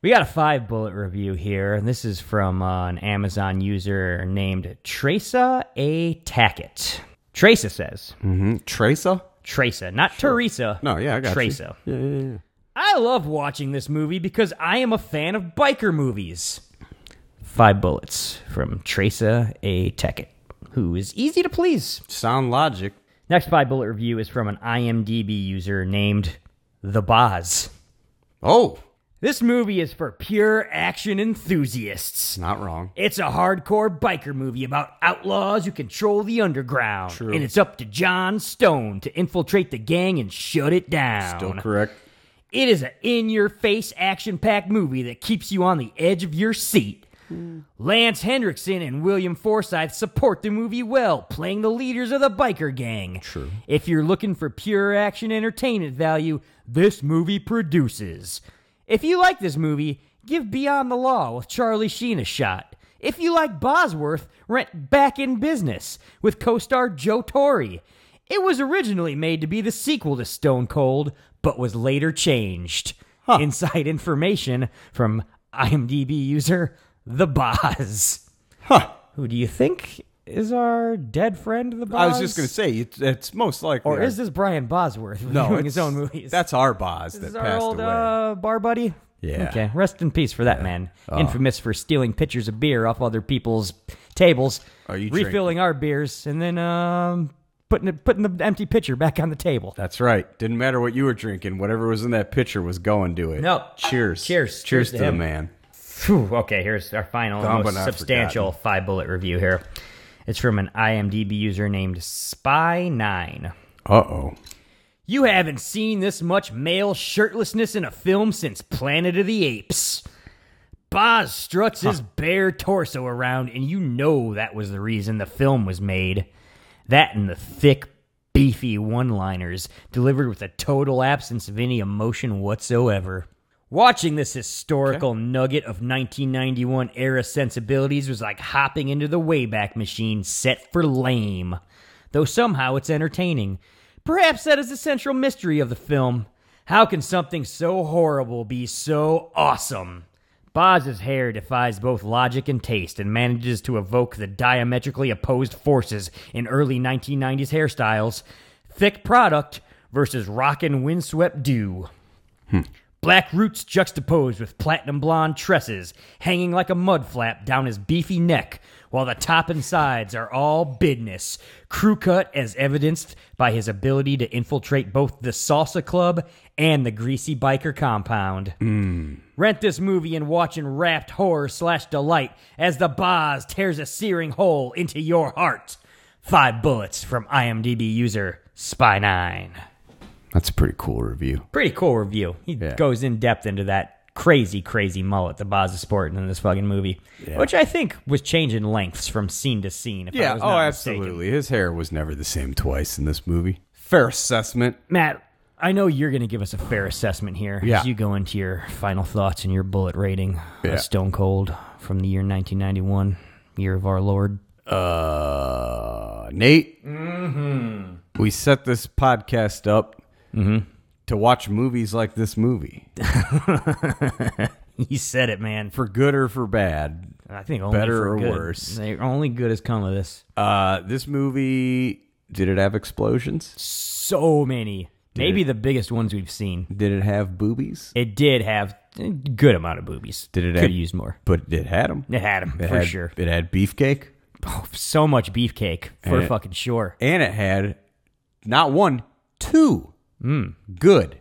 Speaker 4: We got a five bullet review here, and this is from uh, an Amazon user named Tresa A. Tackett. Tresa says.
Speaker 3: Mm-hmm. Tresa?
Speaker 4: Tresa, not Teresa.
Speaker 3: No, yeah, I got you.
Speaker 4: Tresa. Yeah, yeah, yeah. I love watching this movie because I am a fan of biker movies. Five bullets from Tresa A. Tackett, who is easy to please.
Speaker 3: Sound logic.
Speaker 4: Next five bullet review is from an IMDb user named The Boz.
Speaker 3: Oh.
Speaker 4: This movie is for pure action enthusiasts.
Speaker 3: Not wrong.
Speaker 4: It's a hardcore biker movie about outlaws who control the underground.
Speaker 3: True.
Speaker 4: And it's up to John Stone to infiltrate the gang and shut it down.
Speaker 3: Still correct.
Speaker 4: It is an in your face action packed movie that keeps you on the edge of your seat. Lance Hendrickson and William Forsythe support the movie well, playing the leaders of the biker gang. True. If you're looking for pure action entertainment value, this movie produces. If you like this movie, give Beyond the Law with Charlie Sheen a shot. If you like Bosworth, rent Back in Business with co star Joe Torre. It was originally made to be the sequel to Stone Cold, but was later changed. Inside information from IMDb user The Boz. Huh. Who do you think is our dead friend, The Boz?
Speaker 3: I was just gonna say it's, it's most likely.
Speaker 4: Or is this Brian Bosworth
Speaker 3: no
Speaker 4: doing his
Speaker 3: it's-
Speaker 4: own movies?
Speaker 3: That's our Boz
Speaker 4: This
Speaker 3: that
Speaker 4: is our
Speaker 3: passed
Speaker 4: old
Speaker 3: away.
Speaker 4: Uh, bar buddy.
Speaker 3: Yeah.
Speaker 4: Okay. Rest in peace for that man.
Speaker 3: Oh.
Speaker 4: Infamous for stealing pitchers of beer off other people's tables,
Speaker 3: Are you
Speaker 4: refilling our beers, and then um, putting it, putting the empty pitcher back on the table.
Speaker 3: That's right. Didn't matter what you were drinking. Whatever was in that pitcher was going to it.
Speaker 4: No.
Speaker 3: Cheers.
Speaker 4: Cheers.
Speaker 3: Cheers
Speaker 4: Cheers to
Speaker 3: to the
Speaker 4: him.
Speaker 3: man.
Speaker 4: Phew, okay, here's our final
Speaker 3: Gone but
Speaker 4: most
Speaker 3: not
Speaker 4: substantial five bullet review here. It's from an IMDb user named Spy9.
Speaker 3: Uh oh.
Speaker 4: You haven't seen this much male shirtlessness in a film since Planet of the Apes. Boz struts his bare torso around, and you know that was the reason the film was made. That and the thick, beefy one liners delivered with a total absence of any emotion whatsoever. Watching this historical nugget of 1991 era sensibilities was like hopping into the Wayback Machine set for lame, though somehow it's entertaining. Perhaps that is the central mystery of the film. How can something so horrible be so awesome? Boz's hair defies both logic and taste and manages to evoke the diametrically opposed forces in early 1990s hairstyles. Thick product versus rockin' windswept dew. Black roots juxtaposed with platinum blonde tresses hanging like a mud flap down his beefy neck, while the top and sides are all business. Crew cut as evidenced by his ability to infiltrate both the salsa club and the greasy biker compound. Rent this movie and watch in rapt horror slash delight as the Boz tears a searing hole into your heart. Five bullets from IMDb user Spy9.
Speaker 7: That's a pretty cool review.
Speaker 4: Pretty cool review. He goes in depth into that crazy, crazy mullet the Boz is sporting in this fucking movie, which I think was changing lengths from scene to scene. If I
Speaker 3: yeah.
Speaker 4: was
Speaker 3: Oh,
Speaker 4: not mistaken.
Speaker 3: absolutely. His hair was never the same twice in this movie. Fair assessment.
Speaker 4: Matt, I know you're going to give us a fair assessment here
Speaker 3: Yeah.
Speaker 4: as you go into your final thoughts and your bullet rating
Speaker 3: Yeah.
Speaker 4: of Stone Cold from the year 1991, year of our Lord.
Speaker 3: Uh, Nate,
Speaker 4: Mm-hmm.
Speaker 3: we set this podcast up to watch movies like this movie.
Speaker 4: you said it, man.
Speaker 3: For good or for bad.
Speaker 4: I think only
Speaker 3: better
Speaker 4: for
Speaker 3: or
Speaker 4: good.
Speaker 3: worse.
Speaker 4: They're only good has come of this.
Speaker 3: Uh, this movie did it have explosions?
Speaker 4: So many.
Speaker 3: Did
Speaker 4: Maybe
Speaker 3: it-
Speaker 4: the biggest ones we've seen.
Speaker 3: Did it have boobies?
Speaker 4: It did have a good amount of boobies.
Speaker 3: Did it
Speaker 4: Could
Speaker 3: have-
Speaker 4: have used more.
Speaker 3: But it had them.
Speaker 4: It had 'em, for sure.
Speaker 3: It had beefcake.
Speaker 4: Oh, so much beefcake for
Speaker 3: And it-
Speaker 4: fucking sure.
Speaker 3: And it had not one, two good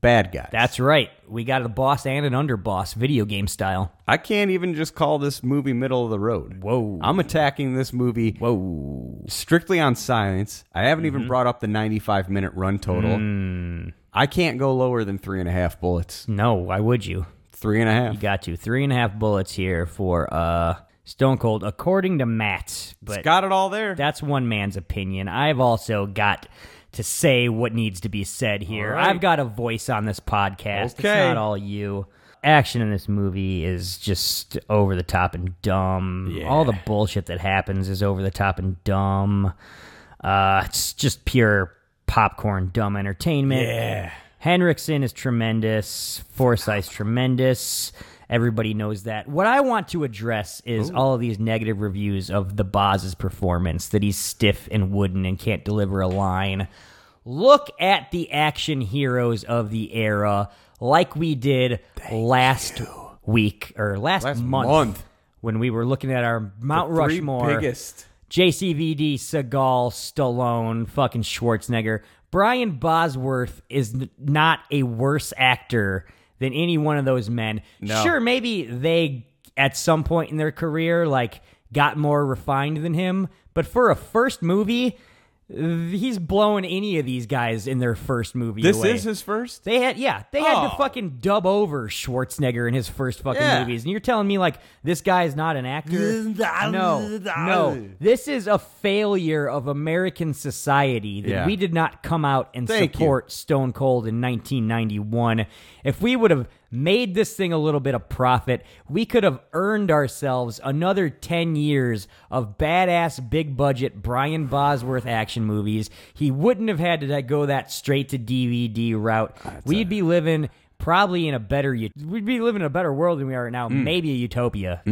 Speaker 3: bad guys.
Speaker 4: Hmm. That's right. We got a boss and an underboss, video game style.
Speaker 3: I can't even just call this movie middle of the road.
Speaker 4: Whoa.
Speaker 3: I'm attacking this movie
Speaker 4: whoa
Speaker 3: strictly on science. I haven't even
Speaker 4: Mhm.
Speaker 3: brought up the 95 minute run total.
Speaker 4: Mm.
Speaker 3: I can't go lower than three and a half bullets.
Speaker 4: No, why would you?
Speaker 3: Three and a half.
Speaker 4: You got to three and a half bullets here for uh Stone Cold, according to Matt. But
Speaker 3: got it all there.
Speaker 4: That's one man's opinion. I've also got to say what needs to be said here.
Speaker 3: All right.
Speaker 4: I've got a voice on this podcast.
Speaker 3: Okay.
Speaker 4: It's not all you. Action in this movie is just over the top and dumb. All the bullshit that happens is over the top and dumb. Uh, it's just pure popcorn dumb entertainment.
Speaker 3: Yeah.
Speaker 4: Henriksen is tremendous. Forsyth's tremendous. Everybody knows that. What I want to address is all of these negative reviews of the Boz's performance that he's stiff and wooden and can't deliver a line. Look at the action heroes of the era, like we did last week or last, month,
Speaker 3: month.
Speaker 4: when we were looking at our Mount
Speaker 3: The three
Speaker 4: Rushmore
Speaker 3: biggest.
Speaker 4: JCVD, Seagal, Stallone, fucking Schwarzenegger. Brian Bosworth is n- not a worse actor than any one of those men.
Speaker 3: No.
Speaker 4: Sure, maybe they at some point in their career like got more refined than him, but for a first movie, th- he's blowing any of these guys in their first movie
Speaker 3: This
Speaker 4: away.
Speaker 3: is his first?
Speaker 4: They had yeah, they had
Speaker 3: Oh.
Speaker 4: to fucking dub over Schwarzenegger in his first fucking
Speaker 3: Yeah.
Speaker 4: movies. And you're telling me like this guy is not an actor? no. No. This is a failure of American society that
Speaker 3: Yeah.
Speaker 4: we did not come out and
Speaker 3: Thank you.
Speaker 4: support Stone Cold in 1991. If we would have made this thing a little bit of profit, we could have earned ourselves another 10 years of badass big budget Brian Bosworth action movies. He wouldn't have had to that- go that straight to DVD route. We'd be living probably in a better ut- we'd be living in a better world than we are right now, maybe a utopia.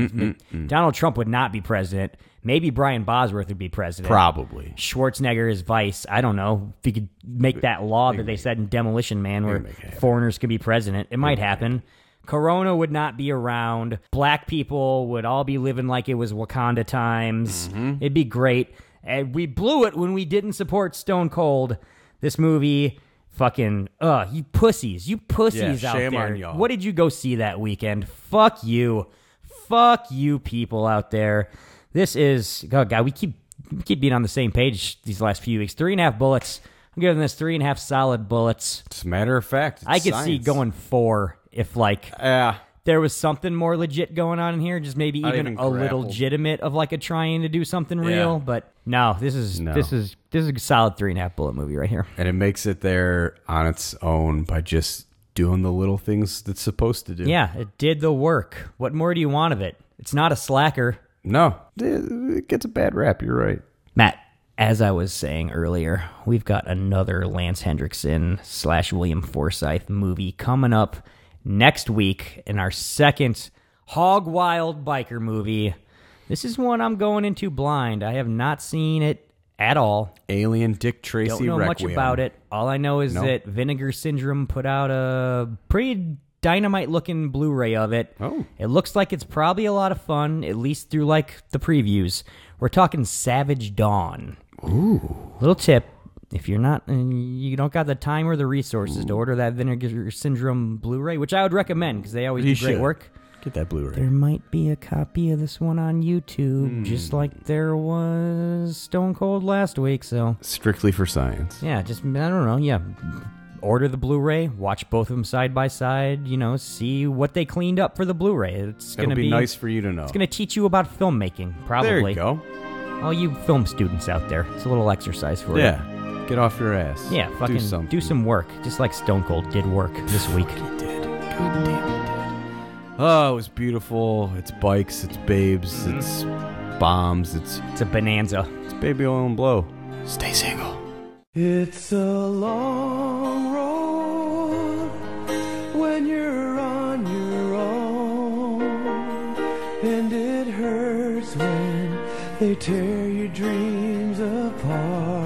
Speaker 4: Donald Trump would not be president. Maybe Brian Bosworth would be president.
Speaker 3: Probably.
Speaker 4: Schwarzenegger is vice. I don't know if you could make that law that they said in Demolition Man where foreigners could be president. It might happen. Corona would not be around. Black people would all be living like it was Wakanda times. It'd be great. And we blew it when we didn't support Stone Cold. This movie, fucking, uh, you pussies, you pussies
Speaker 3: Yeah,
Speaker 4: out
Speaker 3: shame
Speaker 4: there.
Speaker 3: on y'all.
Speaker 4: What did you go see that weekend? Fuck you. Fuck you people out there. This is oh god, we keep we keep being on the same page these last few weeks. Three and a half bullets. I'm giving this three and a half solid bullets.
Speaker 3: As a matter of fact, it's
Speaker 4: I could see
Speaker 3: science.
Speaker 4: going four if like
Speaker 3: Yeah.
Speaker 4: there was something more legit going on in here, just maybe
Speaker 3: Not
Speaker 4: even,
Speaker 3: even
Speaker 4: a little
Speaker 3: grappled.
Speaker 4: legitimate of like a trying to do something real. But no, this is
Speaker 3: No.
Speaker 4: this is this is a solid three and a half bullet movie right here.
Speaker 3: And it makes it there on its own by just doing the little things that's supposed to do.
Speaker 4: Yeah, it did the work. What more do you want of it? It's not a slacker.
Speaker 3: No, it it gets a bad rap. You're right.
Speaker 4: Matt, as I was saying earlier, we've got another Lance Hendrickson slash William Forsythe movie coming up next week in our second Hog Wild Biker movie. This is one I'm going into blind. I have not seen it at all.
Speaker 3: Alien Dick Tracy
Speaker 4: Don't know much
Speaker 3: Requiem.
Speaker 4: about it. All I know is
Speaker 3: No.
Speaker 4: that Vinegar Syndrome put out a pretty dynamite looking Blu-ray of it. Oh. It looks like it's probably a lot of fun, at least through like the previews. We're talking Savage Dawn. Ooh. Little tip. If you're not, and you don't got the time or the resources to order that Vinegar Syndrome Blu-ray, which I would recommend because they always
Speaker 3: You
Speaker 4: do great
Speaker 3: should.
Speaker 4: work.
Speaker 3: Get that Blu-ray.
Speaker 4: There might be a copy of this one on YouTube, just
Speaker 3: Hmm.
Speaker 4: like there was Stone Cold last week. So
Speaker 3: Strictly for science.
Speaker 4: yeah, just I don't know. Yeah, order the Blu-ray, watch both of them side by side. You know, see what they cleaned up for the Blu-ray. It's
Speaker 3: It'll
Speaker 4: gonna
Speaker 3: be nice for you to know.
Speaker 4: It's gonna teach you about filmmaking, probably.
Speaker 3: There you go.
Speaker 4: All you film students out there, it's a little exercise for you.
Speaker 3: Yeah. Get off your ass.
Speaker 4: Yeah, fucking
Speaker 3: do something.
Speaker 4: some work, just like Stone Cold did work this week.
Speaker 3: Oh, it was beautiful. It's bikes, it's babes,
Speaker 4: Mm-hmm.
Speaker 3: it's bombs, it's
Speaker 4: it's a bonanza.
Speaker 3: It's baby oil and blow. Stay single.
Speaker 10: It's a long road when you're on your own, and it hurts when they tear your dreams apart.